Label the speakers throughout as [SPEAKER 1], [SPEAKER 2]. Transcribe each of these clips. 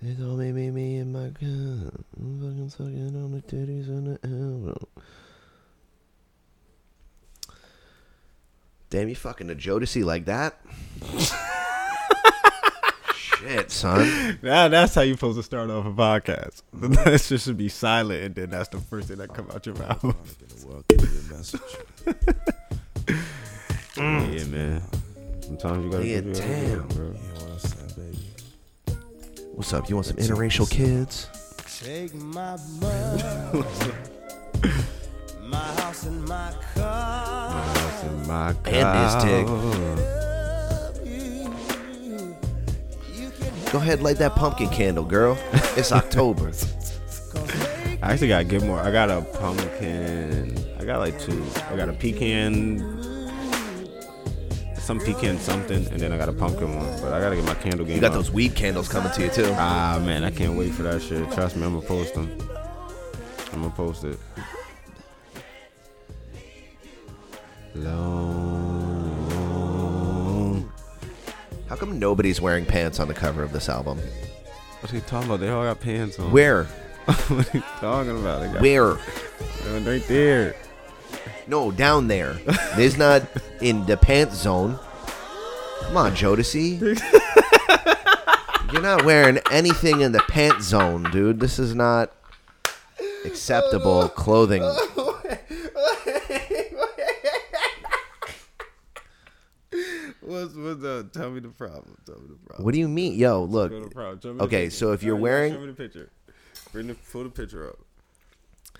[SPEAKER 1] It's only me, me and my gun. I'm fucking sucking on the titties and the elbow. Damn, you fucking a Jodeci like that? Shit, son.
[SPEAKER 2] Now that's how you're supposed to start off a podcast. That just should be silent, and then that's the first thing that come out your mouth. Yeah, man. Sometimes you
[SPEAKER 1] Mm. Yeah,
[SPEAKER 2] gotta put your head
[SPEAKER 1] damn.
[SPEAKER 2] down, bro.
[SPEAKER 1] What's up? You want some interracial kids?
[SPEAKER 3] Take my money, my house and my car.
[SPEAKER 2] That's in my
[SPEAKER 1] And his dick.
[SPEAKER 2] car.
[SPEAKER 3] Love you. You can
[SPEAKER 1] Go ahead, light that pumpkin candle, girl. It's October.
[SPEAKER 2] I actually gotta get more. I got a pumpkin. I got like two. I got a pecan. Some pecan something, and then I got a pumpkin one. But I gotta get my candle game.
[SPEAKER 1] You got
[SPEAKER 2] up.
[SPEAKER 1] those weed candles coming to you, too.
[SPEAKER 2] Ah man, I can't wait for that shit. Trust me, I'm gonna post them. I'm gonna post it. Long.
[SPEAKER 1] How come nobody's wearing pants on the cover of this album?
[SPEAKER 2] What are you talking about? They all got pants on.
[SPEAKER 1] Where?
[SPEAKER 2] what are you talking about? They got
[SPEAKER 1] Where?
[SPEAKER 2] them right there.
[SPEAKER 1] No, down there. There's not in the pants zone. Come on, Jodeci. You're not wearing anything in the pants zone, dude. This is not acceptable clothing.
[SPEAKER 2] What's what's up? Tell me the problem. Tell me the problem.
[SPEAKER 1] What do you mean? Yo,
[SPEAKER 2] Show the
[SPEAKER 1] look.
[SPEAKER 2] problem. Show me the
[SPEAKER 1] Okay,
[SPEAKER 2] picture.
[SPEAKER 1] so if you're
[SPEAKER 2] Alright,
[SPEAKER 1] wearing-
[SPEAKER 2] show me the picture. Bring the pull the picture up.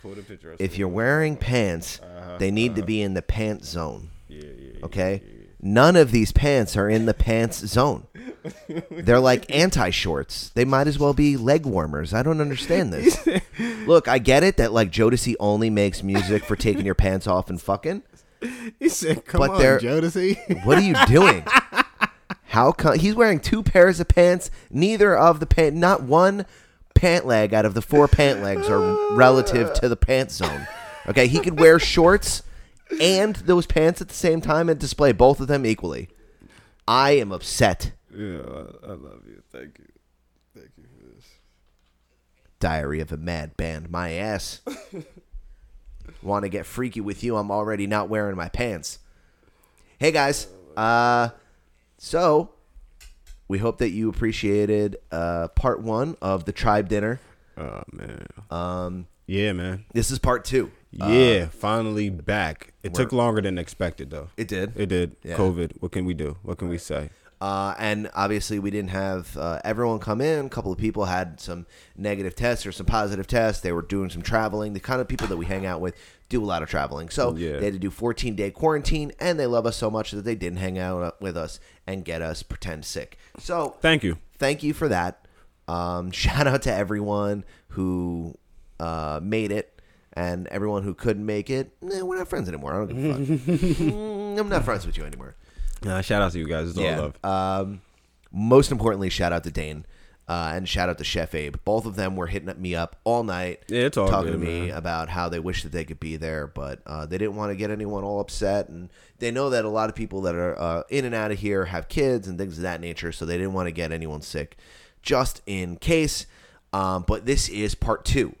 [SPEAKER 2] Pull the picture up.
[SPEAKER 1] If you're wearing pants, they need to be in the pants zone.
[SPEAKER 2] yeah, yeah, yeah.
[SPEAKER 1] Okay? None of these pants are in the pants zone. They're like anti shorts. They might as well be leg warmers. I don't understand this. Look, I get it that like Jodeci only makes music for taking your pants off and fucking.
[SPEAKER 2] He said, "Come
[SPEAKER 1] But they're-
[SPEAKER 2] Jodeci."
[SPEAKER 1] What are you doing? How come he's wearing two pairs of pants? Neither of the pant, not one pant leg out of the four pant legs are relative to the pant zone. Okay, he could wear shorts and those pants at the same time and display both of them equally. I am upset.
[SPEAKER 2] yeah, I, I love you. Thank you. Thank you for this.
[SPEAKER 1] Diary of a Mad Band, my ass. Want to get freaky with you? I'm already not wearing my pants. Hey guys, uh, so we hope that you appreciated uh, part one of the tribe dinner.
[SPEAKER 2] Oh man. Um. Yeah, man.
[SPEAKER 1] This is part two.
[SPEAKER 2] Yeah, finally back. It took longer than expected, though.
[SPEAKER 1] It did.
[SPEAKER 2] It did.
[SPEAKER 1] Yeah.
[SPEAKER 2] COVID. What can we do? What can we say?
[SPEAKER 1] Uh, and obviously, we didn't have uh, everyone come in. A couple of people had some negative tests or some positive tests. They were doing some traveling. The kind of people that we hang out with do a lot of traveling. So
[SPEAKER 2] Yeah.
[SPEAKER 1] they had to do 14 day quarantine, and they love us so much that they didn't hang out uh, with us and get us pretend sick. So
[SPEAKER 2] Thank you.
[SPEAKER 1] thank you for that. Um, shout out to everyone who uh, made it and everyone who couldn't make it. Nah, we're not friends anymore. I don't give a fuck. Mm, I'm not friends with you anymore.
[SPEAKER 2] Nah, shout out to you guys. It's all love.
[SPEAKER 1] Um, most importantly, shout out to Dane uh, and shout out to Chef Abe. Both of them were hitting me up all night,
[SPEAKER 2] Yeah, it's all
[SPEAKER 1] talking
[SPEAKER 2] good,
[SPEAKER 1] to me
[SPEAKER 2] man.
[SPEAKER 1] about how they wish that they could be there, but uh, they didn't want to get anyone all upset. And they know that a lot of people that are uh, in and out of here have kids and things of that nature, so they didn't want to get anyone sick just in case. Um, but this is part two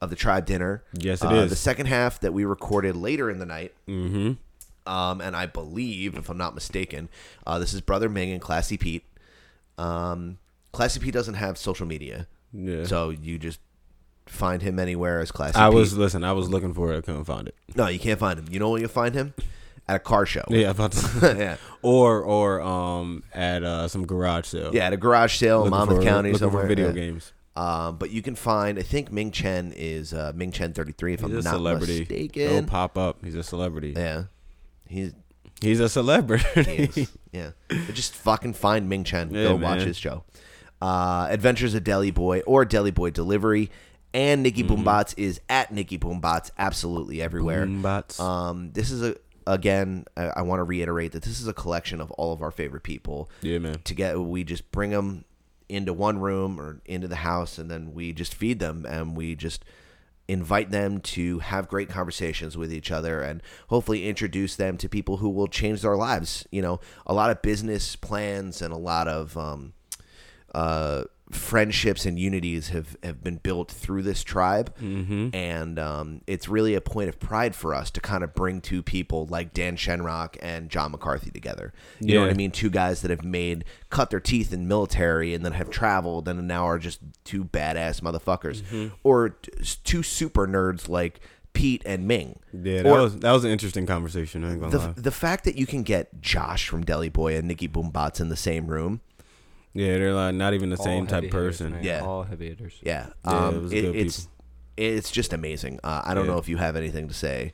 [SPEAKER 1] of the tribe dinner.
[SPEAKER 2] Yes, it
[SPEAKER 1] it is
[SPEAKER 2] is.
[SPEAKER 1] The second half that we recorded later in the night. Um, and I believe, if I'm not mistaken, uh, this is Brother Ming and Classy Pete. Um, Classy Pete doesn't have social media,
[SPEAKER 2] Yeah.
[SPEAKER 1] so you just find him anywhere as Classy
[SPEAKER 2] I
[SPEAKER 1] Pete.
[SPEAKER 2] was listen. I was looking for it. I couldn't find it.
[SPEAKER 1] no, you can't find him. You know where you'll find him at a car show.
[SPEAKER 2] Yeah, about to,
[SPEAKER 1] yeah,
[SPEAKER 2] or or um at uh some garage sale.
[SPEAKER 1] yeah, at a garage sale in
[SPEAKER 2] Looking
[SPEAKER 1] Monmouth
[SPEAKER 2] for-
[SPEAKER 1] County
[SPEAKER 2] looking
[SPEAKER 1] somewhere.
[SPEAKER 2] for video
[SPEAKER 1] yeah.
[SPEAKER 2] games.
[SPEAKER 1] Um, but you can find. I think Ming Chen is uh, Ming Chen 33. If
[SPEAKER 2] He's
[SPEAKER 1] I'm
[SPEAKER 2] a
[SPEAKER 1] not
[SPEAKER 2] celebrity. He'll
[SPEAKER 1] mistaken,
[SPEAKER 2] pop up. He's a celebrity.
[SPEAKER 1] yeah, he's
[SPEAKER 2] He's a celebrity.
[SPEAKER 1] is. yeah. But just fucking find Ming Chen.
[SPEAKER 2] Yeah,
[SPEAKER 1] Go
[SPEAKER 2] man.
[SPEAKER 1] watch his show. Uh, Adventures of Deli Boy or Deli Boy Delivery. And Nikki
[SPEAKER 2] Mm-hmm.
[SPEAKER 1] Boombots is at Nikki Boombots absolutely everywhere.
[SPEAKER 2] Boombots.
[SPEAKER 1] Um, this is a again. I, I want to reiterate that this is a collection of all of our favorite people.
[SPEAKER 2] Yeah, man.
[SPEAKER 1] To get we just bring them into one room or into the house, and then we just feed them and we just invite them to have great conversations with each other and hopefully introduce them to people who will change their lives. You know, a lot of business plans and a lot of um, uh, friendships and unities have, have been built through this tribe. Mm-hmm. And um, it's really a point of pride for us to kind of bring two people like Dan Shenrock and John McCarthy together. You know
[SPEAKER 2] Yeah.
[SPEAKER 1] what I mean? Two guys that have made, cut their teeth in military and then have traveled and now are just two badass motherfuckers.
[SPEAKER 2] Mm-hmm.
[SPEAKER 1] Or t- two super nerds like Pete and Ming.
[SPEAKER 2] Yeah, that
[SPEAKER 1] Or-
[SPEAKER 2] was that was an interesting conversation. I ain't gonna
[SPEAKER 1] the,
[SPEAKER 2] lie.
[SPEAKER 1] the fact that you can get Josh from Deli Boy and Nikki Boombots in the same room,
[SPEAKER 2] Yeah, they're like not even the
[SPEAKER 3] All
[SPEAKER 2] same
[SPEAKER 3] heavy
[SPEAKER 2] type
[SPEAKER 3] hitters,
[SPEAKER 2] person.
[SPEAKER 3] man.
[SPEAKER 1] Yeah.
[SPEAKER 3] all heavy hitters.
[SPEAKER 1] yeah,
[SPEAKER 2] Yeah, it
[SPEAKER 1] um,
[SPEAKER 2] was
[SPEAKER 1] it-
[SPEAKER 2] good
[SPEAKER 1] it's it's just amazing. Uh, I don't
[SPEAKER 2] Yeah.
[SPEAKER 1] know if you have anything to say.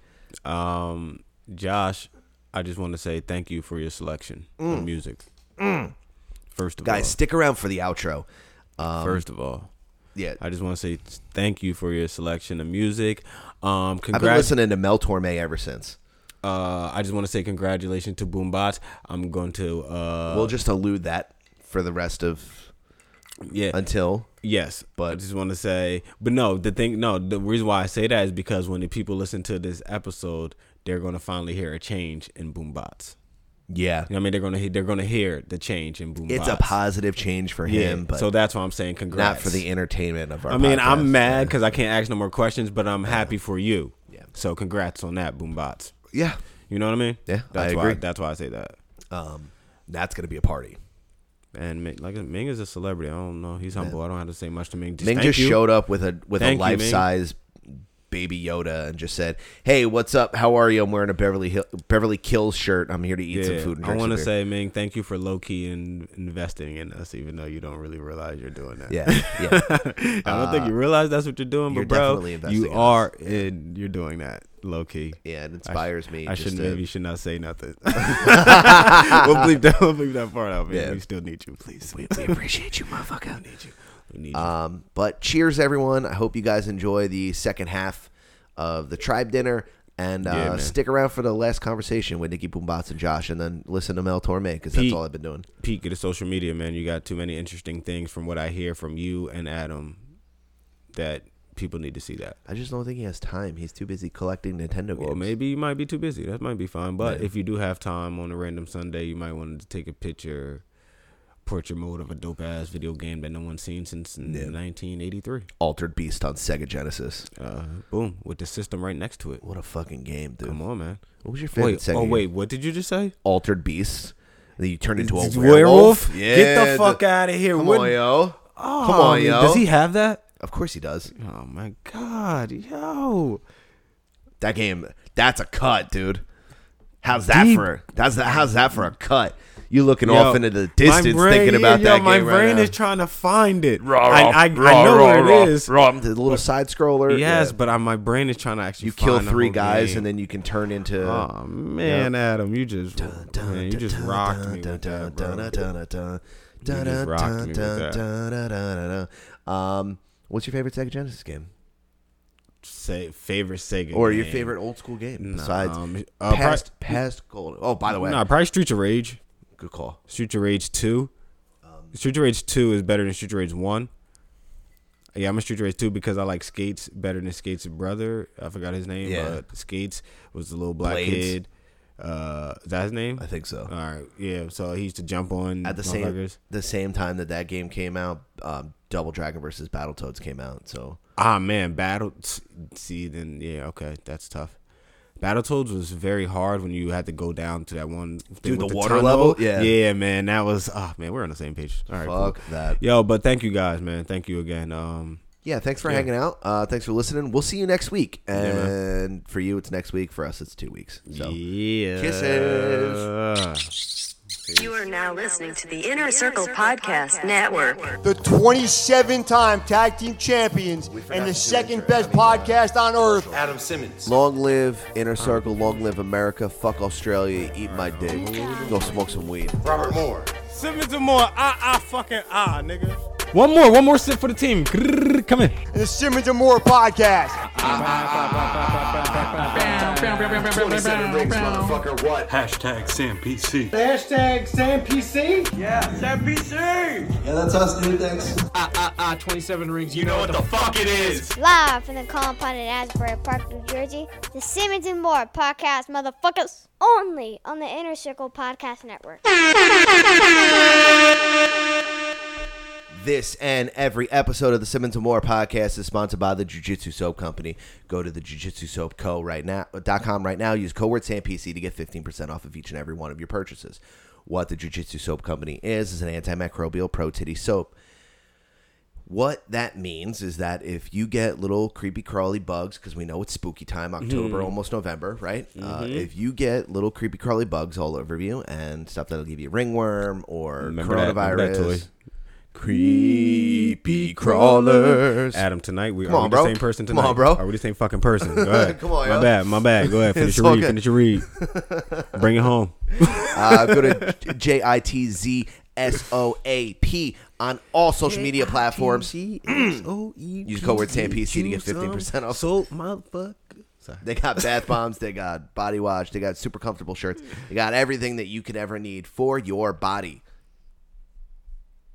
[SPEAKER 2] Um, Josh, I just want to say thank you for your selection of music. First
[SPEAKER 1] Mm.
[SPEAKER 2] of
[SPEAKER 1] Guys, um,
[SPEAKER 2] all,
[SPEAKER 1] stick around for the outro.
[SPEAKER 2] first of all,
[SPEAKER 1] Yeah,
[SPEAKER 2] I just want to say thank you for your selection of music. Um,
[SPEAKER 1] I've been
[SPEAKER 2] congrats.
[SPEAKER 1] listening to Mel Torme ever since.
[SPEAKER 2] Uh, I just want to say congratulations to Boombots. I'm going to uh,
[SPEAKER 1] we'll just elude that for the rest of
[SPEAKER 2] yeah,
[SPEAKER 1] until
[SPEAKER 2] Yes, but
[SPEAKER 1] But-
[SPEAKER 2] I just want to say, but no, the thing, no, the reason why I say that is because when the people listen to this episode, they're gonna finally hear a change in Boombots.
[SPEAKER 1] yeah.
[SPEAKER 2] You know what I mean, they're gonna he- they're gonna hear the change in Boombots.
[SPEAKER 1] It's a positive change for
[SPEAKER 2] yeah.
[SPEAKER 1] him, but
[SPEAKER 2] so that's why I'm saying
[SPEAKER 1] not
[SPEAKER 2] congrats
[SPEAKER 1] for the entertainment of our.
[SPEAKER 2] I mean,
[SPEAKER 1] podcast.
[SPEAKER 2] I'm mad because I can't ask no more questions, but I'm happy for you.
[SPEAKER 1] Yeah.
[SPEAKER 2] So congrats on that, Boombots.
[SPEAKER 1] Yeah,
[SPEAKER 2] You know what I mean?
[SPEAKER 1] Yeah, I
[SPEAKER 2] That's Why,
[SPEAKER 1] agree.
[SPEAKER 2] that's why I say that.
[SPEAKER 1] um, that's gonna be a party.
[SPEAKER 2] And Ming, like Ming is a celebrity. I don't know. He's humble. I don't have to say much to Ming. Just
[SPEAKER 1] Ming
[SPEAKER 2] thank
[SPEAKER 1] just
[SPEAKER 2] you.
[SPEAKER 1] showed up with a with
[SPEAKER 2] Thank
[SPEAKER 1] a
[SPEAKER 2] you, Ming.
[SPEAKER 1] life size baby Yoda and just said, "Hey, what's up? How are you? I'm wearing a Beverly Hill, Beverly Kills shirt. I'm here to eat some food and
[SPEAKER 2] I
[SPEAKER 1] drink
[SPEAKER 2] want to
[SPEAKER 1] some beer."
[SPEAKER 2] say, Ming, thank you for low key in, investing in us, even though you don't really realize you're doing that.
[SPEAKER 1] yeah, yeah.
[SPEAKER 2] I don't think you realize that's what you're doing,
[SPEAKER 1] you're
[SPEAKER 2] but bro,
[SPEAKER 1] definitely investing
[SPEAKER 2] you
[SPEAKER 1] in us.
[SPEAKER 2] are in. You're doing that low key.
[SPEAKER 1] Yeah, it inspires me.
[SPEAKER 2] I
[SPEAKER 1] just
[SPEAKER 2] should
[SPEAKER 1] to-
[SPEAKER 2] maybe should not say nothing. we'll bleep that. We'll bleep that part out. Man.
[SPEAKER 1] Yeah.
[SPEAKER 2] We still need you, please. We,
[SPEAKER 1] we appreciate you, motherfucker.
[SPEAKER 2] need you. We need you.
[SPEAKER 1] Um, but cheers, everyone. I hope you guys enjoy the second half of the tribe dinner. And uh,
[SPEAKER 2] Yeah, man.
[SPEAKER 1] stick around for the last conversation with Nikki Boombats and Josh, and then listen to Mel Torme because that's
[SPEAKER 2] Pete.
[SPEAKER 1] all I've been doing.
[SPEAKER 2] Peak of the social media, man. You got too many interesting things from what I hear from you and Adam that people need to see that.
[SPEAKER 1] I just don't think he has time. He's too busy collecting Nintendo
[SPEAKER 2] Well,
[SPEAKER 1] games.
[SPEAKER 2] maybe you might be too busy. That might be fine. But
[SPEAKER 1] Yeah.
[SPEAKER 2] if you do have time on a random Sunday, you might want to take a picture, portrait mode of a dope ass video game that no one's seen since 1983.
[SPEAKER 1] Altered Beast on Sega Genesis.
[SPEAKER 2] Uh, boom, with the system right next to it.
[SPEAKER 1] What a fucking game, dude.
[SPEAKER 2] Come on, man.
[SPEAKER 1] What was your favorite
[SPEAKER 2] Wait,
[SPEAKER 1] Sega
[SPEAKER 2] oh
[SPEAKER 1] game?
[SPEAKER 2] wait, what did you just say?
[SPEAKER 1] Altered Beast. That you turned into a
[SPEAKER 2] Is-
[SPEAKER 1] werewolf. Yeah,
[SPEAKER 2] Get the fuck out of here!
[SPEAKER 1] Come
[SPEAKER 2] What-
[SPEAKER 1] on, yo.
[SPEAKER 2] Oh,
[SPEAKER 1] Come on, yo.
[SPEAKER 2] Does he have that?
[SPEAKER 1] Of course he does.
[SPEAKER 2] Oh my god, yo!
[SPEAKER 1] That game, that's a cut, dude. How's that
[SPEAKER 2] Deep.
[SPEAKER 1] for? That's that. How's that for a cut? You looking
[SPEAKER 2] Yo,
[SPEAKER 1] off into the distance,
[SPEAKER 2] my brain-
[SPEAKER 1] thinking about
[SPEAKER 2] yo,
[SPEAKER 1] that
[SPEAKER 2] My
[SPEAKER 1] game right
[SPEAKER 2] brain
[SPEAKER 1] now.
[SPEAKER 2] is trying to find it.
[SPEAKER 1] Raw,
[SPEAKER 2] I,
[SPEAKER 1] raw,
[SPEAKER 2] I, I
[SPEAKER 1] raw,
[SPEAKER 2] know
[SPEAKER 1] raw,
[SPEAKER 2] where
[SPEAKER 1] raw,
[SPEAKER 2] it is.
[SPEAKER 1] raw. the little side scroller.
[SPEAKER 2] Yes,
[SPEAKER 1] yeah.
[SPEAKER 2] but I, my brain is trying to actually.
[SPEAKER 1] you kill
[SPEAKER 2] find the
[SPEAKER 1] three
[SPEAKER 2] whole
[SPEAKER 1] guys
[SPEAKER 2] game.
[SPEAKER 1] and then you can turn into.
[SPEAKER 2] Oh man, Adam, you just
[SPEAKER 1] Dun,
[SPEAKER 2] man, you
[SPEAKER 1] dun,
[SPEAKER 2] just
[SPEAKER 1] dun,
[SPEAKER 2] rocked
[SPEAKER 1] dun,
[SPEAKER 2] me
[SPEAKER 1] dun,
[SPEAKER 2] with
[SPEAKER 1] dun,
[SPEAKER 2] that, bro.
[SPEAKER 1] dun, dun, dun, dun,
[SPEAKER 2] You just
[SPEAKER 1] dun,
[SPEAKER 2] rocked
[SPEAKER 1] dun,
[SPEAKER 2] me with
[SPEAKER 1] dun,
[SPEAKER 2] that.
[SPEAKER 1] dun, dun, dun, dun, dun. Um, what's your favorite Sega Genesis game,
[SPEAKER 2] Say favorite Sega
[SPEAKER 1] or your
[SPEAKER 2] game.
[SPEAKER 1] favorite old school game
[SPEAKER 2] Nah,
[SPEAKER 1] besides
[SPEAKER 2] um, uh,
[SPEAKER 1] past past gold? Oh, by the way,
[SPEAKER 2] Probably, nah, probably Streets of Rage.
[SPEAKER 1] good call. Um,
[SPEAKER 2] Streets of Rage two. Streets of Rage two is better than Streets of Rage one. Yeah, I'm a Streets of Rage two because I like Skates better than Skates' brother. I forgot his name.
[SPEAKER 1] Yeah.
[SPEAKER 2] but Skates was the little black
[SPEAKER 1] Blades.
[SPEAKER 2] kid. Uh, is that his name?
[SPEAKER 1] I think so.
[SPEAKER 2] All right. Yeah. So he used to jump on
[SPEAKER 1] At the same
[SPEAKER 2] motherfuckers.
[SPEAKER 1] the same time that that game came out, um, Double Dragon versus Battletoads came out. So
[SPEAKER 2] Ah man, battle. See, then yeah, okay, that's tough. Battletoads was very hard when you had to go down to that one. thing
[SPEAKER 1] Dude,
[SPEAKER 2] with
[SPEAKER 1] the water level? Yeah.
[SPEAKER 2] yeah, man, that was. Ah, man, we're on the same page. All right, cool.
[SPEAKER 1] fuck that.
[SPEAKER 2] Yo, but thank you guys, man. Thank you again. Um,
[SPEAKER 1] Yeah, thanks for
[SPEAKER 2] Yeah.
[SPEAKER 1] hanging out. Uh, thanks for listening. We'll see you next week.
[SPEAKER 2] man.
[SPEAKER 1] And for you, it's next week. For us, it's two weeks. So.
[SPEAKER 2] yeah, Ah.
[SPEAKER 1] Kisses.
[SPEAKER 4] You are now listening to the Inner Circle Podcast Network.
[SPEAKER 5] the 27 time tag team champions and the second best podcast on earth.
[SPEAKER 6] Adam Simmons.
[SPEAKER 1] Long live Inner Circle. Long live America. Fuck Australia. Eat my dick. Go smoke some weed.
[SPEAKER 6] Robert Moore.
[SPEAKER 2] Send me some more. Ah, ah, fucking ah, nigga. One more, one more sip for the team. Grrr, Come in.
[SPEAKER 5] And the Simmons and Moore podcast.
[SPEAKER 6] 27 rings, motherfucker. What?
[SPEAKER 7] Hashtag Sam PC.
[SPEAKER 8] Ah, 27 rings. You, know, what
[SPEAKER 6] the fuck it is?
[SPEAKER 9] Live from the Colin Pond in Asbury Park, New Jersey, the Simmons and Moore podcast, motherfuckers, only on the Inner Circle Podcast Network.
[SPEAKER 1] This and every episode of the Simmons and More podcast is sponsored by the Jujitsu Soap Company. Go to the Jujitsu Soap Co. right now dot com right now. Use code word SAMPC to get fifteen percent off of each and every one of your purchases. What the Jujitsu Soap Company is is an antimicrobial pro titty soap. What that means is that if you get little creepy crawly bugs, because we know it's spooky time, October,
[SPEAKER 2] Mm.
[SPEAKER 1] almost November, right? Uh,
[SPEAKER 2] Mm-hmm.
[SPEAKER 1] if you get little creepy crawly bugs all over you and stuff that'll give you ringworm or
[SPEAKER 2] Remember that-
[SPEAKER 1] coronavirus,
[SPEAKER 2] remember that toy? Creepy crawlers. Adam, tonight we
[SPEAKER 1] Come
[SPEAKER 2] are
[SPEAKER 1] on,
[SPEAKER 2] we
[SPEAKER 1] bro.
[SPEAKER 2] the same person
[SPEAKER 1] Come
[SPEAKER 2] tonight.
[SPEAKER 1] on, bro.
[SPEAKER 2] Are we the same fucking person? Go ahead.
[SPEAKER 1] Come on,
[SPEAKER 2] my
[SPEAKER 1] yo.
[SPEAKER 2] bad. My bad. Go ahead. Finish
[SPEAKER 1] It's
[SPEAKER 2] your
[SPEAKER 1] all
[SPEAKER 2] read.
[SPEAKER 1] good.
[SPEAKER 2] Finish your read. Bring it home.
[SPEAKER 1] uh, go to J I T Z S O A P on all social media platforms.
[SPEAKER 2] Use
[SPEAKER 1] Use code word SAMPC to get 15% off.
[SPEAKER 2] So motherfucker. Sorry.
[SPEAKER 1] They got bath bombs, they got body wash, they got super comfortable shirts, they got everything that you could ever need for your body,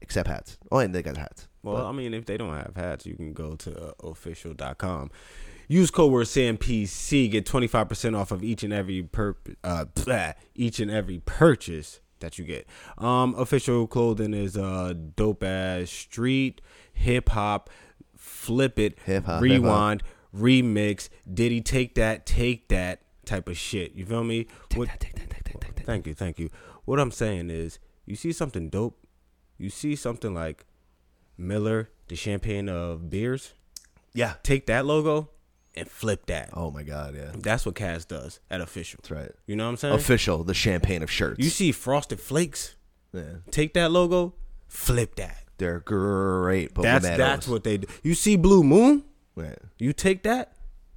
[SPEAKER 1] except hats. Oh, and they got hats.
[SPEAKER 2] Well, I mean, if they don't have hats, you can go to uh, official.com. Use code word SAMPC. Get 25% off of each and every per- uh, blah, each and every purchase that you get. Um, official clothing is uh, dope ass street, hip hop, flip it,
[SPEAKER 1] Hip hop, hip hop.
[SPEAKER 2] rewind, remix, Diddy take that, take that type of shit. You feel me? What- Thank you, thank you. What I'm saying is, you see something dope, you see something like Miller, the champagne of beers.
[SPEAKER 1] Yeah.
[SPEAKER 2] Take that logo and flip that.
[SPEAKER 1] Oh my God, yeah.
[SPEAKER 2] That's what Kaz does at official. That's
[SPEAKER 1] right.
[SPEAKER 2] You know what I'm saying?
[SPEAKER 1] Official, the champagne of shirts.
[SPEAKER 2] Uh, you see Frosted Flakes.
[SPEAKER 1] Yeah.
[SPEAKER 2] Take that logo, flip that.
[SPEAKER 1] They're great. But
[SPEAKER 2] That's that's what they do. You see Blue Moon. You take that,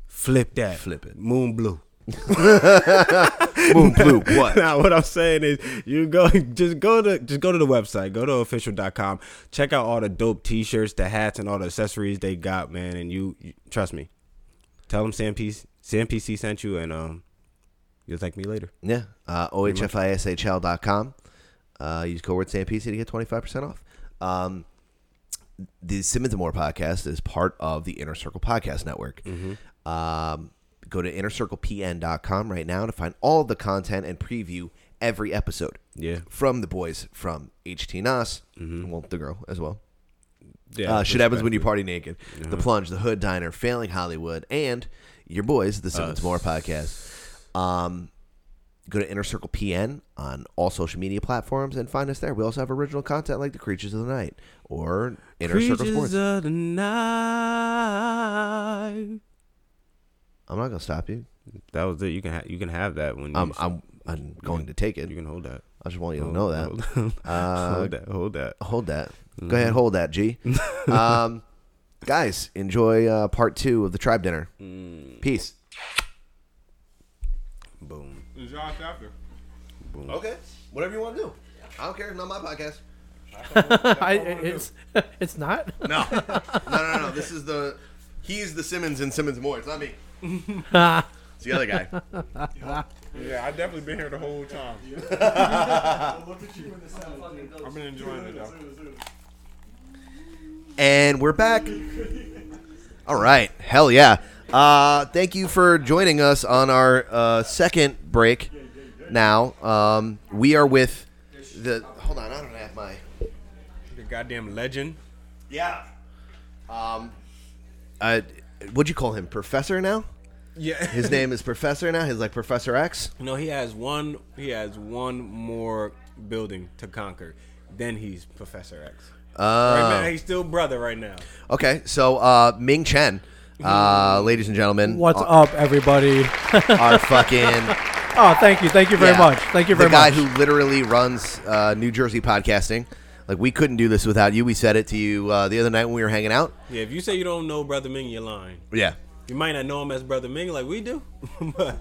[SPEAKER 2] flip that,
[SPEAKER 1] Flip it.
[SPEAKER 2] Moon Blue.
[SPEAKER 1] Moon blue. What?
[SPEAKER 2] now what I'm saying is you go just go to just go to the website, go to official.com, check out all the dope t-shirts, the hats and all the accessories they got, man, and you, you trust me. Tell them Sam PC, Sam PC sent you and um you'll thank me later.
[SPEAKER 1] Yeah. Uh, OHFISHL.com. Uh, use code word SAMPC to get 25% off. Um, the Simmons and More podcast is part of the Inner Circle Podcast Network. Um, go to innercirclepn.com right now to find all the content and preview every episode.
[SPEAKER 2] Yeah.
[SPEAKER 1] From the boys from HT Nas, well, the girl as well.
[SPEAKER 2] Yeah.
[SPEAKER 1] Uh, shit happens when you party naked. The plunge, the hood diner, failing Hollywood, and your boys, the Simmons More podcast. Um, go to Inner Circle PN on all social media platforms and find us there. We also have original content like the Creatures of the Night or Inner Circle Sports.
[SPEAKER 2] Creatures of the night.
[SPEAKER 1] I'm not gonna stop you.
[SPEAKER 2] That was it. You can ha- you can have that when you
[SPEAKER 1] I'm I'm, I'm going to take it.
[SPEAKER 2] you can hold that.
[SPEAKER 1] I just want you to know
[SPEAKER 2] Hold, Mm-hmm.
[SPEAKER 1] that. Uh,
[SPEAKER 2] hold that. Hold that.
[SPEAKER 1] Hold that. Go ahead, hold that, G. um, guys, enjoy uh, part two of the tribe dinner.
[SPEAKER 2] Mm.
[SPEAKER 1] Peace.
[SPEAKER 2] Boom.
[SPEAKER 7] Josh after.
[SPEAKER 1] Okay, whatever you want to do. I don't care. Not my podcast.
[SPEAKER 10] I, it's it's not.
[SPEAKER 1] No, no, no, no. This is the he's the Simmons and Simmons Moore. It's not me. it's the other guy.
[SPEAKER 7] Yeah, I definitely been here the whole time. I've been enjoying it though.
[SPEAKER 1] And we're back. All right, hell yeah. Uh, thank you for joining us on our uh, second break. Now um, we are with the. Hold on, I don't have my.
[SPEAKER 2] The goddamn legend.
[SPEAKER 1] Yeah. Um. Uh, what'd you call him, Professor? Now
[SPEAKER 2] Yeah.
[SPEAKER 1] his name is Professor. Now he's like Professor X.
[SPEAKER 2] No, he has one. He has one more building to conquer. Then he's Professor X.
[SPEAKER 10] Ah.
[SPEAKER 2] right now, he's still brother right now.
[SPEAKER 1] Okay, so uh, Ming Chen, uh, ladies and gentlemen,
[SPEAKER 10] What's
[SPEAKER 1] our,
[SPEAKER 10] up, everybody?
[SPEAKER 1] our fucking
[SPEAKER 10] Oh, thank you, thank you very
[SPEAKER 1] yeah,
[SPEAKER 10] much, thank you very
[SPEAKER 1] the guy
[SPEAKER 10] much.
[SPEAKER 1] who literally runs uh, New Jersey podcasting. Like we couldn't do this without you. We said it to you uh, the other night when we were hanging out.
[SPEAKER 2] Yeah, if you say you don't know Brother Ming, you're lying.
[SPEAKER 1] Yeah,
[SPEAKER 2] You might not know him as Brother Ming like we do, but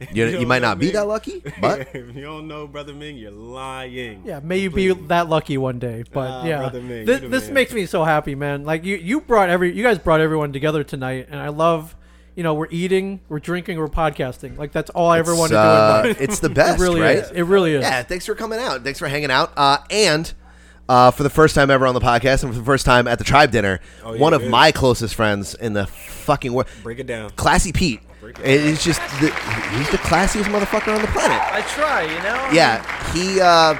[SPEAKER 2] if
[SPEAKER 1] you, you,
[SPEAKER 2] don't
[SPEAKER 1] might
[SPEAKER 2] know
[SPEAKER 1] not be
[SPEAKER 2] Ming-
[SPEAKER 1] that lucky, but
[SPEAKER 2] if you don't know Brother Ming, you're lying.
[SPEAKER 10] yeah, may you be that lucky one day. But
[SPEAKER 2] Ah,
[SPEAKER 10] yeah,
[SPEAKER 2] brother Ming,
[SPEAKER 10] this,
[SPEAKER 2] you the
[SPEAKER 10] this
[SPEAKER 2] man.
[SPEAKER 10] makes me so happy, man. Like you, you brought every, you guys brought everyone together tonight, and I love. You know, we're eating, we're drinking, we're podcasting. Like that's all I ever
[SPEAKER 1] it's,
[SPEAKER 10] wanted
[SPEAKER 1] uh,
[SPEAKER 10] to do. in life.
[SPEAKER 1] it's the best,
[SPEAKER 10] It really
[SPEAKER 1] right?
[SPEAKER 10] is. It really is.
[SPEAKER 1] Yeah, thanks for coming out. Thanks for hanging out. Uh, and uh, for the first time ever on the podcast, and for the first time at the tribe dinner,
[SPEAKER 2] Oh, yeah,
[SPEAKER 1] one of
[SPEAKER 2] it is.
[SPEAKER 1] my closest friends in the fucking world.
[SPEAKER 2] Break it down.
[SPEAKER 1] Classy Pete. It's just the, he's the classiest motherfucker on the planet.
[SPEAKER 11] I try, you know.
[SPEAKER 1] Yeah, he. Uh,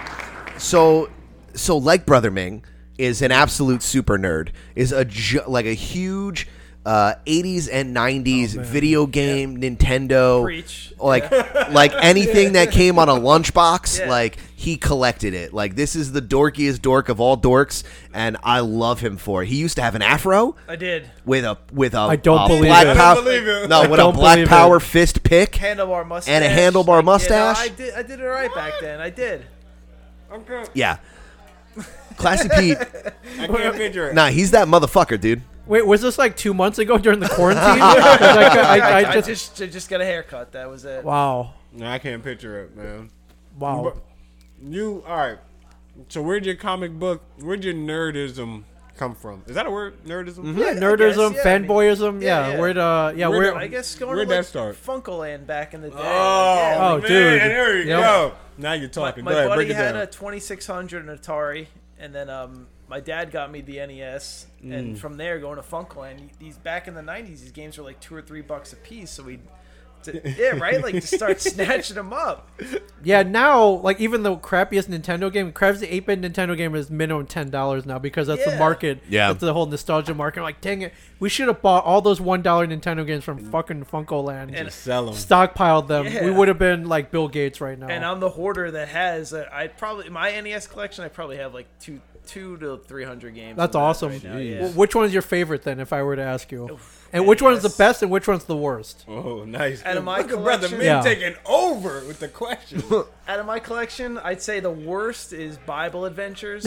[SPEAKER 1] so, so like Brother Ming, is an absolute super nerd. Is a ju- like a huge uh, 80s and 90s video game Nintendo
[SPEAKER 7] Oh, Preach.
[SPEAKER 1] like
[SPEAKER 7] Yeah.
[SPEAKER 1] like anything that came on a lunchbox
[SPEAKER 7] Yeah.
[SPEAKER 1] like he collected it. Like this is the dorkiest dork of all dorks and I love him for it. He used to have an afro.
[SPEAKER 7] I did.
[SPEAKER 1] With a with a
[SPEAKER 10] I don't
[SPEAKER 1] a
[SPEAKER 10] believe
[SPEAKER 1] black
[SPEAKER 10] it. I
[SPEAKER 1] pow-
[SPEAKER 10] don't believe it.
[SPEAKER 1] No,
[SPEAKER 10] I
[SPEAKER 1] with a
[SPEAKER 10] don't
[SPEAKER 1] black
[SPEAKER 10] believe it.
[SPEAKER 1] power fist pick
[SPEAKER 7] Handlebar mustache.
[SPEAKER 1] and a handlebar mustache.
[SPEAKER 7] Yeah, no, I did. I did it right back then. I did. I'm good.
[SPEAKER 1] Yeah. Classic Pete.
[SPEAKER 7] I can't picture it.
[SPEAKER 1] Nah, he's that motherfucker, dude.
[SPEAKER 10] Wait, was this like two months ago during the quarantine? 'Cause I cou- I- I just-
[SPEAKER 7] just, I just got a haircut. That was it.
[SPEAKER 10] Wow.
[SPEAKER 12] No, I can't picture it, man.
[SPEAKER 10] Wow.
[SPEAKER 12] But you all right? So where'd your comic book? Where'd your nerdism come from? Is that a word? Nerdism?
[SPEAKER 7] Mm-hmm.
[SPEAKER 10] Yeah, nerdism, fanboyism. Yeah,
[SPEAKER 7] yeah.
[SPEAKER 10] where'd uh, yeah,
[SPEAKER 12] Where'd
[SPEAKER 10] where?
[SPEAKER 12] that-
[SPEAKER 7] I guess going
[SPEAKER 12] Where'd
[SPEAKER 7] to
[SPEAKER 12] that
[SPEAKER 7] like
[SPEAKER 12] start?
[SPEAKER 7] Funkoland back in the day. Oh,
[SPEAKER 12] Oh, man,
[SPEAKER 10] dude.
[SPEAKER 12] There you
[SPEAKER 10] Yep.
[SPEAKER 12] go. Now you're talking.
[SPEAKER 7] My
[SPEAKER 12] go ahead,
[SPEAKER 7] buddy
[SPEAKER 12] break it
[SPEAKER 7] had
[SPEAKER 12] down.
[SPEAKER 7] a 2600 and Atari, and then um, my dad got me the NES, and
[SPEAKER 12] Mm.
[SPEAKER 7] from there going to Funkland. These back in the 90s, these games were like two or three bucks a piece, so we, yeah, right, like to start snatching them up.
[SPEAKER 10] Yeah, now like even the crappiest Nintendo game, crappiest eight bit Nintendo game is minimum ten dollars now because that's the
[SPEAKER 7] Yeah.
[SPEAKER 10] market.
[SPEAKER 1] Yeah.
[SPEAKER 10] that's the whole nostalgia market. like, dang it, we should have bought all those one dollar Nintendo games from fucking Funko Land
[SPEAKER 7] And- Just
[SPEAKER 12] sell 'em.
[SPEAKER 10] stockpiled them.
[SPEAKER 7] Yeah.
[SPEAKER 10] We would have been like Bill Gates right now.
[SPEAKER 7] And I'm the hoarder that has. Uh, I probably my NES collection. I probably have like two, two to three hundred games.
[SPEAKER 10] that's
[SPEAKER 7] in that
[SPEAKER 10] awesome.
[SPEAKER 7] right now,
[SPEAKER 10] Wh-
[SPEAKER 7] yeah.
[SPEAKER 10] Which one's your favorite then? If I were to ask you, and which one's the best and which one's the worst?
[SPEAKER 12] Oh, nice.
[SPEAKER 7] Out of my
[SPEAKER 12] Look at brother
[SPEAKER 7] collection-
[SPEAKER 12] Min
[SPEAKER 10] Yeah.
[SPEAKER 12] taking over with the question.
[SPEAKER 7] Out of my collection, I'd say the worst is Bible Adventures.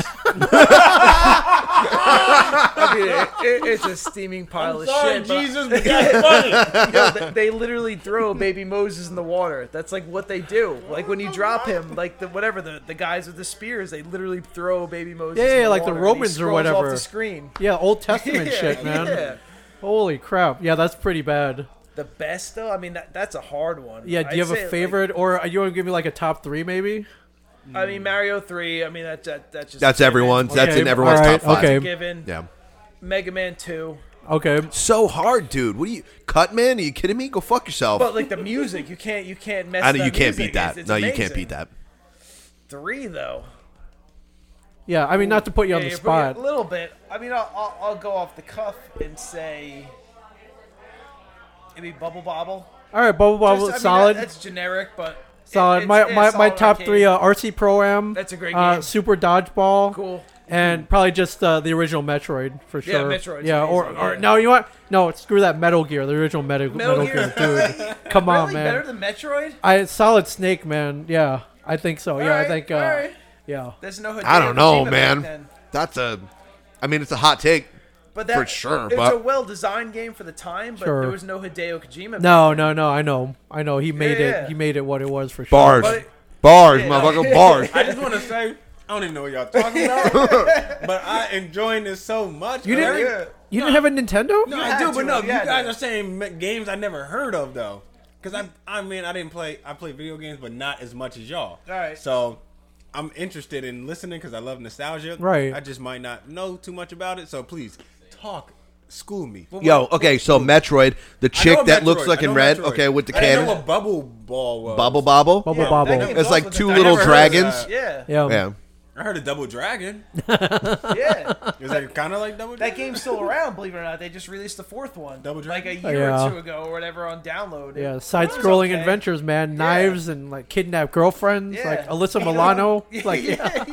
[SPEAKER 7] I mean, it- it- it's a steaming pile
[SPEAKER 12] I'm
[SPEAKER 7] of
[SPEAKER 12] sorry,
[SPEAKER 7] shit. but-
[SPEAKER 12] Jesus, but that's funny.
[SPEAKER 7] Yo, they, they literally throw baby Moses in the water. That's like what they do. Like when you drop him, like the whatever the, the guys with the spears, they literally throw baby Moses.
[SPEAKER 10] Yeah,
[SPEAKER 7] in
[SPEAKER 10] yeah,
[SPEAKER 7] the
[SPEAKER 10] like the
[SPEAKER 7] water, and he
[SPEAKER 10] Romans or
[SPEAKER 7] scrolls
[SPEAKER 10] whatever.
[SPEAKER 7] Off the screen.
[SPEAKER 10] Yeah, Old Testament
[SPEAKER 7] Yeah,
[SPEAKER 10] shit, man.
[SPEAKER 7] yeah.
[SPEAKER 10] Holy crap! Yeah, that's pretty bad.
[SPEAKER 7] The best though, I mean, that, that's a hard one.
[SPEAKER 10] Yeah, do you
[SPEAKER 7] I'd
[SPEAKER 10] have
[SPEAKER 7] say,
[SPEAKER 10] a
[SPEAKER 7] like,
[SPEAKER 10] favorite, or uh, you want to give me like a top three, maybe?
[SPEAKER 7] I mean, Mario Three. I mean, that, that that's just
[SPEAKER 1] That's
[SPEAKER 7] a given.
[SPEAKER 1] everyone's. That's
[SPEAKER 10] Okay,
[SPEAKER 1] in everyone's
[SPEAKER 10] alright,
[SPEAKER 1] top five.
[SPEAKER 10] okay.
[SPEAKER 7] given.
[SPEAKER 1] Yeah.
[SPEAKER 7] Mega Man Two.
[SPEAKER 10] Okay.
[SPEAKER 1] So hard, dude. What are you, Cutman? Are you kidding me? Go fuck yourself.
[SPEAKER 7] But like the music, you can't you can't mess.
[SPEAKER 1] I know
[SPEAKER 7] that
[SPEAKER 1] you can't
[SPEAKER 7] music.
[SPEAKER 1] beat that.
[SPEAKER 7] It's- it's
[SPEAKER 1] no, you can't
[SPEAKER 7] amazing.
[SPEAKER 1] beat that.
[SPEAKER 7] Three though.
[SPEAKER 10] Yeah, I mean, not to put you on
[SPEAKER 7] Yeah,
[SPEAKER 10] the
[SPEAKER 7] you're putting it
[SPEAKER 10] spot.
[SPEAKER 7] A little bit. I mean, I'll, I'll, I'll go off the cuff and say maybe Bubble Bobble.
[SPEAKER 10] All right, Bubble Bobble,
[SPEAKER 7] Just- I mean,
[SPEAKER 10] solid.
[SPEAKER 7] that- that's generic, but it-
[SPEAKER 10] solid.
[SPEAKER 7] it's-
[SPEAKER 10] my
[SPEAKER 7] it's
[SPEAKER 10] my, my
[SPEAKER 7] solid
[SPEAKER 10] top
[SPEAKER 7] arcade.
[SPEAKER 10] three: uh, RC Pro Am.
[SPEAKER 7] That's a great
[SPEAKER 10] Uh,
[SPEAKER 7] game.
[SPEAKER 10] Super Dodgeball.
[SPEAKER 7] Cool.
[SPEAKER 10] And probably just uh, the original Metroid for
[SPEAKER 7] Yeah,
[SPEAKER 10] sure.
[SPEAKER 7] Metroid's
[SPEAKER 10] Yeah, or,
[SPEAKER 7] amazing,
[SPEAKER 10] or
[SPEAKER 7] yeah.
[SPEAKER 10] no, you know what? No, screw that Metal Gear, the original Meta-
[SPEAKER 7] Metal
[SPEAKER 10] Metal,
[SPEAKER 7] Gear
[SPEAKER 10] Gear,
[SPEAKER 7] is
[SPEAKER 10] dude. Come on,
[SPEAKER 7] really
[SPEAKER 10] man.
[SPEAKER 7] better than Metroid?
[SPEAKER 10] I solid Snake, man. Yeah, I think so. yeah, I
[SPEAKER 7] Alright,
[SPEAKER 10] think. Uh,
[SPEAKER 7] alright.
[SPEAKER 10] Yeah.
[SPEAKER 7] There's no.
[SPEAKER 1] I
[SPEAKER 7] Hideo
[SPEAKER 1] don't know,
[SPEAKER 7] Kojima back
[SPEAKER 1] man.
[SPEAKER 7] then.
[SPEAKER 1] That's a. I mean, it's a hot take.
[SPEAKER 7] But that,
[SPEAKER 1] for sure.
[SPEAKER 7] it's
[SPEAKER 1] but
[SPEAKER 7] a well-designed game for the time, but
[SPEAKER 10] Sure.
[SPEAKER 7] there was no Hideo Kojima. back
[SPEAKER 10] No, no, no. I know. I know. He made
[SPEAKER 7] yeah.
[SPEAKER 10] it. He made it what it was for sure.
[SPEAKER 1] bars,
[SPEAKER 7] But it-
[SPEAKER 1] bars,
[SPEAKER 7] Yeah.
[SPEAKER 1] motherfucker, bars.
[SPEAKER 12] I just want to say, I don't even know what y'all talking about, but I enjoying this so much.
[SPEAKER 10] You didn't.
[SPEAKER 12] man.
[SPEAKER 10] You didn't have a Nintendo?
[SPEAKER 12] No,
[SPEAKER 7] had
[SPEAKER 12] I do,
[SPEAKER 7] to,
[SPEAKER 12] but no,
[SPEAKER 7] you
[SPEAKER 12] you
[SPEAKER 7] had
[SPEAKER 12] guys
[SPEAKER 7] to.
[SPEAKER 12] are saying m- games I never heard of though, because I, I mean, I didn't play. I play video games, but not as much as y'all.
[SPEAKER 7] Right.
[SPEAKER 12] So. I'm interested in listening because I love nostalgia.
[SPEAKER 10] Right.
[SPEAKER 12] I just might not know too much about it, so please talk, school me.
[SPEAKER 1] Yo, okay, so Metroid, the
[SPEAKER 12] I know
[SPEAKER 1] chick that
[SPEAKER 12] Metroid.
[SPEAKER 1] looks like
[SPEAKER 12] I know
[SPEAKER 1] in red,
[SPEAKER 12] Metroid.
[SPEAKER 1] okay, with the
[SPEAKER 12] I didn't know
[SPEAKER 1] cannon,
[SPEAKER 12] what bubble ball was.
[SPEAKER 1] bubble bobble,
[SPEAKER 10] Bubble
[SPEAKER 7] then.
[SPEAKER 10] Bobble.
[SPEAKER 7] That game's
[SPEAKER 1] It's like
[SPEAKER 7] awesome.
[SPEAKER 1] two
[SPEAKER 7] I
[SPEAKER 1] little
[SPEAKER 7] never heard of
[SPEAKER 1] dragons.
[SPEAKER 7] that. Yeah,
[SPEAKER 10] Yeah.
[SPEAKER 1] Yeah,
[SPEAKER 12] I heard a double dragon.
[SPEAKER 7] yeah.
[SPEAKER 12] Is that kind of like double
[SPEAKER 7] That
[SPEAKER 12] dragon?
[SPEAKER 7] game's still around, believe it or not. They just released the fourth one,
[SPEAKER 12] Double
[SPEAKER 7] like a
[SPEAKER 12] Dragon?
[SPEAKER 7] year
[SPEAKER 10] Oh, Yeah.
[SPEAKER 7] or two ago or whatever on download. It-
[SPEAKER 10] Yeah,
[SPEAKER 7] it was
[SPEAKER 10] side-scrolling
[SPEAKER 7] okay.
[SPEAKER 10] adventures, man. Knives and like kidnapped girlfriends,
[SPEAKER 7] Yeah.
[SPEAKER 10] like Alyssa Milano. Like, yeah,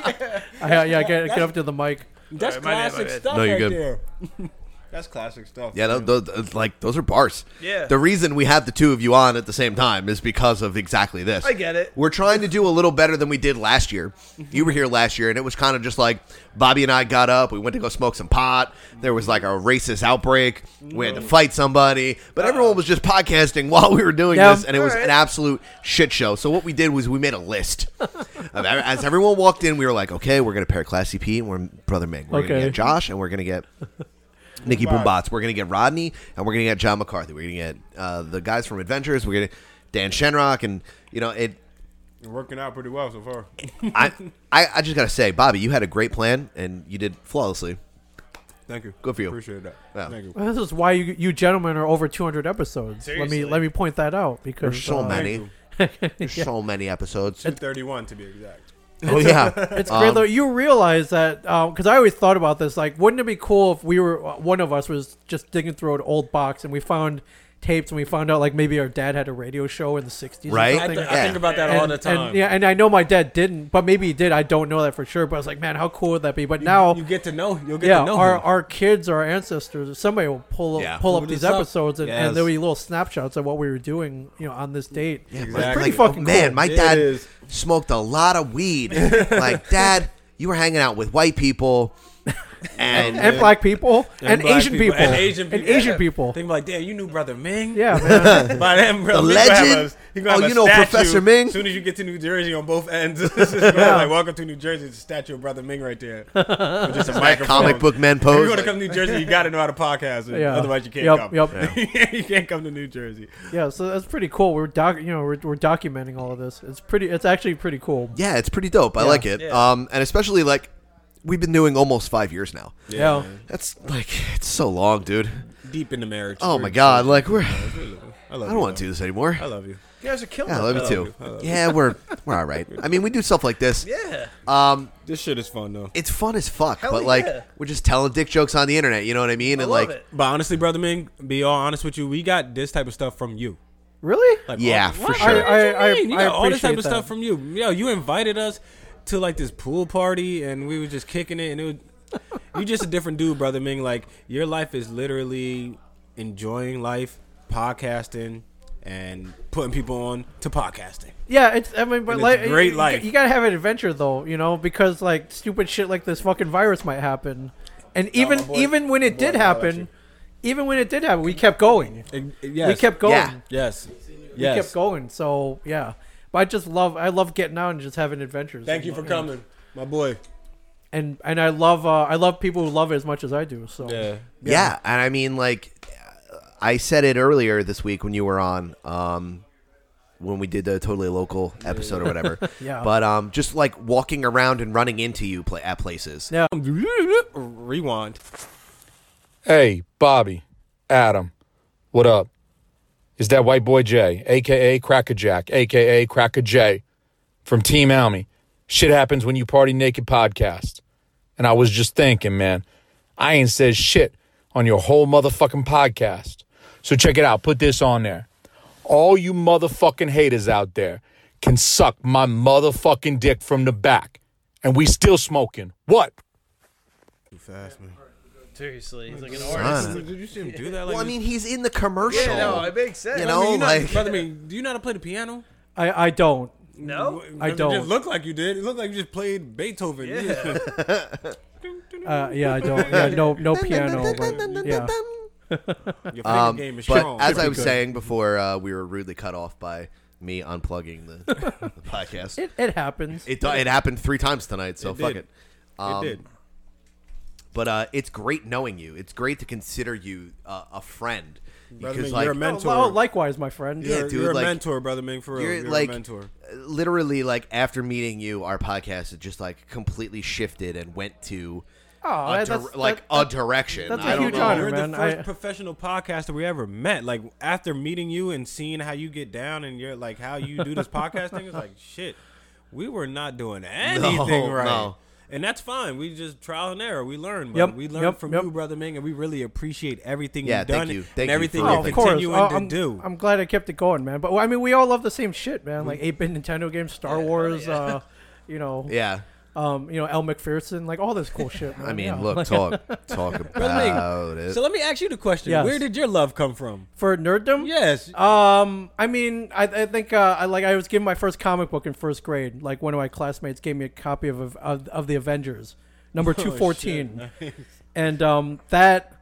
[SPEAKER 10] yeah, yeah, get, get up to the mic.
[SPEAKER 12] That's classic stuff
[SPEAKER 1] No, you're
[SPEAKER 12] right
[SPEAKER 1] good.
[SPEAKER 12] there. That's classic stuff.
[SPEAKER 1] yeah.
[SPEAKER 12] man.
[SPEAKER 1] Those, those, like those are bars.
[SPEAKER 7] Oh, Yeah.
[SPEAKER 1] The reason we have the two of you on at the same time is because of exactly this.
[SPEAKER 7] I get it. Mm-hmm.
[SPEAKER 1] We're trying to do a little better than we did last year. You were here last year, and it was kind of just like Bobby and I got up. We went to go smoke some pot. There was like a racist outbreak. We had to fight somebody, but
[SPEAKER 7] Uh-huh.
[SPEAKER 1] everyone was just podcasting while we were doing
[SPEAKER 10] Yeah.
[SPEAKER 1] this, and it was an absolute shit show. So what we did was we made a list. Of ev- As everyone walked in, we were like, "Okay, we're gonna pair Classy P and we're Brother Meg. We're gonna
[SPEAKER 10] Okay.
[SPEAKER 1] get Josh, and we're gonna get." Nikki Boombots. We're gonna get Rodney, and we're gonna get John McCarthy. We're gonna get uh, the guys from Adventures. We're gonna Dan Shenrock, and you know it.
[SPEAKER 12] You're working out pretty well so far.
[SPEAKER 1] I, I I just gotta say, Bobby, you had a great plan, and you did flawlessly.
[SPEAKER 12] Thank you.
[SPEAKER 1] Good for you.
[SPEAKER 12] Appreciate that.
[SPEAKER 1] Yeah.
[SPEAKER 12] Thank you.
[SPEAKER 10] Well, This is why you, you gentlemen are over 200 episodes. Let
[SPEAKER 7] Seriously.
[SPEAKER 10] me let me point that out because
[SPEAKER 1] There's so
[SPEAKER 10] uh,
[SPEAKER 1] many,
[SPEAKER 12] you.
[SPEAKER 1] there's so many episodes.
[SPEAKER 12] Two thirty-one to be exact.
[SPEAKER 1] Oh, yeah.
[SPEAKER 10] it's great
[SPEAKER 1] Um,
[SPEAKER 10] though. You realize that because I always thought about this. Like, wouldn't it be cool if we were uh, one of us was just digging through an old box and we found tapes and we found out like maybe our dad had a radio show in the '60s, or
[SPEAKER 1] Right?
[SPEAKER 10] something.
[SPEAKER 1] I th- I think
[SPEAKER 2] about that
[SPEAKER 10] And-
[SPEAKER 2] all the
[SPEAKER 10] and-
[SPEAKER 2] time.
[SPEAKER 10] yeah, and I know my dad didn't, but maybe he did. I don't know that for sure. But I was like, man, how cool would that be? But now
[SPEAKER 2] you get to know. You'll get
[SPEAKER 10] yeah,
[SPEAKER 2] to know
[SPEAKER 10] our
[SPEAKER 2] him.
[SPEAKER 10] our kids, or our ancestors, somebody will pull up,
[SPEAKER 2] Yeah.
[SPEAKER 10] pull up
[SPEAKER 2] Look
[SPEAKER 10] these
[SPEAKER 2] this up.
[SPEAKER 10] episodes, and,
[SPEAKER 2] Yes.
[SPEAKER 10] and there'll be little snapshots of what we were doing, you know, on this date. Yeah,
[SPEAKER 1] Like,
[SPEAKER 10] pretty
[SPEAKER 1] like,
[SPEAKER 10] fucking
[SPEAKER 1] man,
[SPEAKER 10] cool.
[SPEAKER 1] my dad smoked a lot of weed. like, dad, you were hanging out with white people and,
[SPEAKER 10] And- and black people, And and black Asian people, people.
[SPEAKER 2] and Asian
[SPEAKER 10] And
[SPEAKER 2] people.
[SPEAKER 10] Asian people.
[SPEAKER 2] Think like, damn, you knew brother Ming.
[SPEAKER 10] Yeah, man.
[SPEAKER 2] By then, bro,
[SPEAKER 1] The
[SPEAKER 2] we gonna have
[SPEAKER 1] legend?
[SPEAKER 2] a- he gonna have
[SPEAKER 1] Oh,
[SPEAKER 2] a
[SPEAKER 1] you know
[SPEAKER 2] statue
[SPEAKER 1] Professor Ming?
[SPEAKER 2] As soon as you get to New Jersey, on both ends, it's gonna be like, welcome to New Jersey. It's a statue of brother Ming right there. With just a
[SPEAKER 1] That
[SPEAKER 2] microphone.
[SPEAKER 1] comic book man
[SPEAKER 2] If
[SPEAKER 1] pose.
[SPEAKER 2] you're gonna come to New Jersey, you gotta know how to podcast.
[SPEAKER 10] Yeah.
[SPEAKER 2] Otherwise, you can't
[SPEAKER 10] Yup,
[SPEAKER 2] come.
[SPEAKER 10] yup.
[SPEAKER 2] you can't come to New Jersey.
[SPEAKER 10] Yeah, so that's pretty cool. We're doc, you know, we're, we're documenting all of this. It's pretty. It's actually pretty cool.
[SPEAKER 1] Yeah, it's pretty dope. I
[SPEAKER 10] Yeah.
[SPEAKER 1] like it. Um, and especially like we've been doing almost five years now.
[SPEAKER 10] Yeah. Yeah.
[SPEAKER 1] that's like it's so long, dude.
[SPEAKER 2] Deep into marriage.
[SPEAKER 1] Oh
[SPEAKER 2] We're-
[SPEAKER 1] my god, like we're.
[SPEAKER 2] I
[SPEAKER 1] I,
[SPEAKER 2] love
[SPEAKER 1] don't
[SPEAKER 2] you,
[SPEAKER 1] want to
[SPEAKER 2] though.
[SPEAKER 1] do this anymore.
[SPEAKER 2] I love you.
[SPEAKER 7] You guys are killing
[SPEAKER 1] Yeah, I
[SPEAKER 7] it.
[SPEAKER 1] love
[SPEAKER 7] I
[SPEAKER 1] you
[SPEAKER 7] love
[SPEAKER 1] too.
[SPEAKER 7] you. I love
[SPEAKER 1] yeah,
[SPEAKER 7] you.
[SPEAKER 1] we're we're all right. I mean, we do stuff like this.
[SPEAKER 7] Yeah.
[SPEAKER 1] Um,
[SPEAKER 2] this shit is fun though.
[SPEAKER 1] It's fun as fuck,
[SPEAKER 2] Hell
[SPEAKER 1] but like
[SPEAKER 2] yeah.
[SPEAKER 1] we're just telling dick jokes on the internet. You know what I mean? and like,
[SPEAKER 2] but honestly, brother Ming, be all honest with you, we got this type of stuff from you.
[SPEAKER 10] Really?
[SPEAKER 2] Like,
[SPEAKER 1] Yeah,
[SPEAKER 2] all-
[SPEAKER 1] for
[SPEAKER 2] What?
[SPEAKER 1] sure.
[SPEAKER 2] What
[SPEAKER 10] I-
[SPEAKER 2] do you
[SPEAKER 10] I-
[SPEAKER 2] mean? you
[SPEAKER 10] I
[SPEAKER 2] got all this
[SPEAKER 10] appreciate
[SPEAKER 2] type of stuff
[SPEAKER 10] that.
[SPEAKER 2] from you. Yo, you invited us to like this pool party, and we were just kicking it, and it was. you just a different dude, brother Ming. Like your life is literally enjoying life, podcasting, and putting people on to podcasting.
[SPEAKER 10] Yeah, it's. I mean, but
[SPEAKER 2] And
[SPEAKER 10] like,
[SPEAKER 2] it's great
[SPEAKER 10] you,
[SPEAKER 2] life.
[SPEAKER 10] You gotta have an adventure though, you know, because like stupid shit like this fucking virus might happen, and even
[SPEAKER 2] boy-
[SPEAKER 10] even when it
[SPEAKER 2] my boy
[SPEAKER 10] did
[SPEAKER 2] will holler at
[SPEAKER 10] happen, even when it did happen, we kept going.
[SPEAKER 2] yes.
[SPEAKER 10] We kept going.
[SPEAKER 2] Yeah. Yes. Yes.
[SPEAKER 10] We kept going. So yeah, but I just love I love getting out and just having adventures.
[SPEAKER 2] Thank
[SPEAKER 10] and,
[SPEAKER 2] you for
[SPEAKER 10] know,
[SPEAKER 2] coming, my boy.
[SPEAKER 10] And and I love uh, I love people who love it as much as I do. So
[SPEAKER 2] yeah,
[SPEAKER 1] yeah. and I mean, like, I said it earlier this week when you were on, um, when we did the totally local episode or whatever.
[SPEAKER 2] Yeah.
[SPEAKER 1] But um, just like walking around and running into you pla at places.
[SPEAKER 10] Yeah.
[SPEAKER 2] Rewind.
[SPEAKER 5] Hey, Bobby, Adam, what up? Is that white boy Jay, aka Cracker Jack, aka Cracker Jay, from Team Almy? Shit happens when you party naked podcast. And I was just thinking, man, I ain't said shit on your whole motherfucking podcast. So check it out. Put this on there. All you motherfucking haters out there can suck my motherfucking dick from the back. And we still smoking. What?
[SPEAKER 2] Too fast, man.
[SPEAKER 7] Seriously, he's like an
[SPEAKER 1] Son.
[SPEAKER 7] artist.
[SPEAKER 2] Did you see him do that? Like
[SPEAKER 1] Well, I
[SPEAKER 2] this?
[SPEAKER 1] mean, he's in the commercial.
[SPEAKER 7] Yeah, no, it makes sense.
[SPEAKER 1] You
[SPEAKER 2] Brother Ming,
[SPEAKER 1] know,
[SPEAKER 2] you not-
[SPEAKER 1] like
[SPEAKER 2] brother Ming, do you know how to play the piano?
[SPEAKER 10] I I don't.
[SPEAKER 7] No?
[SPEAKER 10] I
[SPEAKER 2] It
[SPEAKER 10] don't.
[SPEAKER 2] Just looked like you did. It looked like you just played Beethoven.
[SPEAKER 7] Yeah.
[SPEAKER 10] Uh, yeah, I don't. Yeah, no, no piano. But, yeah.
[SPEAKER 2] Your finger
[SPEAKER 1] Um,
[SPEAKER 2] game is
[SPEAKER 1] but
[SPEAKER 2] strong.
[SPEAKER 1] as I
[SPEAKER 2] Pretty
[SPEAKER 1] was
[SPEAKER 2] good.
[SPEAKER 1] saying before, uh, we were rudely cut off by me unplugging the, the podcast.
[SPEAKER 10] It- it happens.
[SPEAKER 1] It, do- it happened three times tonight, so
[SPEAKER 2] It
[SPEAKER 1] fuck
[SPEAKER 2] did.
[SPEAKER 1] it.
[SPEAKER 2] It
[SPEAKER 1] um,
[SPEAKER 2] did.
[SPEAKER 1] But uh, it's great knowing you. It's great to consider you uh, a friend
[SPEAKER 2] Brother
[SPEAKER 1] because
[SPEAKER 2] Ming,
[SPEAKER 1] like
[SPEAKER 2] you're a mentor.
[SPEAKER 10] Oh, likewise, my friend.
[SPEAKER 1] yeah,
[SPEAKER 2] You're-
[SPEAKER 1] dude,
[SPEAKER 2] you're a
[SPEAKER 1] like,
[SPEAKER 2] mentor, brother Ming, for real.
[SPEAKER 1] You're,
[SPEAKER 2] You're a
[SPEAKER 1] like,
[SPEAKER 2] mentor.
[SPEAKER 1] Literally, like after meeting you, our podcast had just like completely shifted and went to
[SPEAKER 10] Oh,
[SPEAKER 1] a
[SPEAKER 10] that's- that-
[SPEAKER 1] like
[SPEAKER 10] that-
[SPEAKER 1] a direction.
[SPEAKER 10] that's a
[SPEAKER 1] I don't
[SPEAKER 10] huge
[SPEAKER 1] know.
[SPEAKER 10] honor,
[SPEAKER 2] You're
[SPEAKER 10] man.
[SPEAKER 2] the first
[SPEAKER 10] I-
[SPEAKER 2] professional podcaster we ever met. Like after meeting you and seeing how you get down and you're like how you do this podcasting, it's like shit. We were not doing anything
[SPEAKER 1] No,
[SPEAKER 2] right.
[SPEAKER 1] no.
[SPEAKER 2] And that's fine. We just trial and error. We learn, but
[SPEAKER 10] Yep,
[SPEAKER 2] we learn
[SPEAKER 10] yep,
[SPEAKER 2] from
[SPEAKER 10] yep.
[SPEAKER 2] you, brother Ming, and we really appreciate everything
[SPEAKER 1] Yeah,
[SPEAKER 2] you've
[SPEAKER 1] thank
[SPEAKER 2] done
[SPEAKER 1] you. Thank
[SPEAKER 2] and
[SPEAKER 1] you
[SPEAKER 2] everything
[SPEAKER 1] for
[SPEAKER 2] you're
[SPEAKER 1] everything.
[SPEAKER 10] Of course.
[SPEAKER 2] continuing
[SPEAKER 10] Oh,
[SPEAKER 2] to
[SPEAKER 10] I'm,
[SPEAKER 2] do.
[SPEAKER 10] I'm glad I kept it going, man. But well, I mean, we all love the same shit, man. Like eight bit Nintendo games, Star Wars, uh, you know.
[SPEAKER 1] Yeah.
[SPEAKER 10] Um, you know, El McPherson, like all this cool shit. Man.
[SPEAKER 1] I mean,
[SPEAKER 10] Yeah.
[SPEAKER 1] look,
[SPEAKER 10] Like-
[SPEAKER 1] talk, talk
[SPEAKER 2] Brother Ming,
[SPEAKER 1] about it.
[SPEAKER 2] So let me ask you the question:
[SPEAKER 10] Yes.
[SPEAKER 2] Where did your love come from?
[SPEAKER 10] for nerddom.
[SPEAKER 2] Yes.
[SPEAKER 10] Um, I mean, I, I think uh, I like I was given my first comic book in first grade. Like one of my classmates gave me a copy of of, of the Avengers, number
[SPEAKER 2] Oh,
[SPEAKER 10] two fourteen,
[SPEAKER 2] shit. Nice.
[SPEAKER 10] and um that.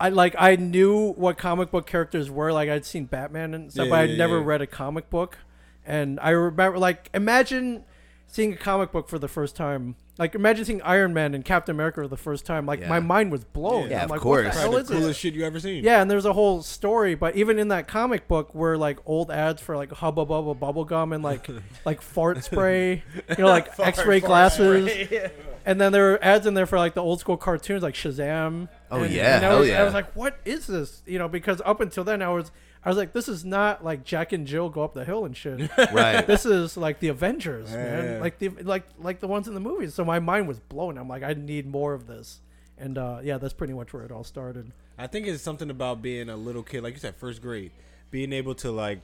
[SPEAKER 10] I like I knew what comic book characters were like I'd seen Batman and stuff
[SPEAKER 2] Yeah,
[SPEAKER 10] but I'd
[SPEAKER 2] yeah,
[SPEAKER 10] never
[SPEAKER 2] yeah.
[SPEAKER 10] read a comic book and I remember like imagine seeing a comic book for the first time like imagine seeing Iron Man and Captain America for the first time like my
[SPEAKER 1] Yeah.
[SPEAKER 10] mind was blown
[SPEAKER 1] Yeah,
[SPEAKER 10] I'm
[SPEAKER 1] of
[SPEAKER 10] like, what
[SPEAKER 1] course.
[SPEAKER 10] the
[SPEAKER 2] Probably
[SPEAKER 10] hell
[SPEAKER 2] the
[SPEAKER 10] is this?
[SPEAKER 2] coolest shit you ever seen.
[SPEAKER 10] Yeah, and there's a whole story, but even in that comic book were like old ads for like hubba bubba bubble gum and like like fart spray, you know, like
[SPEAKER 2] Fart-
[SPEAKER 10] X-ray
[SPEAKER 2] fart
[SPEAKER 10] glasses,
[SPEAKER 2] spray.
[SPEAKER 10] And then there were ads in there for like the old school cartoons like Shazam.
[SPEAKER 1] Oh,
[SPEAKER 10] And-
[SPEAKER 1] yeah.
[SPEAKER 10] and I
[SPEAKER 1] Hell
[SPEAKER 10] was, I
[SPEAKER 1] yeah.
[SPEAKER 10] was like, what is this? You know, because up until then I was I was like, this is not like Jack and Jill go up the hill and shit.
[SPEAKER 1] Right.
[SPEAKER 10] this is like the Avengers,
[SPEAKER 1] Yeah.
[SPEAKER 10] man. Like the like like the ones in the movies. So my mind was blown. I'm like, I need more of this. And uh, yeah, that's pretty much where it all started.
[SPEAKER 2] I think it's something about being a little kid, like you said, first grade, being able to like,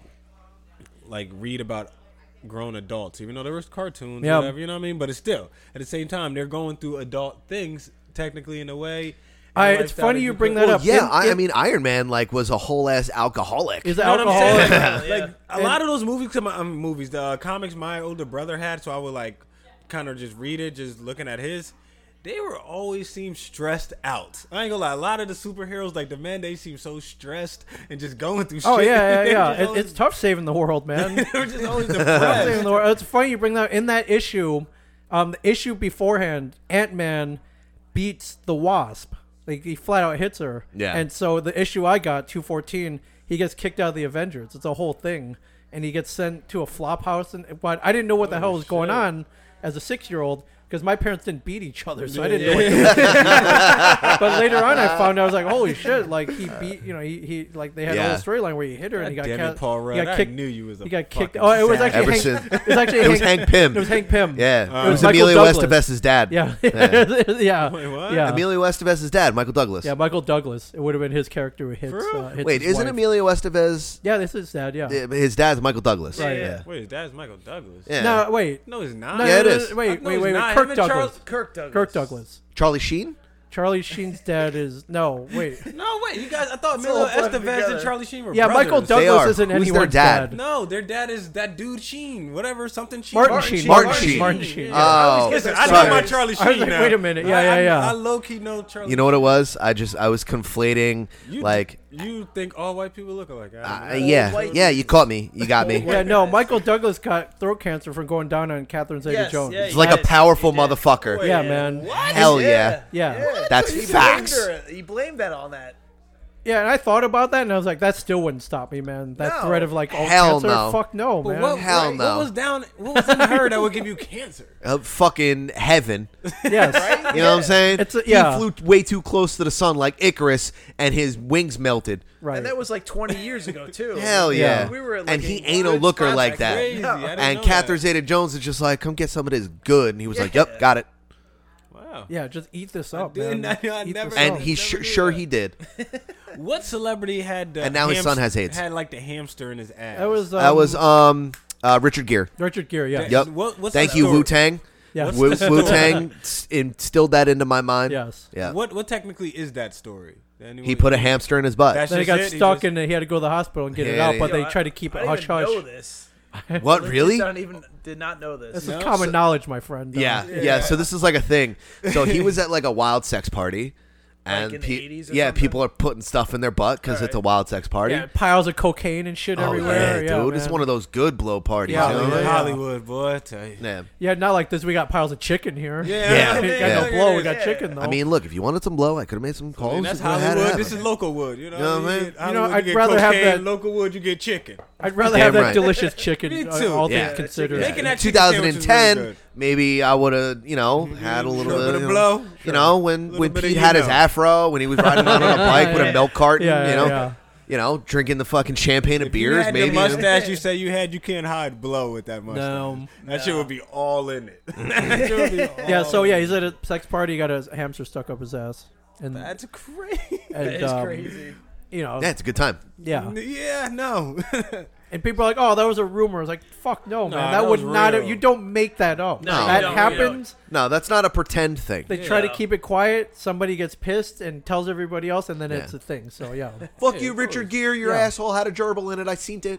[SPEAKER 2] like read about grown adults, even though there was cartoons,
[SPEAKER 10] Yeah.
[SPEAKER 2] whatever. You know what I mean? But it's still at the same time they're going through adult things, technically in a way. and
[SPEAKER 10] I- it's
[SPEAKER 2] lifestyle
[SPEAKER 10] funny you bring
[SPEAKER 2] could-
[SPEAKER 10] that
[SPEAKER 1] Well,
[SPEAKER 10] up.
[SPEAKER 1] yeah,
[SPEAKER 10] In-
[SPEAKER 1] I, I
[SPEAKER 10] in-
[SPEAKER 1] mean, Iron Man like was a whole ass alcoholic.
[SPEAKER 10] Is
[SPEAKER 2] You know what I'm saying? Like, a
[SPEAKER 10] And-
[SPEAKER 2] lot of those movies, come out- um, movies, the uh, comics my older brother had, so I would like kind of just read it, just looking at his. They were always seem stressed out. I ain't gonna lie, a lot of the superheroes, like the man, they seem so stressed and just going through.
[SPEAKER 10] Oh
[SPEAKER 2] shit.
[SPEAKER 10] yeah, yeah,
[SPEAKER 2] They were just
[SPEAKER 10] yeah. It,
[SPEAKER 2] always-
[SPEAKER 10] it's tough saving the world, man.
[SPEAKER 2] They were just always
[SPEAKER 10] Tough
[SPEAKER 2] depressed.
[SPEAKER 10] saving the world. It's funny you bring that in that issue. Um, the issue beforehand, Ant Man beats the Wasp. Like he flat out hits her.
[SPEAKER 1] Yeah.
[SPEAKER 10] And so the issue I got two fourteen, he gets kicked out of the Avengers. It's a whole thing, and he gets sent to a flop house. And but I didn't know what the
[SPEAKER 2] Oh,
[SPEAKER 10] hell was going on as a six year old. Because my parents didn't beat each other, so I didn't know. What
[SPEAKER 2] Yeah.
[SPEAKER 10] to but later on, I found out I was like, "Holy shit!" Like he beat, you know, he, he like they had a
[SPEAKER 2] Yeah.
[SPEAKER 10] whole storyline where he hit her and he got
[SPEAKER 2] God damn it,
[SPEAKER 10] cast-
[SPEAKER 2] Paul
[SPEAKER 10] He
[SPEAKER 2] Rudd.
[SPEAKER 10] got
[SPEAKER 2] I
[SPEAKER 10] kicked,
[SPEAKER 2] knew you was a
[SPEAKER 10] He got kicked.
[SPEAKER 2] fucking
[SPEAKER 10] Oh, it was
[SPEAKER 2] savage. Uh,
[SPEAKER 10] actually
[SPEAKER 1] Ever
[SPEAKER 10] Hank,
[SPEAKER 1] since-
[SPEAKER 10] it was actually
[SPEAKER 1] It was Hank Pym.
[SPEAKER 10] It was Hank Pym.
[SPEAKER 1] Yeah. It was
[SPEAKER 10] Michael
[SPEAKER 1] Emilio
[SPEAKER 10] Douglas.
[SPEAKER 1] Esteves's dad.
[SPEAKER 10] Yeah,
[SPEAKER 1] Yeah.
[SPEAKER 10] yeah, yeah.
[SPEAKER 1] Wait,
[SPEAKER 2] what?
[SPEAKER 10] yeah.
[SPEAKER 1] Emilio Estevez's dad, Michael Douglas.
[SPEAKER 10] Yeah, Michael Douglas. It would have been his character who hits. Uh, hits
[SPEAKER 1] Wait,
[SPEAKER 10] his
[SPEAKER 1] isn't
[SPEAKER 10] wife.
[SPEAKER 1] Emilio Estevez?
[SPEAKER 10] Yeah, this is dad. Yeah.
[SPEAKER 1] Yeah, but His dad's Michael Douglas.
[SPEAKER 2] Yeah, yeah. Wait, his dad's Michael Douglas.
[SPEAKER 1] Yeah.
[SPEAKER 10] No, wait.
[SPEAKER 2] No, he's not.
[SPEAKER 10] No,
[SPEAKER 1] Yeah, it
[SPEAKER 10] no, no,
[SPEAKER 1] is.
[SPEAKER 10] no, Wait,
[SPEAKER 2] No,
[SPEAKER 10] wait,
[SPEAKER 2] he's
[SPEAKER 10] wait.
[SPEAKER 2] not. Him
[SPEAKER 10] Kirk
[SPEAKER 2] and Charles-
[SPEAKER 10] Douglas.
[SPEAKER 2] Kirk Douglas.
[SPEAKER 10] Kirk Douglas.
[SPEAKER 1] Charlie Sheen.
[SPEAKER 10] Charlie Sheen's dad is no. Wait.
[SPEAKER 2] No, wait, you guys. I thought
[SPEAKER 10] It's
[SPEAKER 2] Milo
[SPEAKER 10] all blended
[SPEAKER 2] Estevez
[SPEAKER 10] together.
[SPEAKER 2] and Charlie Sheen were
[SPEAKER 10] Yeah,
[SPEAKER 2] brothers.
[SPEAKER 10] Michael They Douglas are. isn't Who's their anyone's dad? dad?
[SPEAKER 2] No, their dad is that dude Sheen, whatever something Sheen.
[SPEAKER 10] Martin Sheen. Martin Sheen. Martin Sheen.
[SPEAKER 2] Yeah, I
[SPEAKER 10] Oh,
[SPEAKER 2] was- listen, I
[SPEAKER 10] sorry.
[SPEAKER 2] know my Charlie
[SPEAKER 10] I
[SPEAKER 2] Sheen
[SPEAKER 10] was like,
[SPEAKER 2] now.
[SPEAKER 10] wait a minute. Yeah,
[SPEAKER 2] I-
[SPEAKER 10] yeah, yeah.
[SPEAKER 2] I, I low key know
[SPEAKER 10] oh,
[SPEAKER 2] Charlie.
[SPEAKER 1] You know what it was? I just I was conflating
[SPEAKER 2] You-
[SPEAKER 1] like
[SPEAKER 2] you think all white people look alike? I
[SPEAKER 1] uh,
[SPEAKER 2] don't know.
[SPEAKER 1] yeah yeah you caught me you got me.
[SPEAKER 10] Yeah, no. Michael Douglas got throat cancer from going down on Catherine Zeta-Jones.
[SPEAKER 1] It's like a powerful motherfucker.
[SPEAKER 10] Yeah, man.
[SPEAKER 1] Hell yeah.
[SPEAKER 10] Yeah.
[SPEAKER 1] That's
[SPEAKER 7] He blamed
[SPEAKER 1] facts.
[SPEAKER 7] her. He blamed that on that.
[SPEAKER 10] Yeah, and I thought about that, and I was like, that still wouldn't stop me, man. That
[SPEAKER 7] No.
[SPEAKER 10] threat of like, oh,
[SPEAKER 1] Hell
[SPEAKER 10] cancer,
[SPEAKER 1] no.
[SPEAKER 10] fuck no,
[SPEAKER 2] But
[SPEAKER 10] man.
[SPEAKER 2] what,
[SPEAKER 1] Hell
[SPEAKER 2] what,
[SPEAKER 1] no.
[SPEAKER 2] What was down? What was in her that would give you cancer?
[SPEAKER 1] Uh, fucking heaven.
[SPEAKER 10] Yes. Right?
[SPEAKER 1] You know what I'm saying?
[SPEAKER 10] It's a- yeah.
[SPEAKER 1] He flew way too close to the sun like Icarus and his wings melted.
[SPEAKER 10] Right.
[SPEAKER 7] And that was like 20 years ago, too.
[SPEAKER 1] Hell yeah.
[SPEAKER 7] We were at, like,
[SPEAKER 1] and he
[SPEAKER 7] a
[SPEAKER 1] ain't a
[SPEAKER 7] good
[SPEAKER 1] looker
[SPEAKER 7] spot.
[SPEAKER 1] like that.
[SPEAKER 7] Crazy. I didn't
[SPEAKER 1] And
[SPEAKER 7] know
[SPEAKER 1] Catherine Zeta Jones is just like, come get some of this good. And he was like, yep, got it.
[SPEAKER 10] Yeah, just eat this up,
[SPEAKER 2] didn't-
[SPEAKER 10] man.
[SPEAKER 2] I- I
[SPEAKER 10] Eat
[SPEAKER 2] never-
[SPEAKER 10] this
[SPEAKER 1] And
[SPEAKER 10] up.
[SPEAKER 1] he sure, sure he did.
[SPEAKER 2] What celebrity had? The
[SPEAKER 1] And now his son has AIDS.
[SPEAKER 2] Had like the hamster in his ass.
[SPEAKER 10] That was,
[SPEAKER 1] that was um uh, Richard Gere.
[SPEAKER 10] Richard Gere, yeah.
[SPEAKER 1] Yep.
[SPEAKER 2] What- what's
[SPEAKER 1] Thank
[SPEAKER 2] that
[SPEAKER 1] you,
[SPEAKER 2] story?
[SPEAKER 1] Wu Tang.
[SPEAKER 2] Yeah. What's
[SPEAKER 1] Wu
[SPEAKER 2] that
[SPEAKER 1] Tang
[SPEAKER 2] story?
[SPEAKER 1] instilled that into my mind.
[SPEAKER 10] Yes.
[SPEAKER 1] Yeah.
[SPEAKER 2] What? What technically is that story? Anyone-
[SPEAKER 1] He put a hamster in his butt.
[SPEAKER 2] That's
[SPEAKER 10] Then he
[SPEAKER 2] just
[SPEAKER 10] got
[SPEAKER 2] it,
[SPEAKER 10] stuck,
[SPEAKER 2] just-
[SPEAKER 10] and he had to go to the hospital and get it
[SPEAKER 1] Yeah,
[SPEAKER 10] out.
[SPEAKER 1] yeah,
[SPEAKER 10] But
[SPEAKER 1] yeah.
[SPEAKER 10] they tried to keep
[SPEAKER 7] I
[SPEAKER 10] it
[SPEAKER 7] didn't
[SPEAKER 10] hush
[SPEAKER 7] even
[SPEAKER 10] hush.
[SPEAKER 7] know this.
[SPEAKER 1] What,
[SPEAKER 7] Legit
[SPEAKER 1] really?
[SPEAKER 7] Don't even did not know this.
[SPEAKER 10] This is common knowledge, my friend.
[SPEAKER 1] Yeah, yeah, So this is like a thing. So he was at like a wild sex party, and
[SPEAKER 7] in the
[SPEAKER 1] pe-
[SPEAKER 7] 80s or
[SPEAKER 1] yeah,
[SPEAKER 7] something?
[SPEAKER 1] people are putting stuff in their butt because it's a wild sex party.
[SPEAKER 10] Yeah, piles of cocaine and shit
[SPEAKER 1] Oh,
[SPEAKER 10] everywhere.
[SPEAKER 1] yeah,
[SPEAKER 10] Yeah,
[SPEAKER 1] dude, it's
[SPEAKER 10] man.
[SPEAKER 1] one of those good blow parties.
[SPEAKER 10] Yeah,
[SPEAKER 1] you know?
[SPEAKER 10] yeah, yeah.
[SPEAKER 2] Hollywood boy. I tell you.
[SPEAKER 1] Yeah.
[SPEAKER 10] Yeah, not like this. We got piles of chicken here.
[SPEAKER 1] Yeah,
[SPEAKER 10] we got
[SPEAKER 1] yeah.
[SPEAKER 10] no blow. We got chicken though.
[SPEAKER 1] I mean, look, if you wanted some blow, I could have made some calls.
[SPEAKER 2] that's
[SPEAKER 1] and had it
[SPEAKER 2] Hollywood.
[SPEAKER 1] happen.
[SPEAKER 2] This is local wood. You know,
[SPEAKER 1] You know what I mean?
[SPEAKER 2] get
[SPEAKER 1] You
[SPEAKER 10] know,
[SPEAKER 2] Hollywood,
[SPEAKER 10] I'd
[SPEAKER 2] get
[SPEAKER 10] rather have
[SPEAKER 2] cocaine,
[SPEAKER 10] that-
[SPEAKER 2] local wood. You get chicken.
[SPEAKER 10] I'd rather
[SPEAKER 1] Damn
[SPEAKER 10] have that
[SPEAKER 1] right.
[SPEAKER 10] delicious chicken.
[SPEAKER 2] Me
[SPEAKER 10] uh,
[SPEAKER 2] too.
[SPEAKER 10] all
[SPEAKER 1] Yeah.
[SPEAKER 10] things considered.
[SPEAKER 2] Making that chicken sandwich was really
[SPEAKER 1] 2010,
[SPEAKER 2] good.
[SPEAKER 1] maybe I would have, you know, had a little,
[SPEAKER 2] Little bit of
[SPEAKER 1] you know,
[SPEAKER 2] blow.
[SPEAKER 1] You
[SPEAKER 2] Sure.
[SPEAKER 1] know, when
[SPEAKER 2] Little
[SPEAKER 1] when
[SPEAKER 2] bit of
[SPEAKER 1] Pete
[SPEAKER 2] you
[SPEAKER 1] had his
[SPEAKER 2] know.
[SPEAKER 1] afro, when he was riding around on a bike with a
[SPEAKER 2] Yeah.
[SPEAKER 1] milk carton,
[SPEAKER 2] Yeah,
[SPEAKER 1] you
[SPEAKER 2] yeah,
[SPEAKER 1] know,
[SPEAKER 2] yeah.
[SPEAKER 1] you know, drinking the fucking champagne and
[SPEAKER 2] You
[SPEAKER 1] beers,
[SPEAKER 2] had
[SPEAKER 1] maybe.
[SPEAKER 2] the
[SPEAKER 1] you know?
[SPEAKER 2] mustache you say you had. You can't hide blow with that mustache. that shit would be all in it. That shit would be all
[SPEAKER 10] yeah, so
[SPEAKER 2] in
[SPEAKER 10] yeah,
[SPEAKER 2] it.
[SPEAKER 10] he's at a sex party. He got a hamster stuck up his ass. And
[SPEAKER 2] That's crazy.
[SPEAKER 10] and,
[SPEAKER 2] That is
[SPEAKER 10] um,
[SPEAKER 2] crazy.
[SPEAKER 10] You know,
[SPEAKER 1] Yeah, it's a good time.
[SPEAKER 10] Yeah,
[SPEAKER 2] Yeah, no.
[SPEAKER 10] and people are like, "Oh, that was a rumor." It's like, "Fuck no,
[SPEAKER 2] Nah,
[SPEAKER 10] man.
[SPEAKER 2] that
[SPEAKER 10] That would
[SPEAKER 2] was
[SPEAKER 10] not.
[SPEAKER 2] real.
[SPEAKER 10] You don't make that up.
[SPEAKER 1] No, you
[SPEAKER 10] that
[SPEAKER 1] don't, you
[SPEAKER 10] happens.
[SPEAKER 1] No, that's not a pretend thing.
[SPEAKER 10] They try to keep it quiet. Somebody gets pissed and tells everybody else, and then it's a thing. So yeah,
[SPEAKER 1] Fuck you, Richard Gere. Your
[SPEAKER 10] Yeah.
[SPEAKER 1] asshole had a gerbil in it. I seen it.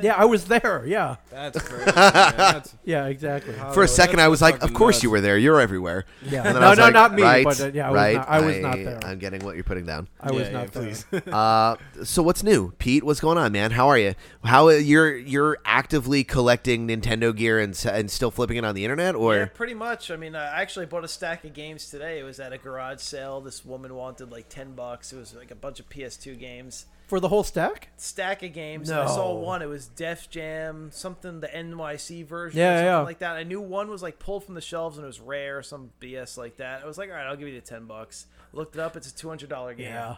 [SPEAKER 10] yeah, I was there. Yeah,
[SPEAKER 2] That's crazy. man. That's-
[SPEAKER 10] yeah, exactly.
[SPEAKER 1] For a second, I was like, "Of course you were there. You're everywhere."
[SPEAKER 10] Yeah.
[SPEAKER 1] And then I
[SPEAKER 10] No,
[SPEAKER 1] was
[SPEAKER 10] no,
[SPEAKER 1] like,
[SPEAKER 10] not me,
[SPEAKER 1] Right,
[SPEAKER 10] but, uh, yeah, I was
[SPEAKER 1] right,
[SPEAKER 10] not- I was not there.
[SPEAKER 1] I'm getting what you're putting down.
[SPEAKER 10] I was Yeah, not yeah, there.
[SPEAKER 1] uh, so what's new, Pete? What's going on, man? How are you? How you're you're actively collecting Nintendo gear and s- and still flipping it on the internet, or
[SPEAKER 7] Yeah, pretty much. I mean, I actually bought a stack of games today. It was at a garage sale. This woman wanted like ten bucks. It was like a bunch of PS2 games.
[SPEAKER 10] For the whole stack?
[SPEAKER 7] Stack of games. And I saw
[SPEAKER 10] No.
[SPEAKER 7] one. It was Def Jam, something the NYC version,
[SPEAKER 10] Yeah,
[SPEAKER 7] or something
[SPEAKER 10] yeah.
[SPEAKER 7] like that. I knew one was like pulled from the shelves and it was rare, or some BS like that. I was like, all right, I'll give you the ten bucks. Looked it up; it's a two hundred dollar game.
[SPEAKER 10] Yeah.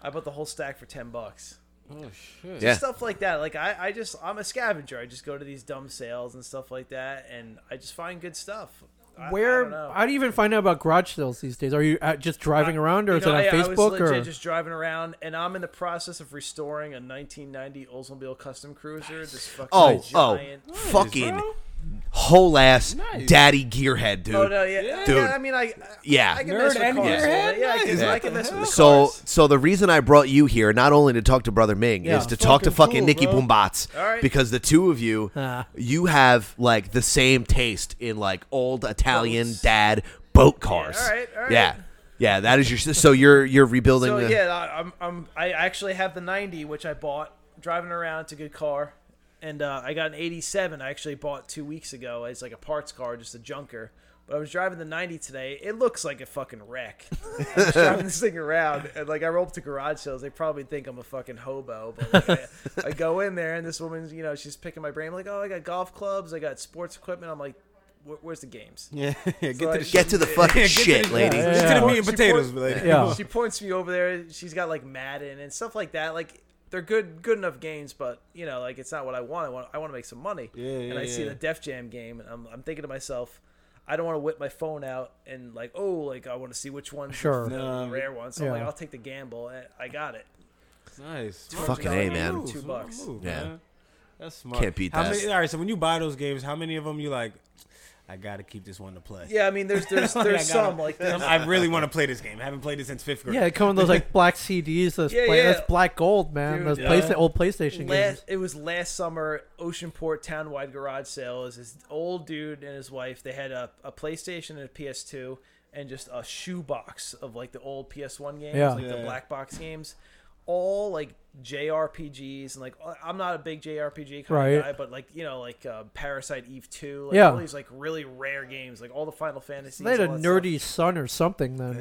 [SPEAKER 7] I bought the whole stack for ten bucks.
[SPEAKER 2] Oh shit!
[SPEAKER 7] Just stuff like that. Like I, I just I'm a scavenger. I just go to these dumb sales and stuff like that, and I just find good stuff. I- I
[SPEAKER 10] Where?
[SPEAKER 7] don't know.
[SPEAKER 10] how do you even find out about garage sales these days? Are you uh, just driving around, or
[SPEAKER 7] You
[SPEAKER 10] is
[SPEAKER 7] know,
[SPEAKER 10] it on
[SPEAKER 7] I, I
[SPEAKER 10] Facebook?
[SPEAKER 7] was
[SPEAKER 10] or
[SPEAKER 7] legit just driving around, and I'm in the process of restoring a 1990 Oldsmobile Custom Cruiser. This fucking
[SPEAKER 1] Oh, oh,
[SPEAKER 7] giant.
[SPEAKER 1] fucking whole ass
[SPEAKER 7] Nice.
[SPEAKER 1] daddy gearhead, dude.
[SPEAKER 7] Oh, no, yeah, yeah,
[SPEAKER 1] dude.
[SPEAKER 7] I mean, I,
[SPEAKER 1] yeah,
[SPEAKER 7] I can mess with cars. a little bit. Yeah, I can, I can mess with the
[SPEAKER 1] so, so the reason I brought you here, not only to talk to Brother Ming,
[SPEAKER 7] Yeah.
[SPEAKER 1] is to talk to
[SPEAKER 7] Fucking
[SPEAKER 1] fucking
[SPEAKER 7] cool,
[SPEAKER 1] Nicky
[SPEAKER 7] bro. Uh.
[SPEAKER 1] Boombats,
[SPEAKER 7] All right.
[SPEAKER 1] because the two of you,
[SPEAKER 10] Ah.
[SPEAKER 1] you have like the same taste in like old Italian dad boat cars.
[SPEAKER 7] all right, all right.
[SPEAKER 1] Yeah, yeah, that is your. So you're you're rebuilding.
[SPEAKER 7] So
[SPEAKER 1] the,
[SPEAKER 7] yeah, I, I'm, I'm I actually have the 90, which I bought driving around. It's a good car, and uh, I got an 87. I actually bought two weeks ago. It's like a parts car, just a junker. But I was driving the 90 today. It looks like a fucking wreck. I was driving this thing around, and like I roll up to garage sales, they probably think I'm a fucking hobo. But like, I, I go in there, and this woman's, you know, she's picking my brain. I'm like, oh, I got golf clubs, I got sports equipment. I'm like, "Where- where's the games?
[SPEAKER 2] Yeah, get to
[SPEAKER 7] I-
[SPEAKER 2] the Get to the shit. fucking
[SPEAKER 7] Yeah,
[SPEAKER 2] shit, lady.
[SPEAKER 7] yeah,
[SPEAKER 2] Get to
[SPEAKER 7] yeah.
[SPEAKER 2] the meat and
[SPEAKER 7] She
[SPEAKER 2] potatoes,
[SPEAKER 7] points-
[SPEAKER 2] lady.
[SPEAKER 10] Oh.
[SPEAKER 2] Yeah.
[SPEAKER 7] She points me over there. She's got like Madden and stuff like that. Like they're good, good enough games, but you know, like it's not what I want. I want, I want to make some money. Yeah, and
[SPEAKER 2] yeah,
[SPEAKER 7] I see
[SPEAKER 2] yeah.
[SPEAKER 7] the Def Jam game, and I'm, I'm thinking to myself. I don't want to whip my phone out and like, oh, like I want to see which one's
[SPEAKER 10] Sure.
[SPEAKER 7] the
[SPEAKER 10] No,
[SPEAKER 7] rare one. So I'm
[SPEAKER 10] yeah.
[SPEAKER 7] like, I'll take the gamble. and I got it.
[SPEAKER 2] Nice.
[SPEAKER 1] Fucking A, man.
[SPEAKER 7] Two bucks.
[SPEAKER 1] Yeah.
[SPEAKER 2] man. That's smart.
[SPEAKER 1] Can't beat
[SPEAKER 2] How
[SPEAKER 1] that.
[SPEAKER 2] many- all right, so when you buy those games, how many of them you like? I gotta keep this one to play.
[SPEAKER 7] Yeah, I mean, there's- there's-
[SPEAKER 2] Like, I
[SPEAKER 7] there's
[SPEAKER 2] gotta-
[SPEAKER 7] some like this.
[SPEAKER 2] I really want to play this game. I haven't played it since fifth grade.
[SPEAKER 10] yeah, they come in those like black CDs. That's,
[SPEAKER 7] Yeah,
[SPEAKER 10] pla-
[SPEAKER 7] yeah.
[SPEAKER 10] that's black gold, man.
[SPEAKER 7] Dude,
[SPEAKER 10] those
[SPEAKER 7] yeah.
[SPEAKER 10] Playsta- old PlayStation games.
[SPEAKER 7] Last, it was last summer, Oceanport Townwide Garage Sale. Is this old dude and his wife. They had a, a PlayStation and a PS2 and just a shoebox of like the old PS1 games,
[SPEAKER 10] Yeah.
[SPEAKER 7] like the
[SPEAKER 10] Yeah.
[SPEAKER 7] black box games. All like JRPGs and like I'm not a big JRPG kind
[SPEAKER 10] Right.
[SPEAKER 7] of guy, but like you know like uh, Parasite Eve 2, like
[SPEAKER 10] Yeah.
[SPEAKER 7] all these like really rare games, like all the Final Fantasy.
[SPEAKER 10] They had a nerdy son or something then.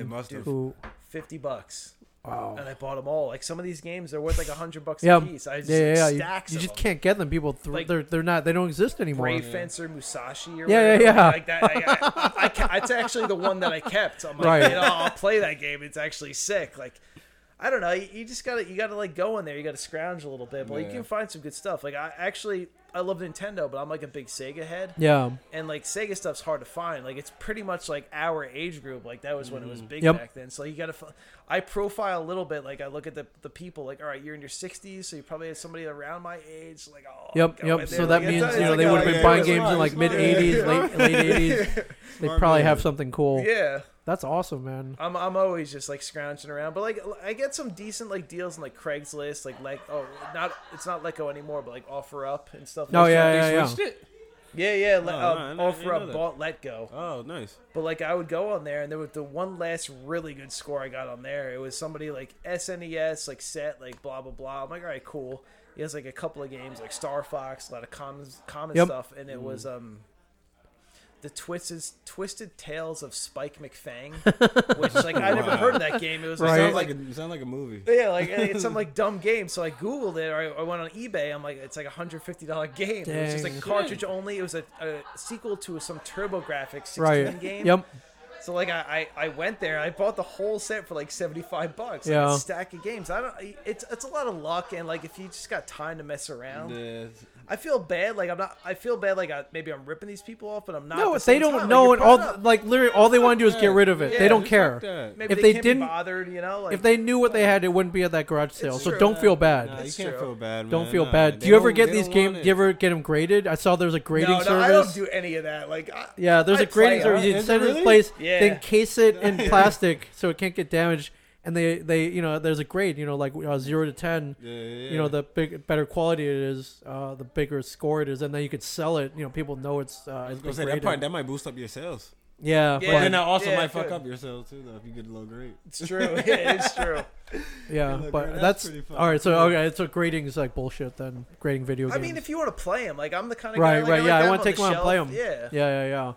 [SPEAKER 10] Who,
[SPEAKER 7] Fifty bucks. Wow. And I bought them all. Like some of these games, they're worth like a hundred bucks
[SPEAKER 10] yeah,
[SPEAKER 7] a piece. I just
[SPEAKER 10] yeah, yeah, yeah.
[SPEAKER 7] like,
[SPEAKER 10] You-
[SPEAKER 7] stacks
[SPEAKER 10] You,
[SPEAKER 7] of
[SPEAKER 10] just
[SPEAKER 7] them.
[SPEAKER 10] can't get them. People, th-
[SPEAKER 7] Like,
[SPEAKER 10] they're they're not. They don't exist anymore.
[SPEAKER 7] Brave Fencer Musashi or
[SPEAKER 10] Yeah, yeah,
[SPEAKER 7] whatever,
[SPEAKER 10] yeah.
[SPEAKER 7] like that. I, I, I, ca- it's actually the one that I kept. I'm like,
[SPEAKER 10] Right.
[SPEAKER 7] you know, I'll play that game. It's actually sick. Like, I don't know. You, you just gotta you gotta like go in there. You gotta scrounge a little bit, but you
[SPEAKER 10] Yeah.
[SPEAKER 7] can find some good stuff. Like I actually I love Nintendo, but I'm like a big Sega head.
[SPEAKER 10] Yeah.
[SPEAKER 7] And like Sega stuff's hard to find. Like it's pretty much like our age group. Like that was when it was
[SPEAKER 2] Mm-hmm.
[SPEAKER 10] Mhm.
[SPEAKER 7] big
[SPEAKER 10] Yep.
[SPEAKER 7] back then. So you gotta. f- I profile a little bit. Like I look at the the people. Like all right, you're in your 60s, so you probably have somebody around my age. Like oh.
[SPEAKER 10] Yep,
[SPEAKER 7] go in
[SPEAKER 10] yep.
[SPEAKER 7] there.
[SPEAKER 10] So
[SPEAKER 7] Like,
[SPEAKER 10] that
[SPEAKER 7] it's-
[SPEAKER 10] means
[SPEAKER 7] it's
[SPEAKER 10] you know
[SPEAKER 7] like
[SPEAKER 10] they
[SPEAKER 7] a-
[SPEAKER 10] would have been
[SPEAKER 7] yeah,
[SPEAKER 10] buying
[SPEAKER 7] it's
[SPEAKER 10] games in
[SPEAKER 7] smart,
[SPEAKER 10] like
[SPEAKER 7] it's
[SPEAKER 10] mid
[SPEAKER 7] smart.
[SPEAKER 10] '80s,
[SPEAKER 7] Yeah.
[SPEAKER 10] late late '80s. They probably have
[SPEAKER 7] move.
[SPEAKER 10] something cool.
[SPEAKER 7] Yeah.
[SPEAKER 10] That's awesome, man.
[SPEAKER 7] I'm, I'm always just like scrounging around, but like I get some decent like deals on like Craigslist, like like oh not it's not Let Go anymore, but like Offer Up and stuff.
[SPEAKER 10] No,
[SPEAKER 7] like
[SPEAKER 10] Oh, yeah,
[SPEAKER 7] that.
[SPEAKER 10] yeah, They yeah. switched
[SPEAKER 7] Yeah, yeah. Let,
[SPEAKER 2] Oh,
[SPEAKER 7] uh,
[SPEAKER 2] no, I didn't- I
[SPEAKER 7] offer
[SPEAKER 2] didn't know
[SPEAKER 7] up
[SPEAKER 2] that.
[SPEAKER 7] bought Let Go.
[SPEAKER 2] Oh, nice.
[SPEAKER 7] But like I would go on there, and there was the one last really good score I got on there. It was somebody like SNES, like set, like blah blah blah. I'm like, all right, cool. He has like a couple of games, like Star Fox, a lot of common common
[SPEAKER 10] Yep.
[SPEAKER 7] stuff, and it was um the twisted twisted tales of Spike McFang, which like I never
[SPEAKER 2] Wow.
[SPEAKER 7] heard of that game. It was
[SPEAKER 2] It sounds
[SPEAKER 7] like,
[SPEAKER 2] like a, it sounds like a movie.
[SPEAKER 7] yeah, like eh, it's some like dumb game. So I googled it, or I, I went on eBay. I'm like, it's like a hundred fifty dollar game. It was just
[SPEAKER 10] Dang.
[SPEAKER 7] like cartridge only. It was a, a sequel to some TurboGrafx 16
[SPEAKER 10] Right.
[SPEAKER 7] game.
[SPEAKER 10] Yep.
[SPEAKER 7] So like I, I I went there. I bought the whole set for like seventy five bucks. Like
[SPEAKER 10] Yeah.
[SPEAKER 7] a stack of games. I don't. It's it's a lot of luck and like if you just got time to mess around. I feel bad. Like I'm not. I feel bad. Like I, maybe I'm ripping these people off, but I'm not. at
[SPEAKER 10] No,
[SPEAKER 7] the
[SPEAKER 10] if they
[SPEAKER 7] same
[SPEAKER 10] don't
[SPEAKER 7] time. Like,
[SPEAKER 10] know,
[SPEAKER 7] you're
[SPEAKER 10] and all
[SPEAKER 7] putting up-
[SPEAKER 10] like literally all they want to do is get rid of it.
[SPEAKER 7] Yeah,
[SPEAKER 10] they don't
[SPEAKER 7] fuck
[SPEAKER 10] care.
[SPEAKER 7] that. Maybe
[SPEAKER 10] If
[SPEAKER 7] they
[SPEAKER 10] they,
[SPEAKER 7] can't be
[SPEAKER 10] didn't,
[SPEAKER 7] bothered, you know, like-
[SPEAKER 10] if they knew what they had, it wouldn't be at that garage sale. So
[SPEAKER 7] true.
[SPEAKER 10] don't feel bad.
[SPEAKER 2] Nah, you It's can't true. feel bad,
[SPEAKER 10] Don't
[SPEAKER 2] man.
[SPEAKER 10] feel
[SPEAKER 2] Nah,
[SPEAKER 10] bad.
[SPEAKER 2] they
[SPEAKER 10] Do you ever
[SPEAKER 2] don't-
[SPEAKER 10] get
[SPEAKER 2] they
[SPEAKER 10] these
[SPEAKER 2] don't
[SPEAKER 10] games?
[SPEAKER 2] want
[SPEAKER 10] Do you ever get them graded? I saw there's a grading
[SPEAKER 7] no, no,
[SPEAKER 10] service.
[SPEAKER 7] I don't do any of that. Like I,
[SPEAKER 10] Yeah, there's
[SPEAKER 7] a
[SPEAKER 10] a grading service. You set it in place,
[SPEAKER 7] Yeah.
[SPEAKER 10] then case it in plastic so it can't get damaged. And they, they, you know, there's a grade, you know, like uh, zero to ten.
[SPEAKER 2] Yeah, yeah,
[SPEAKER 10] You know,
[SPEAKER 2] yeah.
[SPEAKER 10] the big, better quality it is, uh, the bigger score it is, and then you could sell it. You know, people know it's. Uh,
[SPEAKER 2] I was
[SPEAKER 10] it's
[SPEAKER 2] gonna
[SPEAKER 10] been
[SPEAKER 2] say that
[SPEAKER 10] graded.
[SPEAKER 2] part that might boost up your sales.
[SPEAKER 10] Yeah,
[SPEAKER 2] but
[SPEAKER 10] Yeah,
[SPEAKER 2] then that also
[SPEAKER 10] yeah,
[SPEAKER 2] might
[SPEAKER 10] it
[SPEAKER 2] fuck
[SPEAKER 10] could.
[SPEAKER 2] up your sales too, though, if you get a low grade.
[SPEAKER 7] It's true. Yeah, it's true.
[SPEAKER 10] Yeah,
[SPEAKER 2] Look,
[SPEAKER 10] but
[SPEAKER 2] that's
[SPEAKER 10] that's,
[SPEAKER 2] pretty
[SPEAKER 10] all right. So
[SPEAKER 2] fucking
[SPEAKER 10] okay, so grading is like bullshit. Then grading video games.
[SPEAKER 7] I mean, if you want to play them, like I'm the kind of guy,
[SPEAKER 10] right,
[SPEAKER 7] like,
[SPEAKER 10] right.
[SPEAKER 7] I like to
[SPEAKER 10] yeah, I
[SPEAKER 7] have
[SPEAKER 10] want to take
[SPEAKER 7] them
[SPEAKER 10] one
[SPEAKER 7] on
[SPEAKER 10] and play them.
[SPEAKER 7] the
[SPEAKER 10] Yeah,
[SPEAKER 7] shelf. Yeah.
[SPEAKER 10] yeah, yeah.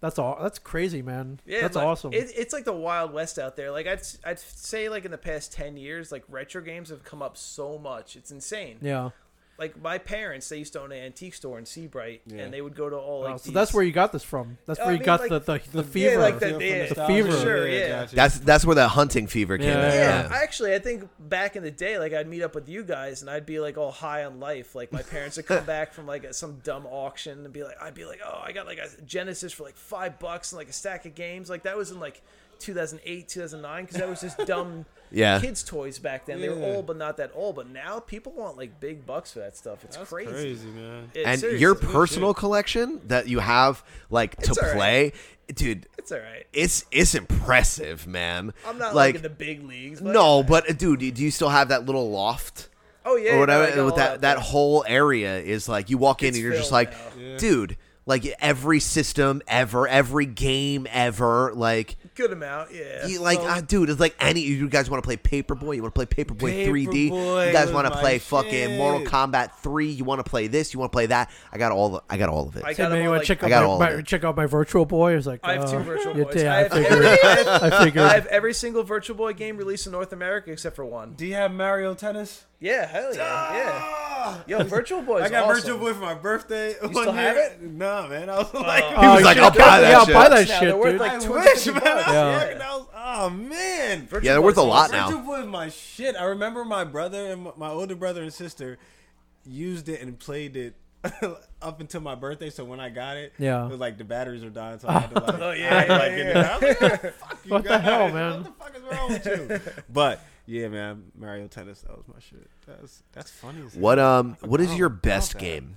[SPEAKER 10] That's all. That's crazy, man.
[SPEAKER 7] Yeah,
[SPEAKER 10] that's
[SPEAKER 7] like,
[SPEAKER 10] awesome.
[SPEAKER 7] It, it's like the wild west out there. Like I'd s- I'd say like in the past ten years, like retro games have come up so much. It's insane.
[SPEAKER 10] yeah.
[SPEAKER 7] like my parents, they used to own an antique store in Seabright,
[SPEAKER 10] Yeah.
[SPEAKER 7] and they would go to all like.
[SPEAKER 10] Oh, so
[SPEAKER 7] these-
[SPEAKER 10] that's where you got this from. That's
[SPEAKER 7] Yeah,
[SPEAKER 10] where
[SPEAKER 7] I
[SPEAKER 10] you
[SPEAKER 7] mean,
[SPEAKER 10] got
[SPEAKER 7] like-
[SPEAKER 10] the, the, the
[SPEAKER 7] yeah,
[SPEAKER 10] fever.
[SPEAKER 7] like the, yeah,
[SPEAKER 10] the fever.
[SPEAKER 7] Sure, yeah.
[SPEAKER 1] That's that's where that hunting fever came. in.
[SPEAKER 7] Yeah, I actually, I think back in the day, like I'd meet up with you guys, and I'd be like all high on life. Like my parents would come back from like some dumb auction and be like, I'd be like, oh, I got like a Genesis for like five bucks and like a stack of games. Like that was in like 2008, 2009, because that was just dumb.
[SPEAKER 1] Yeah.
[SPEAKER 7] kids' toys back then. They were
[SPEAKER 2] Yeah.
[SPEAKER 7] old, but not that old. But now people want like big bucks for that stuff. It's crazy.
[SPEAKER 2] crazy, man.
[SPEAKER 7] Yeah,
[SPEAKER 1] and
[SPEAKER 7] seriously.
[SPEAKER 1] your personal collection that you have like to
[SPEAKER 7] It's all right.
[SPEAKER 1] play dude
[SPEAKER 7] It's all right.
[SPEAKER 1] it's it's impressive man
[SPEAKER 7] I'm not
[SPEAKER 1] like,
[SPEAKER 7] like in the big leagues. But
[SPEAKER 1] no but uh, dude do you still have that little loft
[SPEAKER 7] Oh, yeah,
[SPEAKER 1] or
[SPEAKER 7] no,
[SPEAKER 1] whatever
[SPEAKER 7] I got
[SPEAKER 1] with
[SPEAKER 7] all
[SPEAKER 1] that
[SPEAKER 7] that,
[SPEAKER 1] that
[SPEAKER 7] yeah.
[SPEAKER 1] whole area is like you walk in
[SPEAKER 7] It's
[SPEAKER 1] and you're just
[SPEAKER 7] filled
[SPEAKER 1] like
[SPEAKER 7] now. Yeah.
[SPEAKER 1] dude like every system ever every game ever like
[SPEAKER 7] good amount. Yeah,
[SPEAKER 1] you, like,
[SPEAKER 7] So-
[SPEAKER 1] ah, dude, it's like any. You guys want to play Paperboy? You want to play Paperboy 3D?
[SPEAKER 7] Paperboy
[SPEAKER 1] you guys
[SPEAKER 7] was
[SPEAKER 1] want to
[SPEAKER 7] my
[SPEAKER 1] play fucking
[SPEAKER 7] shit.
[SPEAKER 1] Mortal Kombat 3? You want to play this? You want to play that? I got all. The, I got all of it.
[SPEAKER 7] I
[SPEAKER 10] Hey, man, you want to check
[SPEAKER 1] I
[SPEAKER 10] out
[SPEAKER 1] got
[SPEAKER 10] my,
[SPEAKER 1] all
[SPEAKER 10] my-
[SPEAKER 1] of it.
[SPEAKER 10] check out my virtual boy? It's like
[SPEAKER 7] I have two
[SPEAKER 10] uh,
[SPEAKER 7] virtual
[SPEAKER 10] yeah,
[SPEAKER 7] boys.
[SPEAKER 10] yeah,
[SPEAKER 7] I, have
[SPEAKER 10] I figured.
[SPEAKER 7] every, I, have,
[SPEAKER 10] I figured.
[SPEAKER 7] I have every single Virtual Boy game released in North America except for one.
[SPEAKER 2] Do you have Mario Tennis?
[SPEAKER 7] Yeah, hell yeah, yeah. Yo, Virtual Boy.
[SPEAKER 2] Ah! I got
[SPEAKER 7] awesome.
[SPEAKER 2] Virtual Boy for my birthday. You
[SPEAKER 7] still have it? Oh.
[SPEAKER 2] No, man. I was like,
[SPEAKER 7] He was like, I'll buy that shit. Now, they're worth like
[SPEAKER 2] I
[SPEAKER 7] 250
[SPEAKER 2] wish, man. I was
[SPEAKER 7] Yeah.
[SPEAKER 2] like, and I was- oh man.
[SPEAKER 1] Virtual Yeah, they're worth Boy's a lot awesome. now.
[SPEAKER 2] Virtual Boy is my shit. I remember my brother and my- my older brother and sister used it and played it. up until my birthday, so when I got it,
[SPEAKER 10] Yeah.
[SPEAKER 2] it was like the batteries were dying, so I had to like,
[SPEAKER 7] Oh, yeah,
[SPEAKER 2] I had to, like,
[SPEAKER 7] yeah,
[SPEAKER 2] get it.
[SPEAKER 7] yeah, yeah.
[SPEAKER 2] I was like, fuck you
[SPEAKER 10] What the
[SPEAKER 2] guys.
[SPEAKER 10] hell,
[SPEAKER 2] What
[SPEAKER 10] man?
[SPEAKER 2] the fuck is wrong with you? But yeah, man, Mario Tennis, that was my shit. That's that's funny. as hell.
[SPEAKER 1] What um?
[SPEAKER 2] Like,
[SPEAKER 1] What
[SPEAKER 2] I
[SPEAKER 1] is
[SPEAKER 2] don't
[SPEAKER 1] your
[SPEAKER 2] know
[SPEAKER 1] best
[SPEAKER 2] about that.
[SPEAKER 1] game?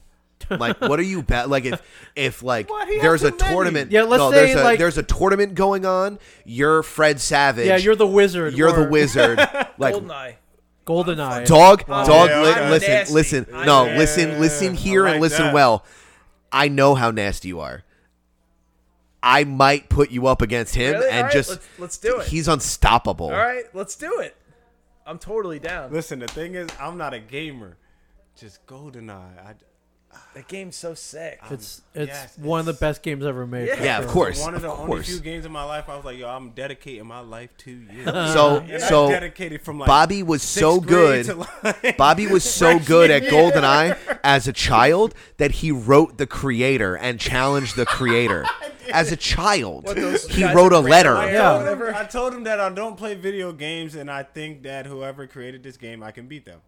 [SPEAKER 1] like what are you bet like if if like
[SPEAKER 2] What? He has
[SPEAKER 1] there's a
[SPEAKER 2] too many.
[SPEAKER 1] tournament
[SPEAKER 10] Yeah, let's
[SPEAKER 1] no,
[SPEAKER 10] say,
[SPEAKER 1] there's a,
[SPEAKER 10] like-
[SPEAKER 1] there's a tournament going on you're Fred Savage
[SPEAKER 10] Yeah, you're the wizard,
[SPEAKER 1] you're the
[SPEAKER 10] or-
[SPEAKER 1] wizard like
[SPEAKER 7] Goldeneye.
[SPEAKER 10] Goldeneye.
[SPEAKER 1] Dog,
[SPEAKER 2] Oh,
[SPEAKER 10] Wow.
[SPEAKER 1] dog.
[SPEAKER 7] Yeah,
[SPEAKER 1] li-
[SPEAKER 7] I'm
[SPEAKER 1] listen,
[SPEAKER 7] nasty.
[SPEAKER 1] listen.
[SPEAKER 7] I'm
[SPEAKER 1] no,
[SPEAKER 7] nasty.
[SPEAKER 1] listen, listen here
[SPEAKER 2] I
[SPEAKER 1] and
[SPEAKER 2] like
[SPEAKER 1] listen
[SPEAKER 2] that.
[SPEAKER 1] well. I know how nasty you are. I might put you up against him
[SPEAKER 7] Really?
[SPEAKER 1] and
[SPEAKER 7] All right,
[SPEAKER 1] just
[SPEAKER 7] let's- let's do it.
[SPEAKER 1] He's unstoppable.
[SPEAKER 7] All right, let's do it. I'm totally down.
[SPEAKER 2] Listen, the thing is, I'm not a gamer. Just GoldenEye. I,
[SPEAKER 7] That game's so sick.
[SPEAKER 10] It's it's
[SPEAKER 2] Yes,
[SPEAKER 10] one of the best games ever made.
[SPEAKER 7] Yeah.
[SPEAKER 10] for
[SPEAKER 1] Yeah,
[SPEAKER 10] sure.
[SPEAKER 1] of course,
[SPEAKER 2] one of the
[SPEAKER 1] of
[SPEAKER 2] only
[SPEAKER 1] course.
[SPEAKER 2] few games in my life I was like, yo, I'm dedicating my life to you.
[SPEAKER 1] So,
[SPEAKER 2] And I
[SPEAKER 1] so
[SPEAKER 2] dedicated from like
[SPEAKER 1] Bobby was so
[SPEAKER 2] sixth
[SPEAKER 1] good.
[SPEAKER 2] grade to, like,
[SPEAKER 1] Bobby was so
[SPEAKER 2] freshman
[SPEAKER 1] good at
[SPEAKER 2] year.
[SPEAKER 1] GoldenEye as a child that he wrote the creator and challenged the creator. as a child,
[SPEAKER 7] What, those
[SPEAKER 1] he
[SPEAKER 7] guys
[SPEAKER 1] wrote a
[SPEAKER 7] that ran
[SPEAKER 1] letter.
[SPEAKER 7] around?
[SPEAKER 2] I told,
[SPEAKER 7] Whatever.
[SPEAKER 2] him, I told him that I don't play video games, and I think that whoever created this game, I can beat them.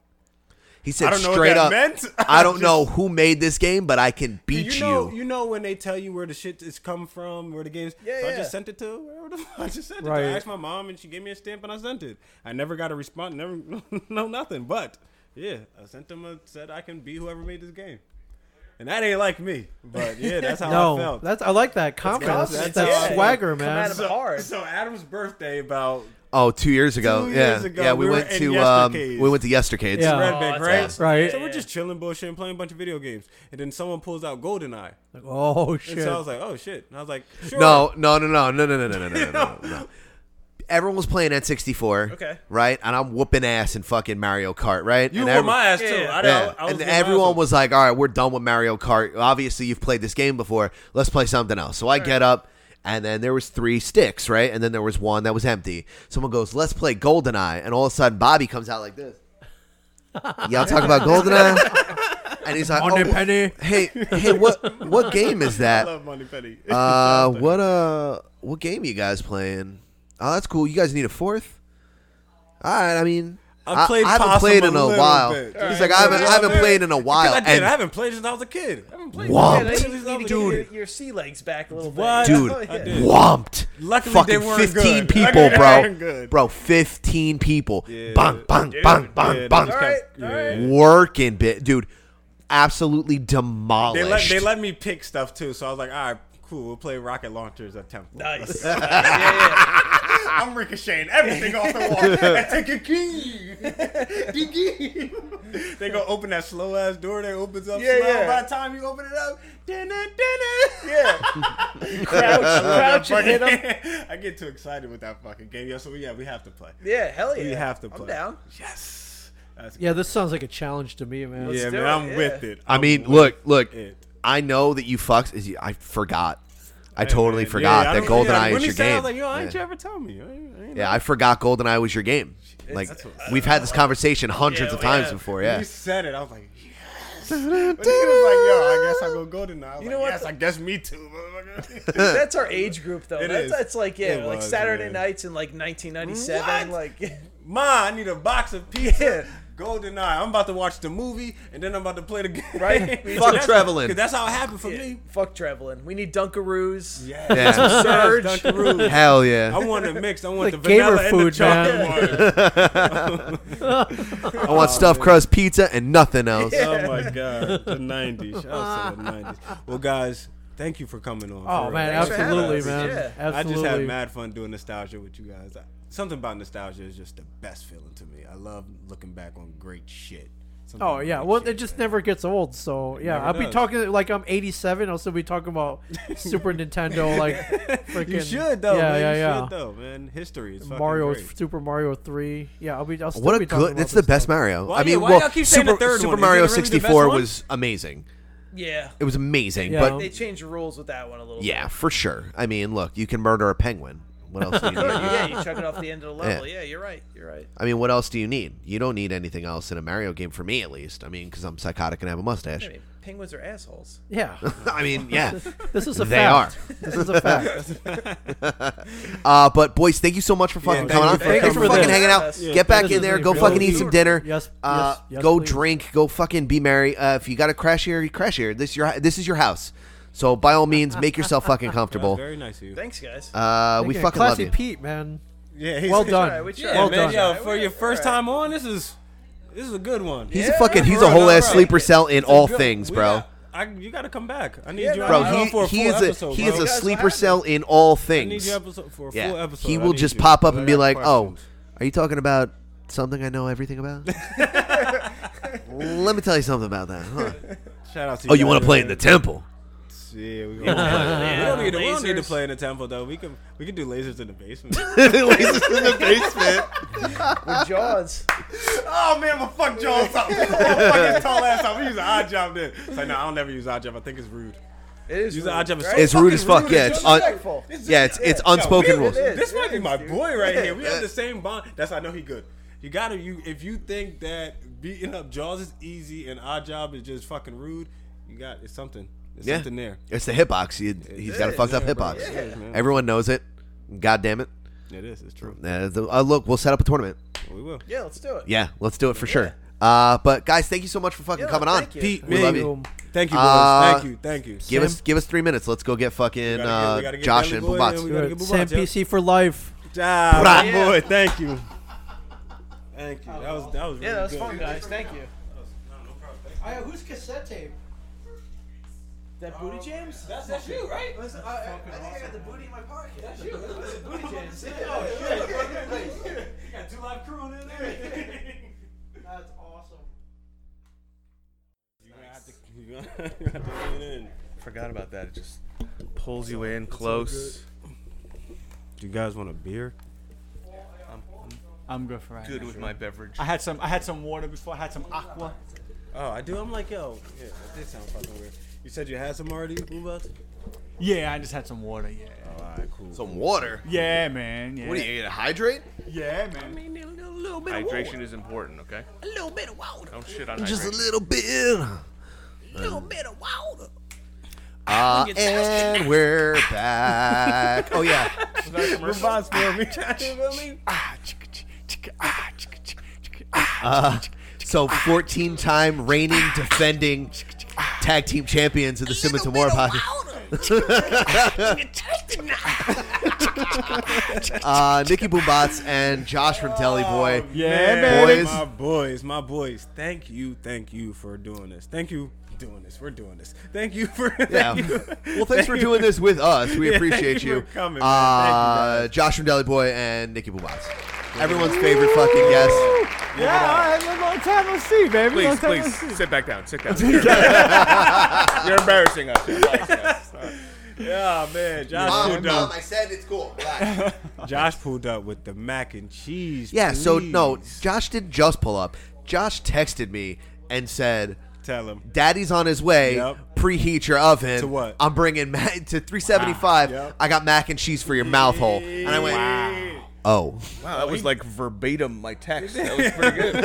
[SPEAKER 1] He said
[SPEAKER 2] I don't know what
[SPEAKER 1] straight
[SPEAKER 2] that
[SPEAKER 1] up,
[SPEAKER 2] meant.
[SPEAKER 1] I don't
[SPEAKER 2] Just-
[SPEAKER 1] know who made this game, but I can beat you.
[SPEAKER 2] you know, you know when they tell you where the shit is come from, where the games.
[SPEAKER 7] Yeah,
[SPEAKER 2] so I
[SPEAKER 7] yeah.
[SPEAKER 2] just sent it to wherever the fuck I just sent
[SPEAKER 10] Right.
[SPEAKER 2] it. To. I asked my mom, and she gave me a stamp, and I sent it. I never got a response. Never, no nothing. But yeah, I sent them a said I can be whoever made this game, and that ain't like me. But yeah, that's how I
[SPEAKER 10] No,
[SPEAKER 2] felt.
[SPEAKER 10] that's I like that confidence.
[SPEAKER 2] confidence.
[SPEAKER 10] That's,
[SPEAKER 2] That's
[SPEAKER 10] that
[SPEAKER 2] it.
[SPEAKER 10] swagger,
[SPEAKER 7] Come
[SPEAKER 10] man.
[SPEAKER 7] at 'em hard.
[SPEAKER 2] so Adam's birthday about
[SPEAKER 1] Oh, two years ago.
[SPEAKER 2] Two
[SPEAKER 1] yeah,
[SPEAKER 2] years ago,
[SPEAKER 1] yeah. We,
[SPEAKER 2] we were
[SPEAKER 1] went
[SPEAKER 2] in
[SPEAKER 1] to um, we
[SPEAKER 2] Yestercades.
[SPEAKER 1] went to Yestercades.
[SPEAKER 10] Yeah.
[SPEAKER 2] Red
[SPEAKER 7] Oh,
[SPEAKER 2] Bank,
[SPEAKER 7] that's
[SPEAKER 2] right?
[SPEAKER 7] awesome.
[SPEAKER 10] Right.
[SPEAKER 2] So we're just chilling, bullshitting, playing a bunch of video games, and then someone pulls out GoldenEye,
[SPEAKER 10] Like, oh
[SPEAKER 2] and
[SPEAKER 10] shit!
[SPEAKER 2] so I was like, "Oh shit!" And I was like, sure.
[SPEAKER 1] No, no, no, no, no, no, no, no, no, no, no, no. Everyone was playing at 64.
[SPEAKER 7] Okay.
[SPEAKER 1] Right, and I'm whooping ass in fucking Mario Kart. Right,
[SPEAKER 2] you
[SPEAKER 1] and
[SPEAKER 2] were
[SPEAKER 1] every-
[SPEAKER 2] my ass too."
[SPEAKER 7] Yeah.
[SPEAKER 2] I,
[SPEAKER 1] Yeah.
[SPEAKER 2] I, I was
[SPEAKER 1] and
[SPEAKER 2] whooping
[SPEAKER 1] everyone
[SPEAKER 2] ass.
[SPEAKER 1] was like, "All right, we're done with Mario Kart. Obviously, you've played this game before. Let's play something else." So I get up, and then there was three sticks, right? And then there was one that was empty. Someone goes, "Let's play GoldenEye," and all of a sudden, Bobby comes out like this. Y'all talk about GoldenEye, and he's like,
[SPEAKER 10] Money
[SPEAKER 1] oh,
[SPEAKER 10] penny."
[SPEAKER 1] Hey, hey, what what game is
[SPEAKER 2] I
[SPEAKER 1] that?
[SPEAKER 2] love Money Penny.
[SPEAKER 1] Uh, what uh, what game you guys playing? Oh, that's cool. You guys need a fourth. All right, I mean.
[SPEAKER 2] I played
[SPEAKER 1] I, haven't
[SPEAKER 2] possum
[SPEAKER 1] played
[SPEAKER 2] a
[SPEAKER 1] in a
[SPEAKER 2] little
[SPEAKER 1] while.
[SPEAKER 2] bit.
[SPEAKER 1] He's like, I haven't, I haven't played in a while.
[SPEAKER 2] I did.
[SPEAKER 1] And
[SPEAKER 2] I haven't played since I was a kid. I haven't played
[SPEAKER 1] Whomped.
[SPEAKER 7] Yeah,
[SPEAKER 2] since
[SPEAKER 7] you
[SPEAKER 2] I was
[SPEAKER 7] need to
[SPEAKER 2] a
[SPEAKER 7] get
[SPEAKER 2] kid.
[SPEAKER 7] your, your sea legs back a little
[SPEAKER 2] What?
[SPEAKER 7] bit. Oh,
[SPEAKER 1] dude,
[SPEAKER 7] Yeah.
[SPEAKER 2] did.
[SPEAKER 1] whomped.
[SPEAKER 2] Luckily, they
[SPEAKER 1] fucking
[SPEAKER 2] weren't
[SPEAKER 1] fifteen
[SPEAKER 2] good.
[SPEAKER 1] people,
[SPEAKER 2] Luckily, they weren't
[SPEAKER 1] bro.
[SPEAKER 2] good.
[SPEAKER 1] Bro, fifteen people.
[SPEAKER 2] Yeah.
[SPEAKER 1] Bang, bang, bang, bang,
[SPEAKER 2] Yeah, they
[SPEAKER 1] bang.
[SPEAKER 2] just kept-
[SPEAKER 7] All right,
[SPEAKER 2] yeah.
[SPEAKER 1] Working, bit, dude. Absolutely
[SPEAKER 2] They
[SPEAKER 1] demolished.
[SPEAKER 2] let they let me pick stuff too, so I was like, all right, cool. We'll play rocket launchers at Temple.
[SPEAKER 7] Nice. yeah, yeah.
[SPEAKER 2] I'm ricocheting everything off the wall. I take a key. The key. they gonna open that slow ass door that opens up
[SPEAKER 7] Yeah,
[SPEAKER 2] slow.
[SPEAKER 7] yeah.
[SPEAKER 2] By the time you open it up, dun, dun, dun, dun.
[SPEAKER 7] yeah. Crouch, crouch, and hit 'em.
[SPEAKER 2] I get too excited with that fucking game. Yeah, so yeah, we have to play.
[SPEAKER 7] Yeah, hell yeah.
[SPEAKER 2] We have to play.
[SPEAKER 7] I'm down.
[SPEAKER 2] Yes. That's
[SPEAKER 10] yeah, this sounds like a challenge to me, man.
[SPEAKER 2] yeah,
[SPEAKER 7] do
[SPEAKER 2] man,
[SPEAKER 7] it,
[SPEAKER 2] I'm
[SPEAKER 7] yeah.
[SPEAKER 2] with it.
[SPEAKER 1] I
[SPEAKER 2] I'm
[SPEAKER 1] mean,
[SPEAKER 2] with
[SPEAKER 1] look, look.
[SPEAKER 2] it.
[SPEAKER 1] I know that you fucks. Is you, I forgot. I
[SPEAKER 2] Hey,
[SPEAKER 1] totally
[SPEAKER 2] man,
[SPEAKER 1] forgot
[SPEAKER 2] yeah, I
[SPEAKER 1] that
[SPEAKER 2] don't- yeah,
[SPEAKER 1] GoldenEye
[SPEAKER 2] when
[SPEAKER 1] is
[SPEAKER 2] he
[SPEAKER 1] your
[SPEAKER 2] said it, I
[SPEAKER 1] game.
[SPEAKER 2] was like, yo, I ain't
[SPEAKER 1] yeah.
[SPEAKER 2] you ever tell me. I ain't- I ain't
[SPEAKER 1] Yeah, I forgot GoldenEye was your game. Like
[SPEAKER 2] that's what-
[SPEAKER 1] we've had this conversation hundreds
[SPEAKER 7] Yeah,
[SPEAKER 1] of
[SPEAKER 7] we have.
[SPEAKER 1] times before.
[SPEAKER 2] When
[SPEAKER 1] Yeah.
[SPEAKER 2] you said it, I was like, But he was like, yo, I guess I go golden now. I was
[SPEAKER 7] You
[SPEAKER 2] you
[SPEAKER 7] know
[SPEAKER 2] know
[SPEAKER 7] what?
[SPEAKER 2] Yes, I guess me too, motherfucker.
[SPEAKER 7] that's our age group though.
[SPEAKER 2] It
[SPEAKER 7] that's,
[SPEAKER 2] is.
[SPEAKER 7] that's like yeah,
[SPEAKER 2] It
[SPEAKER 7] like
[SPEAKER 2] was,
[SPEAKER 7] Saturday
[SPEAKER 2] man.
[SPEAKER 7] nights in like 1997.
[SPEAKER 2] What?
[SPEAKER 7] Like
[SPEAKER 2] Ma, I need a box of pizza. Golden Eye. I'm about to watch the movie and then I'm about to play the game.
[SPEAKER 7] right?
[SPEAKER 2] Fuck traveling. That's how it happened for
[SPEAKER 7] Yeah,
[SPEAKER 2] me.
[SPEAKER 7] Fuck traveling. We need Dunkaroos.
[SPEAKER 2] Yeah,
[SPEAKER 1] Yeah.
[SPEAKER 7] Some surge.
[SPEAKER 2] Dunkaroos.
[SPEAKER 1] Hell yeah.
[SPEAKER 2] I want it mixed. I want
[SPEAKER 7] Like
[SPEAKER 2] the vanilla
[SPEAKER 7] gamer
[SPEAKER 2] and
[SPEAKER 7] food,
[SPEAKER 2] the chocolate
[SPEAKER 1] I
[SPEAKER 2] one.
[SPEAKER 1] want stuffed crust pizza and nothing else.
[SPEAKER 2] Oh my god, the nineties. Shout out to the nineties. Well, guys, thank you for coming on.
[SPEAKER 10] Oh,
[SPEAKER 2] for real.
[SPEAKER 10] man,
[SPEAKER 2] Thanks for having
[SPEAKER 10] absolutely,
[SPEAKER 2] us.
[SPEAKER 10] man.
[SPEAKER 2] I just had
[SPEAKER 10] Absolutely.
[SPEAKER 2] mad fun doing nostalgia with you guys. I- Something about nostalgia is just the best feeling to me. I love looking back on great shit. Something
[SPEAKER 10] Oh yeah,
[SPEAKER 2] great
[SPEAKER 10] well
[SPEAKER 2] shit.
[SPEAKER 10] it just never gets old. So yeah,
[SPEAKER 2] never
[SPEAKER 10] I'll be
[SPEAKER 2] does.
[SPEAKER 10] talking like I'm 87. I'll still be talking about Super Nintendo. Like freaking,
[SPEAKER 2] you should though.
[SPEAKER 10] Yeah,
[SPEAKER 2] man.
[SPEAKER 10] yeah,
[SPEAKER 2] you
[SPEAKER 10] yeah.
[SPEAKER 2] Should, though, man. History is fucking
[SPEAKER 10] Mario,
[SPEAKER 2] great.
[SPEAKER 10] Super Mario Three. Yeah, I'll be. I'll still
[SPEAKER 1] What a
[SPEAKER 10] be talking
[SPEAKER 1] good!
[SPEAKER 10] about
[SPEAKER 1] It's the
[SPEAKER 10] this
[SPEAKER 1] best
[SPEAKER 10] stuff.
[SPEAKER 1] Mario.
[SPEAKER 10] Why-
[SPEAKER 1] I mean,
[SPEAKER 10] why
[SPEAKER 1] well,
[SPEAKER 10] y'all keep saying
[SPEAKER 1] Super,
[SPEAKER 10] the third
[SPEAKER 1] Super
[SPEAKER 10] one? Is
[SPEAKER 1] Mario
[SPEAKER 10] it really the best
[SPEAKER 1] 64
[SPEAKER 10] one?
[SPEAKER 1] was amazing.
[SPEAKER 7] Yeah.
[SPEAKER 1] It was amazing,
[SPEAKER 7] Yeah.
[SPEAKER 1] but
[SPEAKER 7] they changed the rules with that one a little. bit.
[SPEAKER 1] yeah, for sure. I mean, look, you can murder a penguin. What else do you need?
[SPEAKER 7] yeah, you chuck it off the end of the level. Yeah. you're right. You're right.
[SPEAKER 1] I mean, what else do you need? You don't need anything else in a Mario game for me, at least. I mean, because I'm psychotic and have a mustache.
[SPEAKER 7] I mean, penguins are assholes.
[SPEAKER 10] Yeah.
[SPEAKER 1] I mean, yeah.
[SPEAKER 10] This is a
[SPEAKER 1] they
[SPEAKER 10] fact.
[SPEAKER 1] are.
[SPEAKER 10] This is a fact.
[SPEAKER 1] uh, but boys, thank you so much for fucking
[SPEAKER 10] thank
[SPEAKER 1] coming
[SPEAKER 10] you
[SPEAKER 1] on.
[SPEAKER 10] for
[SPEAKER 1] Thank you for
[SPEAKER 10] coming
[SPEAKER 1] fucking
[SPEAKER 10] on.
[SPEAKER 1] hanging out.
[SPEAKER 10] Yeah.
[SPEAKER 1] Get back
[SPEAKER 10] This
[SPEAKER 1] in
[SPEAKER 10] is
[SPEAKER 1] there. Go
[SPEAKER 10] really
[SPEAKER 1] fucking
[SPEAKER 10] cool.
[SPEAKER 1] eat some dinner.
[SPEAKER 10] Yes,
[SPEAKER 1] Uh,
[SPEAKER 10] yes, yes,
[SPEAKER 1] go
[SPEAKER 10] please.
[SPEAKER 1] drink. Go fucking be merry. Uh, if you got to crash here, you crash here. This your this is your house. So by all means, make yourself fucking comfortable.
[SPEAKER 2] Very nice of you.
[SPEAKER 7] Thanks, guys.
[SPEAKER 1] Uh, we
[SPEAKER 10] Thank you.
[SPEAKER 1] fucking love
[SPEAKER 10] Classy
[SPEAKER 1] you.
[SPEAKER 10] Pete, man.
[SPEAKER 2] Yeah,
[SPEAKER 10] well done.
[SPEAKER 2] Yeah,
[SPEAKER 10] well
[SPEAKER 2] man, yo,
[SPEAKER 10] done.
[SPEAKER 2] for your first time on, this is this is a good one.
[SPEAKER 1] He's a fucking he's a whole ass sleeper cell in
[SPEAKER 2] It's a
[SPEAKER 1] all
[SPEAKER 2] good-
[SPEAKER 1] things,
[SPEAKER 2] we
[SPEAKER 1] bro.
[SPEAKER 2] got- I, you gotta come back. I need
[SPEAKER 1] Yeah,
[SPEAKER 2] you.
[SPEAKER 1] no, Bro,
[SPEAKER 2] I need you
[SPEAKER 1] he-
[SPEAKER 2] for a
[SPEAKER 1] he
[SPEAKER 2] full
[SPEAKER 1] is a-
[SPEAKER 2] episode,
[SPEAKER 1] he
[SPEAKER 2] bro.
[SPEAKER 1] is a
[SPEAKER 2] You guys
[SPEAKER 1] sleeper
[SPEAKER 2] laugh.
[SPEAKER 1] cell in all
[SPEAKER 2] I need
[SPEAKER 1] things.
[SPEAKER 2] you episode for a
[SPEAKER 1] Yeah.
[SPEAKER 2] full episode.
[SPEAKER 1] He
[SPEAKER 2] I
[SPEAKER 1] will
[SPEAKER 2] need
[SPEAKER 1] just
[SPEAKER 2] you.
[SPEAKER 1] pop up
[SPEAKER 2] I
[SPEAKER 1] and be
[SPEAKER 2] got
[SPEAKER 1] like,
[SPEAKER 2] questions.
[SPEAKER 1] "Oh, are you talking about something I know everything about?" Let me tell you something about that. Huh?
[SPEAKER 2] Shout out to
[SPEAKER 1] Oh, you
[SPEAKER 2] guys,
[SPEAKER 1] want to play in the
[SPEAKER 2] man.
[SPEAKER 1] temple?
[SPEAKER 2] Yeah,
[SPEAKER 1] Yeah.
[SPEAKER 2] we, we don't need to, we don't need to
[SPEAKER 7] Lasers.
[SPEAKER 2] play in the temple though. We can we can do lasers in the basement.
[SPEAKER 1] lasers in the basement.
[SPEAKER 7] With Jaws.
[SPEAKER 2] Oh man, my fuck Jaws up. My fucking tall ass up. We use an odd job then. It's like, no, I don't never use odd job. I think it's rude.
[SPEAKER 7] It is
[SPEAKER 2] use
[SPEAKER 7] rude,
[SPEAKER 2] an odd job.
[SPEAKER 7] right?
[SPEAKER 1] It's rude as fuck, yeah, it's un-
[SPEAKER 2] disrespectful.
[SPEAKER 1] yeah, it's- it's
[SPEAKER 2] yo,
[SPEAKER 1] unspoken
[SPEAKER 2] we-
[SPEAKER 1] rules.
[SPEAKER 2] This might be my boy right
[SPEAKER 7] Yeah.
[SPEAKER 2] here. We have the same bond. That's how I know he good. You gotta you if you think that beating up Jaws is easy and odd job is just fucking rude, you got it's something. It's
[SPEAKER 1] Yeah,
[SPEAKER 2] something there.
[SPEAKER 1] It's the hitbox. He, he's got a
[SPEAKER 2] is,
[SPEAKER 1] fucked up
[SPEAKER 2] yeah, bro.
[SPEAKER 1] hitbox.
[SPEAKER 2] It is, man.
[SPEAKER 1] Everyone knows it. God damn it.
[SPEAKER 2] It is, it's true.
[SPEAKER 1] Uh, the- uh, look, we'll set up a tournament.
[SPEAKER 2] We will.
[SPEAKER 7] Yeah, let's do it.
[SPEAKER 1] Yeah, let's do it for sure. Uh, but guys, thank you so much for fucking
[SPEAKER 7] Yeah,
[SPEAKER 1] coming on.
[SPEAKER 7] thank you. Pete,
[SPEAKER 1] we
[SPEAKER 2] man,
[SPEAKER 1] love you.
[SPEAKER 2] thank you, boys.
[SPEAKER 3] Uh,
[SPEAKER 2] Thank you, thank you.
[SPEAKER 1] Give us give us three minutes. Let's go get fucking
[SPEAKER 2] gotta get- we
[SPEAKER 1] uh,
[SPEAKER 2] gotta get
[SPEAKER 1] Josh
[SPEAKER 2] Belly
[SPEAKER 1] and
[SPEAKER 2] Boy in,
[SPEAKER 1] Boombox.
[SPEAKER 2] we gotta get
[SPEAKER 10] Sam
[SPEAKER 2] Boombox, yeah.
[SPEAKER 10] PC for life.
[SPEAKER 2] Job,
[SPEAKER 1] Bravo.
[SPEAKER 2] my boy. Thank you. Thank you. That was that was really
[SPEAKER 7] Yeah, that was
[SPEAKER 2] good.
[SPEAKER 7] fun, guys. Thank you.
[SPEAKER 10] I, who's cassette tape?
[SPEAKER 7] That booty jams? That's, that's you, right? I, I think I got the booty in my pocket. That's you. booty jams.
[SPEAKER 2] got two live crew in there.
[SPEAKER 10] That's awesome.
[SPEAKER 2] Forgot about that. It just
[SPEAKER 13] Pulls you in close.
[SPEAKER 2] Do you guys want a beer?
[SPEAKER 13] I'm good for right
[SPEAKER 2] Good
[SPEAKER 13] now.
[SPEAKER 2] with my beverage.
[SPEAKER 13] I had some. I had some water before. I had some aqua.
[SPEAKER 2] Oh, I do. I'm like, yo, yeah, that did sound fucking weird. You said you had some already, Boombox?
[SPEAKER 13] Yeah, I just had some water. Yeah.
[SPEAKER 2] Oh, all right, cool.
[SPEAKER 1] Some water.
[SPEAKER 13] Yeah, man. Yeah.
[SPEAKER 1] What are you gonna hydrate?
[SPEAKER 13] Yeah, man.
[SPEAKER 14] Hydration is important, okay?
[SPEAKER 13] A little bit of water.
[SPEAKER 14] Don't shit on
[SPEAKER 1] Just a
[SPEAKER 14] hydration.
[SPEAKER 1] little bit. A
[SPEAKER 13] little bit of water.
[SPEAKER 1] Uh, and we're back. Oh yeah.
[SPEAKER 2] Boombox for me.
[SPEAKER 1] Uh, so 14 time reigning defending tag team champions of the Simmons and War podcast. uh, Nikki Boombots and Josh from Deli Boy.
[SPEAKER 2] man.
[SPEAKER 1] Boys.
[SPEAKER 2] My boys, my boys. Thank you, thank you for doing this. Thank you for doing this. We're doing this. Thank you for.
[SPEAKER 1] Yeah.
[SPEAKER 2] thank you.
[SPEAKER 1] Well, thanks for
[SPEAKER 2] Thank
[SPEAKER 1] doing
[SPEAKER 2] you.
[SPEAKER 1] this with us. We
[SPEAKER 2] Yeah,
[SPEAKER 1] appreciate
[SPEAKER 2] thank
[SPEAKER 1] you.
[SPEAKER 2] for coming, man.
[SPEAKER 1] uh, Josh from Deli Boy and Nikki Boombots. Everyone's favorite fucking guest.
[SPEAKER 13] Yeah, all right, long time no see, baby. long
[SPEAKER 14] Please,
[SPEAKER 13] time no
[SPEAKER 14] please,
[SPEAKER 13] see.
[SPEAKER 14] sit back down. Sit down. You're embarrassing- You're embarrassing us. You're embarrassing us. All right.
[SPEAKER 2] Thank you. Yeah, man. Josh
[SPEAKER 1] Mom,
[SPEAKER 2] pulled
[SPEAKER 1] Mom,
[SPEAKER 2] up.
[SPEAKER 1] I said it's cool. Relax.
[SPEAKER 2] Josh pulled up with the mac and cheese.
[SPEAKER 1] Yeah, so
[SPEAKER 2] please.
[SPEAKER 1] no, Josh didn't just pull up. Josh texted me and said,
[SPEAKER 2] Tell him.
[SPEAKER 1] Daddy's on his way.
[SPEAKER 2] Yep.
[SPEAKER 1] Preheat your oven.
[SPEAKER 2] To what?
[SPEAKER 1] I'm bringing ma- to 375.
[SPEAKER 2] Wow. Yep.
[SPEAKER 1] I got mac and cheese for your mouth hole." And I went, Oh.
[SPEAKER 3] Wow, that was like verbatim my text. That was pretty good.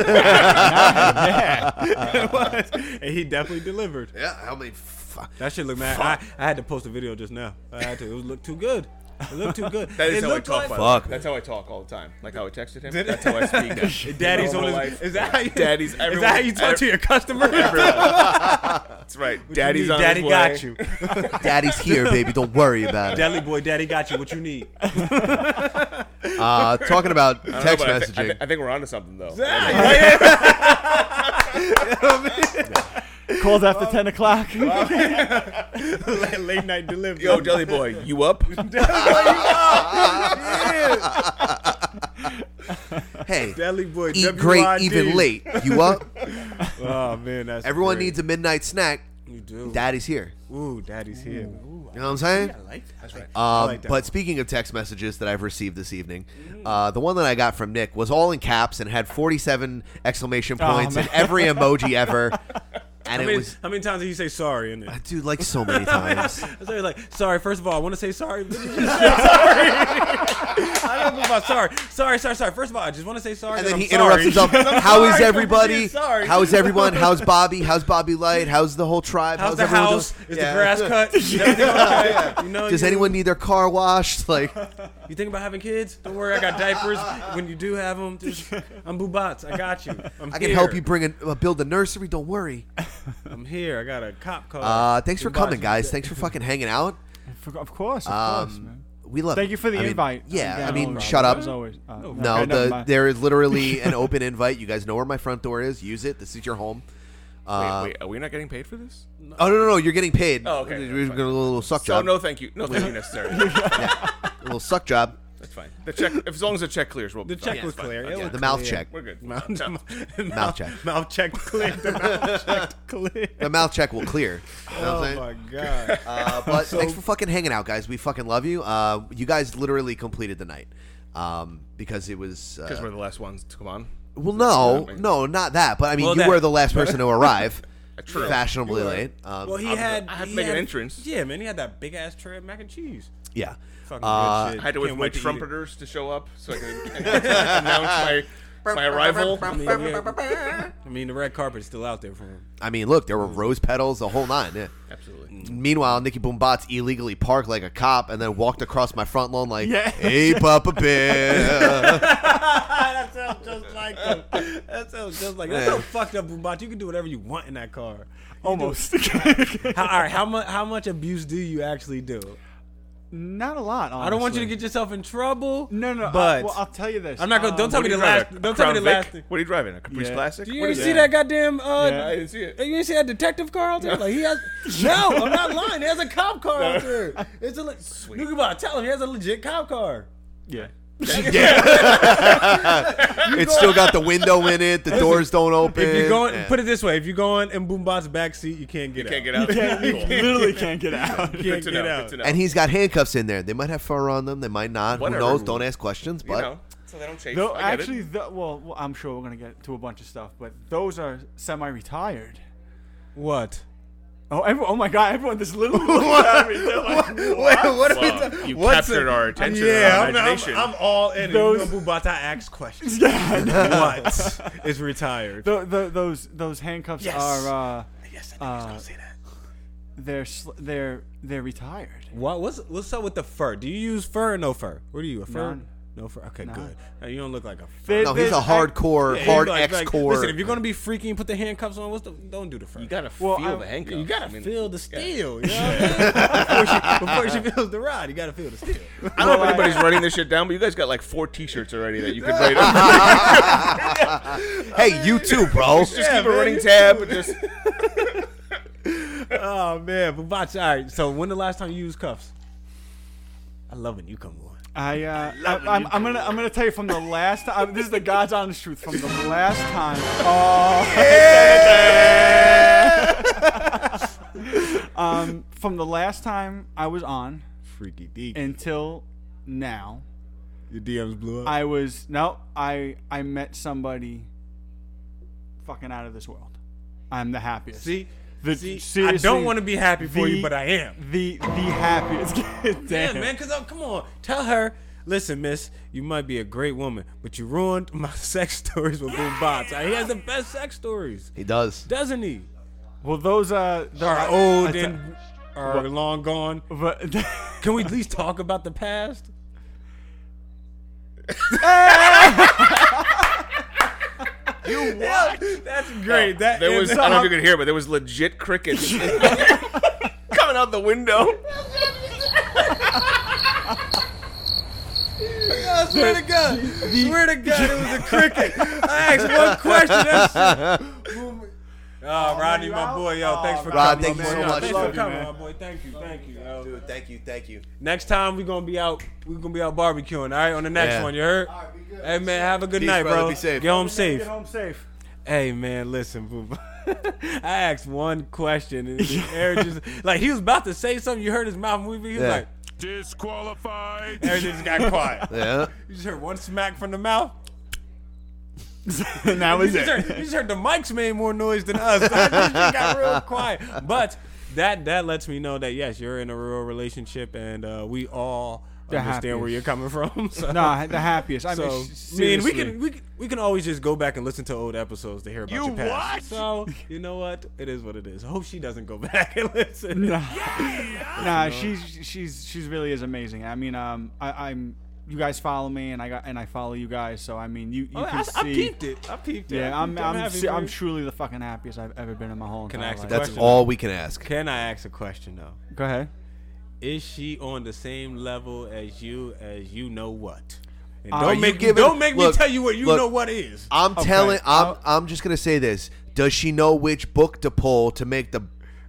[SPEAKER 2] Yeah. It was. And he definitely delivered.
[SPEAKER 1] Yeah, how many? Fuck.
[SPEAKER 2] That shit look mad. I, I had to post a video just now. I had to. It looked too good. It looked too good.
[SPEAKER 3] That is
[SPEAKER 2] it
[SPEAKER 3] how I
[SPEAKER 2] looked
[SPEAKER 3] talk.
[SPEAKER 2] like-
[SPEAKER 3] by the way. That's how I talk all the time. Like how I texted him. That's how I speak. now.
[SPEAKER 2] Daddy's
[SPEAKER 3] My
[SPEAKER 2] on
[SPEAKER 3] whole
[SPEAKER 2] his.
[SPEAKER 3] life.
[SPEAKER 2] Is that how you?
[SPEAKER 3] Daddy's.
[SPEAKER 2] Is
[SPEAKER 3] everyone-
[SPEAKER 2] that how you talk to your customers?
[SPEAKER 3] Everyone. That's right.
[SPEAKER 2] What you
[SPEAKER 3] Daddy's
[SPEAKER 2] need,
[SPEAKER 3] on
[SPEAKER 2] Daddy
[SPEAKER 3] his way.
[SPEAKER 2] got you.
[SPEAKER 1] Daddy's here, baby. Don't worry about it.
[SPEAKER 2] Deli boy, daddy got you. What you need?
[SPEAKER 1] Uh, talking about
[SPEAKER 3] I don't know,
[SPEAKER 1] text
[SPEAKER 3] but I thi- I,
[SPEAKER 1] messaging.
[SPEAKER 3] thi- I think we're onto something though.
[SPEAKER 9] Calls after 10 o'clock.
[SPEAKER 2] late, late night delivery.
[SPEAKER 3] Yo, Deli Boy, you up?
[SPEAKER 1] hey,
[SPEAKER 2] Deli boy,
[SPEAKER 1] eat
[SPEAKER 2] WID.
[SPEAKER 1] great even late. You up?
[SPEAKER 2] oh man, that's
[SPEAKER 1] everyone
[SPEAKER 2] great.
[SPEAKER 1] needs a midnight snack.
[SPEAKER 2] You do.
[SPEAKER 1] Daddy's here.
[SPEAKER 2] Ooh, daddy's here. Ooh,
[SPEAKER 1] You know what I'm saying?
[SPEAKER 2] I like that. That's right.
[SPEAKER 1] Um, but speaking of text messages that I've received this evening,
[SPEAKER 2] Mm.
[SPEAKER 1] uh, the one that I got from Nick was all in caps and had 47 exclamation
[SPEAKER 2] Oh,
[SPEAKER 1] points and
[SPEAKER 2] man.
[SPEAKER 1] every emoji ever.
[SPEAKER 2] how
[SPEAKER 1] And it
[SPEAKER 2] many,
[SPEAKER 1] was,
[SPEAKER 2] how many times did you say sorry in there?
[SPEAKER 1] dude, like so many times.
[SPEAKER 2] I was always like, sorry. First of all, I want to say sorry. but you just said sorry. I don't know about sorry. Sorry, sorry, sorry. First of all, I just want to say sorry.
[SPEAKER 1] And
[SPEAKER 2] that
[SPEAKER 1] then
[SPEAKER 2] I'm
[SPEAKER 1] he
[SPEAKER 2] sorry.
[SPEAKER 1] interrupts himself.
[SPEAKER 2] Because I'm
[SPEAKER 1] How is
[SPEAKER 2] sorry for
[SPEAKER 1] everybody?
[SPEAKER 2] being sorry."
[SPEAKER 1] How's everyone? How's Bobby? How's Bobby Light? How's the whole tribe?
[SPEAKER 2] How's the
[SPEAKER 1] everyone
[SPEAKER 2] house?
[SPEAKER 1] doing?"
[SPEAKER 2] Is
[SPEAKER 1] Yeah.
[SPEAKER 2] the grass cut? Is everything okay? You know,
[SPEAKER 1] Does
[SPEAKER 2] you-
[SPEAKER 1] anyone need their car washed? Like,
[SPEAKER 2] You think about having kids? Don't worry, I got diapers. when you do have them, just, I'm Bubats. I got you. I'm
[SPEAKER 1] I can
[SPEAKER 2] here.
[SPEAKER 1] help you bring a, uh, build a nursery. Don't worry.
[SPEAKER 2] I'm here. I got a cop car.
[SPEAKER 1] Uh, thanks for
[SPEAKER 2] Bubats,
[SPEAKER 1] coming,
[SPEAKER 2] you-
[SPEAKER 1] guys. Thanks for fucking hanging out.
[SPEAKER 9] Of course, of course,
[SPEAKER 1] Um,
[SPEAKER 9] man.
[SPEAKER 1] We love.
[SPEAKER 9] Thank
[SPEAKER 1] it.
[SPEAKER 9] you for the
[SPEAKER 1] I mean,
[SPEAKER 9] invite.
[SPEAKER 1] Yeah,
[SPEAKER 9] Yeah,
[SPEAKER 1] I mean,
[SPEAKER 9] no
[SPEAKER 1] shut
[SPEAKER 9] problem.
[SPEAKER 1] up.
[SPEAKER 9] As always. Uh,
[SPEAKER 1] no,
[SPEAKER 9] okay, never
[SPEAKER 1] the,
[SPEAKER 9] mind.
[SPEAKER 1] there is literally an open invite. You guys know where my front door is. Use it. This is your home. Uh,
[SPEAKER 3] wait, wait, are we not getting paid for this?
[SPEAKER 1] Oh no, no, no! You're getting paid.
[SPEAKER 3] Oh, okay.
[SPEAKER 1] We're gonna do a little suck
[SPEAKER 3] So,
[SPEAKER 1] job.
[SPEAKER 3] no thank you. No thank you necessary.
[SPEAKER 1] yeah, a little suck job.
[SPEAKER 3] That's fine. The check, as long as the check clears, we'll be
[SPEAKER 2] The check
[SPEAKER 3] fine.
[SPEAKER 2] was
[SPEAKER 3] It's fine.
[SPEAKER 2] clear. It
[SPEAKER 3] Okay.
[SPEAKER 2] was
[SPEAKER 1] the mouth
[SPEAKER 2] clear.
[SPEAKER 1] check.
[SPEAKER 3] We're good.
[SPEAKER 2] Mouth,
[SPEAKER 3] Yeah.
[SPEAKER 2] mouth,
[SPEAKER 1] Mouth check.
[SPEAKER 2] Mouth check clear. The mouth check clear.
[SPEAKER 1] The mouth check will clear. You know what I'm
[SPEAKER 2] Oh my
[SPEAKER 1] saying?
[SPEAKER 2] god.
[SPEAKER 1] Uh, but
[SPEAKER 2] So-
[SPEAKER 1] thanks for fucking hanging out, guys. We fucking love you. Uh, you guys literally completed the night um, because it was.
[SPEAKER 3] Because
[SPEAKER 1] Uh,
[SPEAKER 3] we're the last ones to come on.
[SPEAKER 1] well, no,
[SPEAKER 3] Yeah, I mean-
[SPEAKER 1] no, not that. But I mean,
[SPEAKER 3] Well,
[SPEAKER 1] you
[SPEAKER 3] that-
[SPEAKER 1] were the last person to arrive,
[SPEAKER 3] True.
[SPEAKER 1] fashionably
[SPEAKER 3] You were.
[SPEAKER 1] late. Um,
[SPEAKER 2] well, he
[SPEAKER 3] I'm-
[SPEAKER 2] had.
[SPEAKER 3] I had to
[SPEAKER 2] he
[SPEAKER 3] make an
[SPEAKER 2] had-
[SPEAKER 3] entrance.
[SPEAKER 2] Yeah, man, he had that big ass tray of mac and cheese.
[SPEAKER 1] yeah.
[SPEAKER 2] Fucking good
[SPEAKER 1] Uh,
[SPEAKER 2] shit.
[SPEAKER 3] I had to wait for
[SPEAKER 2] Can't
[SPEAKER 3] my
[SPEAKER 2] wait to eat it.
[SPEAKER 3] trumpeters to show up so I could announce my, my arrival.
[SPEAKER 2] I mean, yeah. I mean, the red carpet's still out there for him.
[SPEAKER 1] I mean, look, there were rose petals, the whole nine. Yeah.
[SPEAKER 2] Mm.
[SPEAKER 3] Absolutely.
[SPEAKER 1] Meanwhile, Nikki Boombots illegally parked like a cop and then walked across my front lawn like,
[SPEAKER 2] Yeah.
[SPEAKER 1] "Hey, Papa Bear."
[SPEAKER 2] that sounds just like him. That sounds just like that's
[SPEAKER 1] Yeah.
[SPEAKER 2] so fucked up, Bubat. You can do whatever you want in that car. You do-
[SPEAKER 9] Almost.
[SPEAKER 2] how, all right, how much how much abuse do you actually do?
[SPEAKER 9] Not a lot. Honestly.
[SPEAKER 2] I don't want you to get yourself in trouble.
[SPEAKER 9] No, no. I-
[SPEAKER 2] but
[SPEAKER 9] well, I'll tell you this.
[SPEAKER 2] I'm not gonna. Don't
[SPEAKER 9] Um,
[SPEAKER 2] tell
[SPEAKER 9] What
[SPEAKER 2] me
[SPEAKER 9] do
[SPEAKER 2] the
[SPEAKER 9] you
[SPEAKER 2] last.
[SPEAKER 9] drive, a- a
[SPEAKER 2] Don't tell me the
[SPEAKER 9] Crown
[SPEAKER 2] last.
[SPEAKER 9] Vic?
[SPEAKER 2] thing.
[SPEAKER 3] What are you driving? A Caprice
[SPEAKER 9] Yeah.
[SPEAKER 3] Classic?
[SPEAKER 2] Do you
[SPEAKER 3] What
[SPEAKER 2] didn't
[SPEAKER 3] is
[SPEAKER 2] see that goddamn? Uh,
[SPEAKER 9] Yeah.
[SPEAKER 3] I didn't see it.
[SPEAKER 2] You didn't see that detective car out there? Like he has. No, I'm not lying. He has a cop car out there. It's a. Le- Sweet. Look about. Tell him he has a legit cop car.
[SPEAKER 9] Yeah.
[SPEAKER 1] it's still got the window in it. The doors don't open.
[SPEAKER 2] If you're going,
[SPEAKER 1] Yeah.
[SPEAKER 2] put it this way: if you're going in Boombat's back seat, you can't get
[SPEAKER 3] You
[SPEAKER 2] out.
[SPEAKER 3] can't get out.
[SPEAKER 9] You
[SPEAKER 3] Cool.
[SPEAKER 9] literally can't get out.
[SPEAKER 2] You can't
[SPEAKER 3] Good to
[SPEAKER 2] get
[SPEAKER 3] know,
[SPEAKER 2] out.
[SPEAKER 3] good to know.
[SPEAKER 1] and he's got handcuffs in there. They might have fur on them. They might not.
[SPEAKER 3] Whatever.
[SPEAKER 1] Who knows? Don't ask questions.
[SPEAKER 3] You
[SPEAKER 1] But
[SPEAKER 3] know, so they don't chase.
[SPEAKER 9] Though
[SPEAKER 3] I get
[SPEAKER 9] actually,
[SPEAKER 3] it.
[SPEAKER 9] the, well, well, I'm sure we're gonna get to a bunch of stuff, but those are semi-retired.
[SPEAKER 2] What?
[SPEAKER 9] Oh, everyone, oh my God! Everyone, this little looked at me. They're like,
[SPEAKER 1] Wait, what are we
[SPEAKER 3] Wow,
[SPEAKER 1] ta-
[SPEAKER 3] you
[SPEAKER 1] what's it-
[SPEAKER 3] captured our attention. and
[SPEAKER 2] Yeah,
[SPEAKER 3] our
[SPEAKER 2] I'm, I'm,
[SPEAKER 3] imagination.
[SPEAKER 2] I'm all in.
[SPEAKER 9] Those-
[SPEAKER 2] Those Bubata asks questions.
[SPEAKER 9] Yeah.
[SPEAKER 2] what is retired?
[SPEAKER 9] Tho- tho- those those handcuffs
[SPEAKER 2] Yes.
[SPEAKER 9] are. Uh,
[SPEAKER 2] Yes, I knew he was
[SPEAKER 9] uh,
[SPEAKER 2] gonna say that.
[SPEAKER 9] they're sl- they're they're retired.
[SPEAKER 2] What? What's what's up with the fur? Do you use fur or no fur? What are you a fur?
[SPEAKER 9] None.
[SPEAKER 2] No fur. Okay,
[SPEAKER 9] None.
[SPEAKER 2] good. Now, you don't look like a fur.
[SPEAKER 9] They-
[SPEAKER 1] no, he's a
[SPEAKER 9] they-
[SPEAKER 1] hardcore,
[SPEAKER 2] Yeah,
[SPEAKER 1] hard
[SPEAKER 2] you like-
[SPEAKER 1] X
[SPEAKER 2] like,
[SPEAKER 1] core.
[SPEAKER 2] Listen, if you're gonna be freaky and put the handcuffs on, what's the, don't do the fur.
[SPEAKER 3] you gotta
[SPEAKER 9] Well,
[SPEAKER 3] feel
[SPEAKER 9] I-
[SPEAKER 3] the handcuffs.
[SPEAKER 2] You gotta
[SPEAKER 3] I mean,
[SPEAKER 2] feel the steel. You know what I mean? before, she, before she feels the rod, you gotta feel the steel.
[SPEAKER 3] I don't know if anybody's writing this shit down, but you guys got like four T-shirts already that you could write. on.
[SPEAKER 1] hey, you too, bro.
[SPEAKER 3] just keep a running tab. and Just
[SPEAKER 2] Oh man, but watch. All right. So when the last time you used cuffs? I love when you come on.
[SPEAKER 9] I, uh, I, I'm, I'm gonna I'm gonna tell you from the last time. This is the God's honest truth from the last time. Oh, um, from the last time I was on
[SPEAKER 2] Freaky deaky.
[SPEAKER 9] until now,
[SPEAKER 2] Your DMs blew up.
[SPEAKER 9] I was no, I I met somebody fucking out of this world. I'm the happiest.
[SPEAKER 2] See,
[SPEAKER 9] the,
[SPEAKER 2] See, I
[SPEAKER 9] seriously,
[SPEAKER 2] don't want to be happy for
[SPEAKER 9] the-
[SPEAKER 2] you, but I am.
[SPEAKER 9] the the happiest. Damn,
[SPEAKER 2] Yeah, man. Because come on, tell her Listen, miss, you might be a great woman, but you ruined my sex stories with Boom Bots. He has the best sex stories.
[SPEAKER 1] He does.
[SPEAKER 2] Doesn't he?
[SPEAKER 9] Well, those uh, those
[SPEAKER 2] are
[SPEAKER 9] are-
[SPEAKER 2] old
[SPEAKER 9] that's a-
[SPEAKER 2] and are
[SPEAKER 9] Well-
[SPEAKER 2] long gone.
[SPEAKER 9] But
[SPEAKER 2] can we at least talk about the past?
[SPEAKER 9] You
[SPEAKER 2] what? That's great. That
[SPEAKER 3] there was.
[SPEAKER 2] ends
[SPEAKER 3] I don't know
[SPEAKER 2] up-
[SPEAKER 3] if you could hear, but there was legit crickets coming out the window.
[SPEAKER 2] I swear to God, swear to God, it was a cricket. I asked one question. That's Oh, Rodney, my boy, yo, thanks for
[SPEAKER 1] Rod, thank
[SPEAKER 2] coming. my
[SPEAKER 1] you so
[SPEAKER 2] man.
[SPEAKER 1] much,
[SPEAKER 2] Thanks for
[SPEAKER 1] dude.
[SPEAKER 2] coming, my boy. Thank you, thank you, yo.
[SPEAKER 1] Dude, thank you, thank you.
[SPEAKER 2] Next time we gonna be out. We gonna be out barbecuing. All right, on the next
[SPEAKER 1] Yeah.
[SPEAKER 2] one. You heard? Hey man, have a good
[SPEAKER 1] Peace,
[SPEAKER 2] night,
[SPEAKER 1] brother.
[SPEAKER 2] bro.
[SPEAKER 1] Be safe.
[SPEAKER 2] Get home safe.
[SPEAKER 9] Get home safe.
[SPEAKER 2] Hey man, listen, boo. I asked one question and Eric just like he was about to say something. You heard his mouth moving. He was
[SPEAKER 1] Yeah.
[SPEAKER 2] like disqualified. Everything just got quiet.
[SPEAKER 1] Yeah.
[SPEAKER 2] You just heard one smack from the mouth.
[SPEAKER 9] and that was
[SPEAKER 2] you
[SPEAKER 9] it.
[SPEAKER 2] just Heard, you just heard the mics made more noise than us. It just got real quiet. But that that lets me know that yes, you're in a real relationship, and uh, we all
[SPEAKER 9] The
[SPEAKER 2] understand where
[SPEAKER 9] happiest.
[SPEAKER 2] you're coming from. So.
[SPEAKER 9] Nah, the happiest. I mean,
[SPEAKER 2] so,
[SPEAKER 9] s-
[SPEAKER 2] I mean, we
[SPEAKER 9] seriously.
[SPEAKER 2] can we can we can always just go back and listen to old episodes to hear about
[SPEAKER 9] You
[SPEAKER 2] your past. So you know what? It is what it is. Hope she doesn't go back and listen.
[SPEAKER 9] Nah, nah
[SPEAKER 2] You know?
[SPEAKER 9] Uh, she's she's she's really is amazing. I mean, um, I, I'm you guys follow me, and I got and I follow you guys, so I mean, you you
[SPEAKER 2] Oh,
[SPEAKER 9] can
[SPEAKER 2] I- I
[SPEAKER 9] see.
[SPEAKER 2] peeped it. I peeped it.
[SPEAKER 9] Yeah,
[SPEAKER 2] I
[SPEAKER 9] I'm
[SPEAKER 2] peeped it. I'm
[SPEAKER 9] I'm,
[SPEAKER 2] happy
[SPEAKER 9] se-
[SPEAKER 2] for
[SPEAKER 9] I'm
[SPEAKER 2] you.
[SPEAKER 9] truly the fucking happiest I've ever been in my whole
[SPEAKER 2] Can
[SPEAKER 9] entire
[SPEAKER 2] I ask
[SPEAKER 9] life.
[SPEAKER 2] a
[SPEAKER 1] That's
[SPEAKER 2] question?
[SPEAKER 1] all we can ask.
[SPEAKER 2] Can I ask a question though?
[SPEAKER 9] Go ahead.
[SPEAKER 2] Is she on the same level as you as you know what? And
[SPEAKER 9] Uh,
[SPEAKER 2] don't
[SPEAKER 9] you
[SPEAKER 2] make
[SPEAKER 9] giving-
[SPEAKER 2] don't make
[SPEAKER 1] Look,
[SPEAKER 2] me tell you what you
[SPEAKER 1] look,
[SPEAKER 2] know what is.
[SPEAKER 1] I'm telling. I'm. I'm just gonna say this. Does she know which book to pull to make the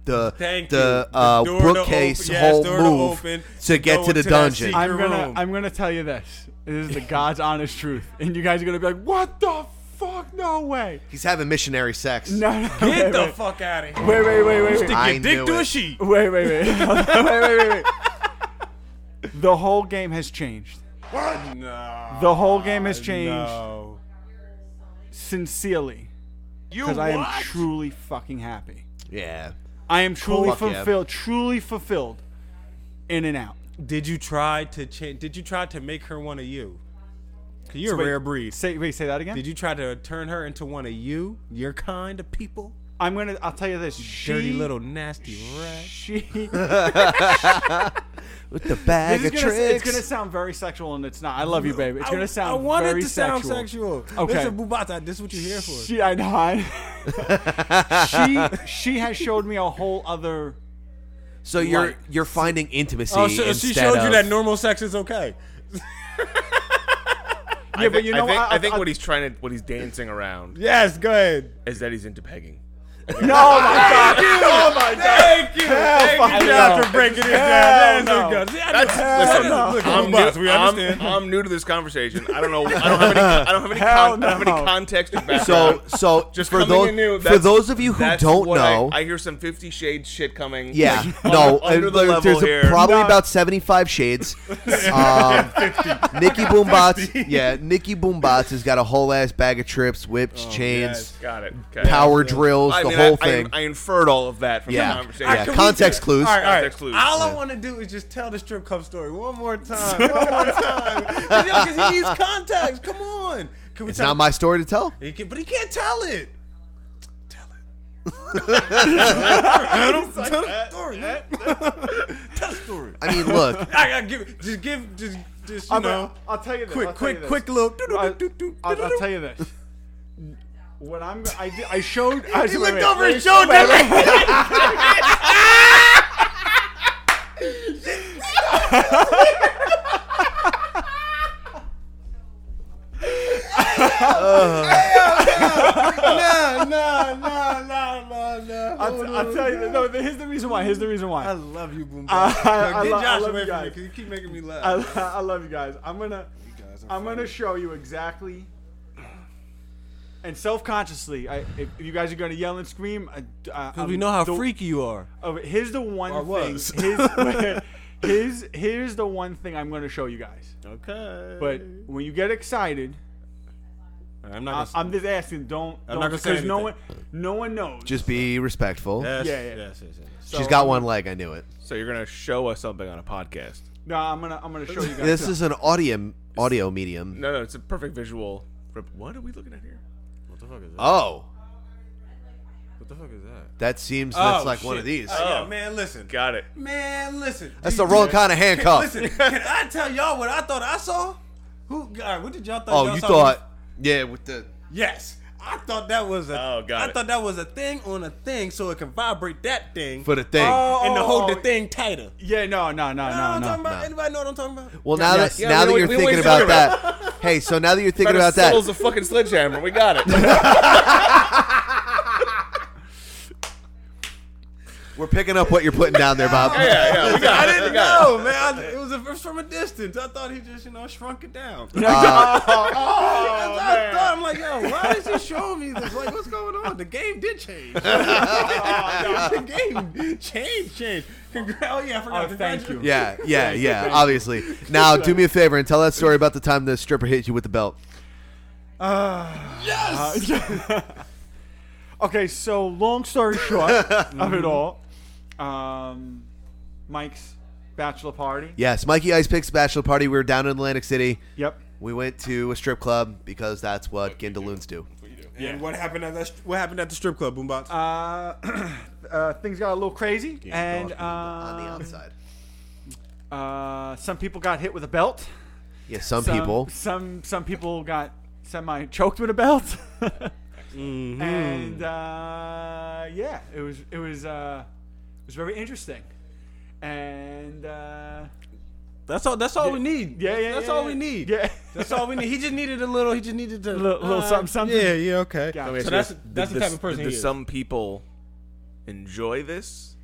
[SPEAKER 1] the
[SPEAKER 2] Thank
[SPEAKER 1] the,
[SPEAKER 2] you. The
[SPEAKER 1] uh,
[SPEAKER 2] door to
[SPEAKER 1] bookcase
[SPEAKER 2] open- yes,
[SPEAKER 1] whole
[SPEAKER 2] door to
[SPEAKER 1] move
[SPEAKER 2] open
[SPEAKER 1] to,
[SPEAKER 2] to
[SPEAKER 1] get
[SPEAKER 2] go
[SPEAKER 1] to the
[SPEAKER 2] into that
[SPEAKER 1] dungeon?
[SPEAKER 2] secret
[SPEAKER 9] I'm gonna
[SPEAKER 2] room.
[SPEAKER 9] I'm gonna tell you this. This is the God's honest truth, and you guys are gonna be like, "What the fuck? No way!"
[SPEAKER 1] He's having missionary sex.
[SPEAKER 9] No, no,
[SPEAKER 2] Get
[SPEAKER 9] wait,
[SPEAKER 2] the
[SPEAKER 9] wait.
[SPEAKER 2] fuck out of here.
[SPEAKER 9] Wait, wait, wait, wait, wait.
[SPEAKER 2] Stick your
[SPEAKER 1] I
[SPEAKER 2] dick
[SPEAKER 1] knew
[SPEAKER 2] to a
[SPEAKER 1] it.
[SPEAKER 2] sheet.
[SPEAKER 9] Wait, wait, wait. wait, wait, wait, wait. The whole game has changed.
[SPEAKER 2] What? No.
[SPEAKER 9] The whole game has changed.
[SPEAKER 2] No.
[SPEAKER 9] Sincerely.
[SPEAKER 2] You
[SPEAKER 9] Because I am
[SPEAKER 2] what?
[SPEAKER 9] truly fucking happy.
[SPEAKER 1] Yeah.
[SPEAKER 9] I am truly
[SPEAKER 1] Fuck yeah.
[SPEAKER 9] fulfilled. Truly fulfilled. In and out.
[SPEAKER 2] Did you try to change? Did you try to make her one of you? you you're
[SPEAKER 9] So
[SPEAKER 2] a
[SPEAKER 9] wait,
[SPEAKER 2] rare breed.
[SPEAKER 9] Say wait, say that again.
[SPEAKER 2] Did you try to turn her into one of you, your kind of people?
[SPEAKER 9] I'm gonna. I'll tell you this. She,
[SPEAKER 2] Dirty little nasty rat.
[SPEAKER 9] She.
[SPEAKER 1] With the bag
[SPEAKER 9] This
[SPEAKER 1] of
[SPEAKER 9] is gonna,
[SPEAKER 1] tricks.
[SPEAKER 9] it's gonna sound very sexual, and it's not. I love you, baby. It's
[SPEAKER 2] I-
[SPEAKER 9] gonna sound.
[SPEAKER 2] I want
[SPEAKER 9] very
[SPEAKER 2] it to
[SPEAKER 9] sexual.
[SPEAKER 2] sound sexual.
[SPEAKER 9] Okay.
[SPEAKER 2] Listen, Bubata, this is what you're here for.
[SPEAKER 9] She, I know. I, she, she has showed me a whole other.
[SPEAKER 1] so you're
[SPEAKER 9] Like-
[SPEAKER 1] you're finding intimacy.
[SPEAKER 2] oh, so she
[SPEAKER 1] instead
[SPEAKER 2] showed you
[SPEAKER 1] of-
[SPEAKER 2] that normal sex is okay.
[SPEAKER 9] Yeah,
[SPEAKER 3] I
[SPEAKER 9] but
[SPEAKER 3] think-
[SPEAKER 9] you know,
[SPEAKER 3] I think,
[SPEAKER 9] I-
[SPEAKER 3] I think
[SPEAKER 9] I-
[SPEAKER 3] what he's trying to, what he's dancing around,
[SPEAKER 2] Yes, go ahead.
[SPEAKER 3] is that he's into pegging.
[SPEAKER 9] No, my God. Oh my God.
[SPEAKER 2] Thank you.
[SPEAKER 9] Hell
[SPEAKER 2] Thank
[SPEAKER 9] fucking
[SPEAKER 2] you, John,
[SPEAKER 9] no.
[SPEAKER 2] for breaking it
[SPEAKER 9] Hell
[SPEAKER 2] down. That's
[SPEAKER 9] no.
[SPEAKER 2] good. See, I
[SPEAKER 3] That's,
[SPEAKER 2] know-
[SPEAKER 3] listen,
[SPEAKER 2] Look,
[SPEAKER 3] I'm,
[SPEAKER 2] Boom Bots,
[SPEAKER 3] new,
[SPEAKER 2] we
[SPEAKER 3] I'm,
[SPEAKER 2] understand.
[SPEAKER 3] I'm new to this conversation. I don't know. I don't have any. I don't have any. Con, I don't have any
[SPEAKER 9] Hell no.
[SPEAKER 3] context or
[SPEAKER 1] So
[SPEAKER 3] background.
[SPEAKER 1] so
[SPEAKER 3] just
[SPEAKER 1] for
[SPEAKER 3] coming
[SPEAKER 1] those
[SPEAKER 3] in new,
[SPEAKER 1] for
[SPEAKER 3] that's-
[SPEAKER 1] those of you who
[SPEAKER 3] that's
[SPEAKER 1] don't
[SPEAKER 3] what I-
[SPEAKER 1] know,
[SPEAKER 3] I, hear some Fifty Shades shit coming.
[SPEAKER 1] yeah,
[SPEAKER 3] like,
[SPEAKER 1] no,
[SPEAKER 3] under, under
[SPEAKER 1] uh,
[SPEAKER 3] the level
[SPEAKER 1] there's a-
[SPEAKER 3] here.
[SPEAKER 1] probably
[SPEAKER 9] No.
[SPEAKER 1] about 75 shades. Um, Nikki Boombots, yeah, Nikki Boombots has got a whole ass bag of trips,
[SPEAKER 2] Oh,
[SPEAKER 1] whips, chains,
[SPEAKER 3] Got it. Okay.
[SPEAKER 1] power drills,
[SPEAKER 3] I
[SPEAKER 1] the
[SPEAKER 3] mean, I-
[SPEAKER 1] whole
[SPEAKER 3] I-
[SPEAKER 1] thing.
[SPEAKER 3] I, inferred all of that from
[SPEAKER 1] Yeah.
[SPEAKER 3] the conversation.
[SPEAKER 1] Yeah, context clues.
[SPEAKER 2] All right, all right.
[SPEAKER 3] Context clues.
[SPEAKER 2] All I want to do is just tell the strip club story one more time. One more time. Because he needs context. Come on. Can we
[SPEAKER 1] It's
[SPEAKER 2] tell
[SPEAKER 1] not my story to tell.
[SPEAKER 2] He can, but he can't tell it. Tell it. tell the story. man. tell the story.
[SPEAKER 1] I mean, look.
[SPEAKER 2] I gotta give. Just give. Just. Just. You
[SPEAKER 9] I'm
[SPEAKER 2] know.
[SPEAKER 9] gonna- I'll tell you this.
[SPEAKER 2] Quick.
[SPEAKER 9] I'll tell
[SPEAKER 2] Quick.
[SPEAKER 9] you this.
[SPEAKER 2] Quick. Little.
[SPEAKER 9] I, I'll, I'll tell you this. When I'm, I, did- I showed. I
[SPEAKER 2] He
[SPEAKER 9] wait,
[SPEAKER 2] looked
[SPEAKER 9] wait,
[SPEAKER 2] over
[SPEAKER 9] wait,
[SPEAKER 2] his shoulder.
[SPEAKER 9] wait, wait, wait. Oh,
[SPEAKER 2] No. No. No. No. No. No.
[SPEAKER 9] I'll, t- I'll tell you. This. No, here's the reason why. Here's the reason why.
[SPEAKER 2] I love you, Boom.
[SPEAKER 9] I-
[SPEAKER 2] Bap.
[SPEAKER 9] I-
[SPEAKER 2] Yo,
[SPEAKER 9] I
[SPEAKER 2] Get
[SPEAKER 9] lo- I
[SPEAKER 2] Josh
[SPEAKER 9] love
[SPEAKER 2] away
[SPEAKER 9] you
[SPEAKER 2] from me
[SPEAKER 9] guys.
[SPEAKER 2] because you keep making me
[SPEAKER 9] I,
[SPEAKER 2] laugh.
[SPEAKER 9] I love you guys. I'm gonna I'm gonna show you exactly and self consciously. I if, if you guys are gonna yell and scream, because
[SPEAKER 2] we know how freaky you are.
[SPEAKER 9] Oh, here's the one
[SPEAKER 2] Or
[SPEAKER 9] thing.
[SPEAKER 2] was.
[SPEAKER 9] Here's, here's here's the one thing I'm gonna show you guys.
[SPEAKER 2] Okay.
[SPEAKER 9] But when you get excited,
[SPEAKER 2] I'm not. Gonna,
[SPEAKER 9] I, I'm just asking. Don't.
[SPEAKER 2] I'm
[SPEAKER 9] don't-
[SPEAKER 2] not gonna say
[SPEAKER 9] 'cause no one
[SPEAKER 2] anything.
[SPEAKER 9] no one knows.
[SPEAKER 1] Just be respectful.
[SPEAKER 2] Yes,
[SPEAKER 9] yeah, yeah.
[SPEAKER 2] Yes, yes, yes.
[SPEAKER 1] She's
[SPEAKER 9] So-
[SPEAKER 1] got one leg. I knew it.
[SPEAKER 3] So you're gonna show us something on a podcast.
[SPEAKER 9] No, I'm gonna I'm gonna show you guys.
[SPEAKER 1] This is an audio audio medium.
[SPEAKER 3] No, no, it's a perfect visual. rep- What are we looking at here? What the fuck is that?
[SPEAKER 1] Oh,
[SPEAKER 3] What the fuck is that?
[SPEAKER 1] that seems
[SPEAKER 3] Oh,
[SPEAKER 1] that's like one
[SPEAKER 3] shit.
[SPEAKER 1] of these.
[SPEAKER 3] Oh, yeah,
[SPEAKER 2] man, listen.
[SPEAKER 3] Got it.
[SPEAKER 2] Man, listen.
[SPEAKER 1] That's the wrong kind of handcuff.
[SPEAKER 2] Listen, can I tell y'all what I thought I saw? Who? All right, what did y'all thought?
[SPEAKER 1] Oh,
[SPEAKER 2] y'all
[SPEAKER 1] you
[SPEAKER 2] saw?
[SPEAKER 1] thought? Yeah, with the
[SPEAKER 2] Yes, I thought that was a. Oh
[SPEAKER 3] got
[SPEAKER 2] I
[SPEAKER 3] it.
[SPEAKER 2] thought that was a thing on a thing, so it can vibrate that thing
[SPEAKER 1] For the thing. Oh,
[SPEAKER 2] and to hold the
[SPEAKER 9] oh.
[SPEAKER 2] thing tighter.
[SPEAKER 9] Yeah, no, no,
[SPEAKER 2] You know
[SPEAKER 9] no,
[SPEAKER 2] what
[SPEAKER 9] no,
[SPEAKER 2] I'm
[SPEAKER 9] no.
[SPEAKER 2] talking about? Anybody know what I'm talking about?
[SPEAKER 1] Well, now
[SPEAKER 2] Yes.
[SPEAKER 1] that now that you're thinking about that, hey, so now that you're thinking about that,
[SPEAKER 3] Soul's a fucking sledgehammer. We got it.
[SPEAKER 1] we're picking up what you're putting down there, Bob.
[SPEAKER 3] yeah, we
[SPEAKER 2] I
[SPEAKER 3] got it,
[SPEAKER 2] didn't
[SPEAKER 3] we got
[SPEAKER 2] know, man. I, it was a, it was from a distance. I thought he just, you know, shrunk it down.
[SPEAKER 1] Uh,
[SPEAKER 2] I, oh, I thought, I'm like, yo, why is he showing me this? Like, what's going on? The game did change. the game changed, changed. Congra- oh yeah, I forgot.
[SPEAKER 9] Oh, thank you.
[SPEAKER 1] Yeah, yeah, yeah. Obviously. Now, do me a favor and tell that story about the time the stripper hit you with the belt.
[SPEAKER 9] yes. Uh, okay, so long story short of it all, um, Mike's bachelor party.
[SPEAKER 1] Yes, Mikey Ice Picks bachelor party. We were down in Atlantic City.
[SPEAKER 9] Yep.
[SPEAKER 1] We went to a strip club because that's what Gindaloons do.
[SPEAKER 2] And what happened at that? What happened at the strip club, Boombox?
[SPEAKER 9] Uh, uh, things got a little crazy, and um, on
[SPEAKER 1] the outside,
[SPEAKER 9] uh, some people got hit with a belt.
[SPEAKER 1] Yeah, some people.
[SPEAKER 9] Some some people got semi choked with a belt.
[SPEAKER 3] Mm-hmm.
[SPEAKER 9] And uh, yeah, it was it was uh, it was very interesting. And uh,
[SPEAKER 2] That's all. That's all we need.
[SPEAKER 9] Yeah, yeah.
[SPEAKER 2] That's
[SPEAKER 9] yeah,
[SPEAKER 2] all
[SPEAKER 9] yeah.
[SPEAKER 2] we need.
[SPEAKER 9] Yeah.
[SPEAKER 2] That's all we need. He just needed a little. He just needed to uh,
[SPEAKER 9] Little- little something, something?
[SPEAKER 2] Yeah, yeah, okay.
[SPEAKER 9] Gotcha.
[SPEAKER 2] So that's that's the, type of person
[SPEAKER 3] Do
[SPEAKER 2] he is.
[SPEAKER 3] some people enjoy this?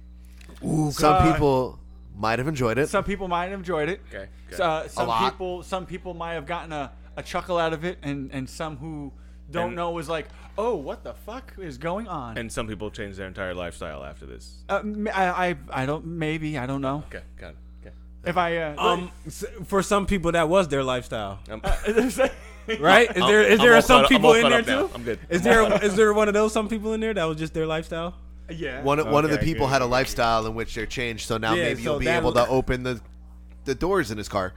[SPEAKER 1] Some
[SPEAKER 9] God.
[SPEAKER 1] people might have enjoyed it.
[SPEAKER 9] uh, Some people might have enjoyed it.
[SPEAKER 3] Okay, good.
[SPEAKER 9] So, uh,
[SPEAKER 1] A
[SPEAKER 9] some
[SPEAKER 1] lot.
[SPEAKER 9] people some people might have gotten a, a chuckle out of it, and, and some who don't
[SPEAKER 3] And-
[SPEAKER 9] know was like, oh, what the fuck is going on?
[SPEAKER 3] And some people change their entire lifestyle after this.
[SPEAKER 9] Uh, m- I, I I don't maybe I don't know.
[SPEAKER 3] Okay, got it. Okay.
[SPEAKER 9] If I uh,
[SPEAKER 2] Um, s- for some people, that was their lifestyle.
[SPEAKER 9] right?
[SPEAKER 2] right? Is there is there some people in there too?
[SPEAKER 3] I'm good.
[SPEAKER 2] Is
[SPEAKER 3] I'm all
[SPEAKER 2] there is there one of those some people in there that was just their lifestyle?
[SPEAKER 9] Yeah.
[SPEAKER 1] One one of the people had a lifestyle in which they're changed, so now
[SPEAKER 2] Yeah,
[SPEAKER 1] maybe
[SPEAKER 2] so
[SPEAKER 1] you'll be
[SPEAKER 2] that-
[SPEAKER 1] able to open the the doors in his car,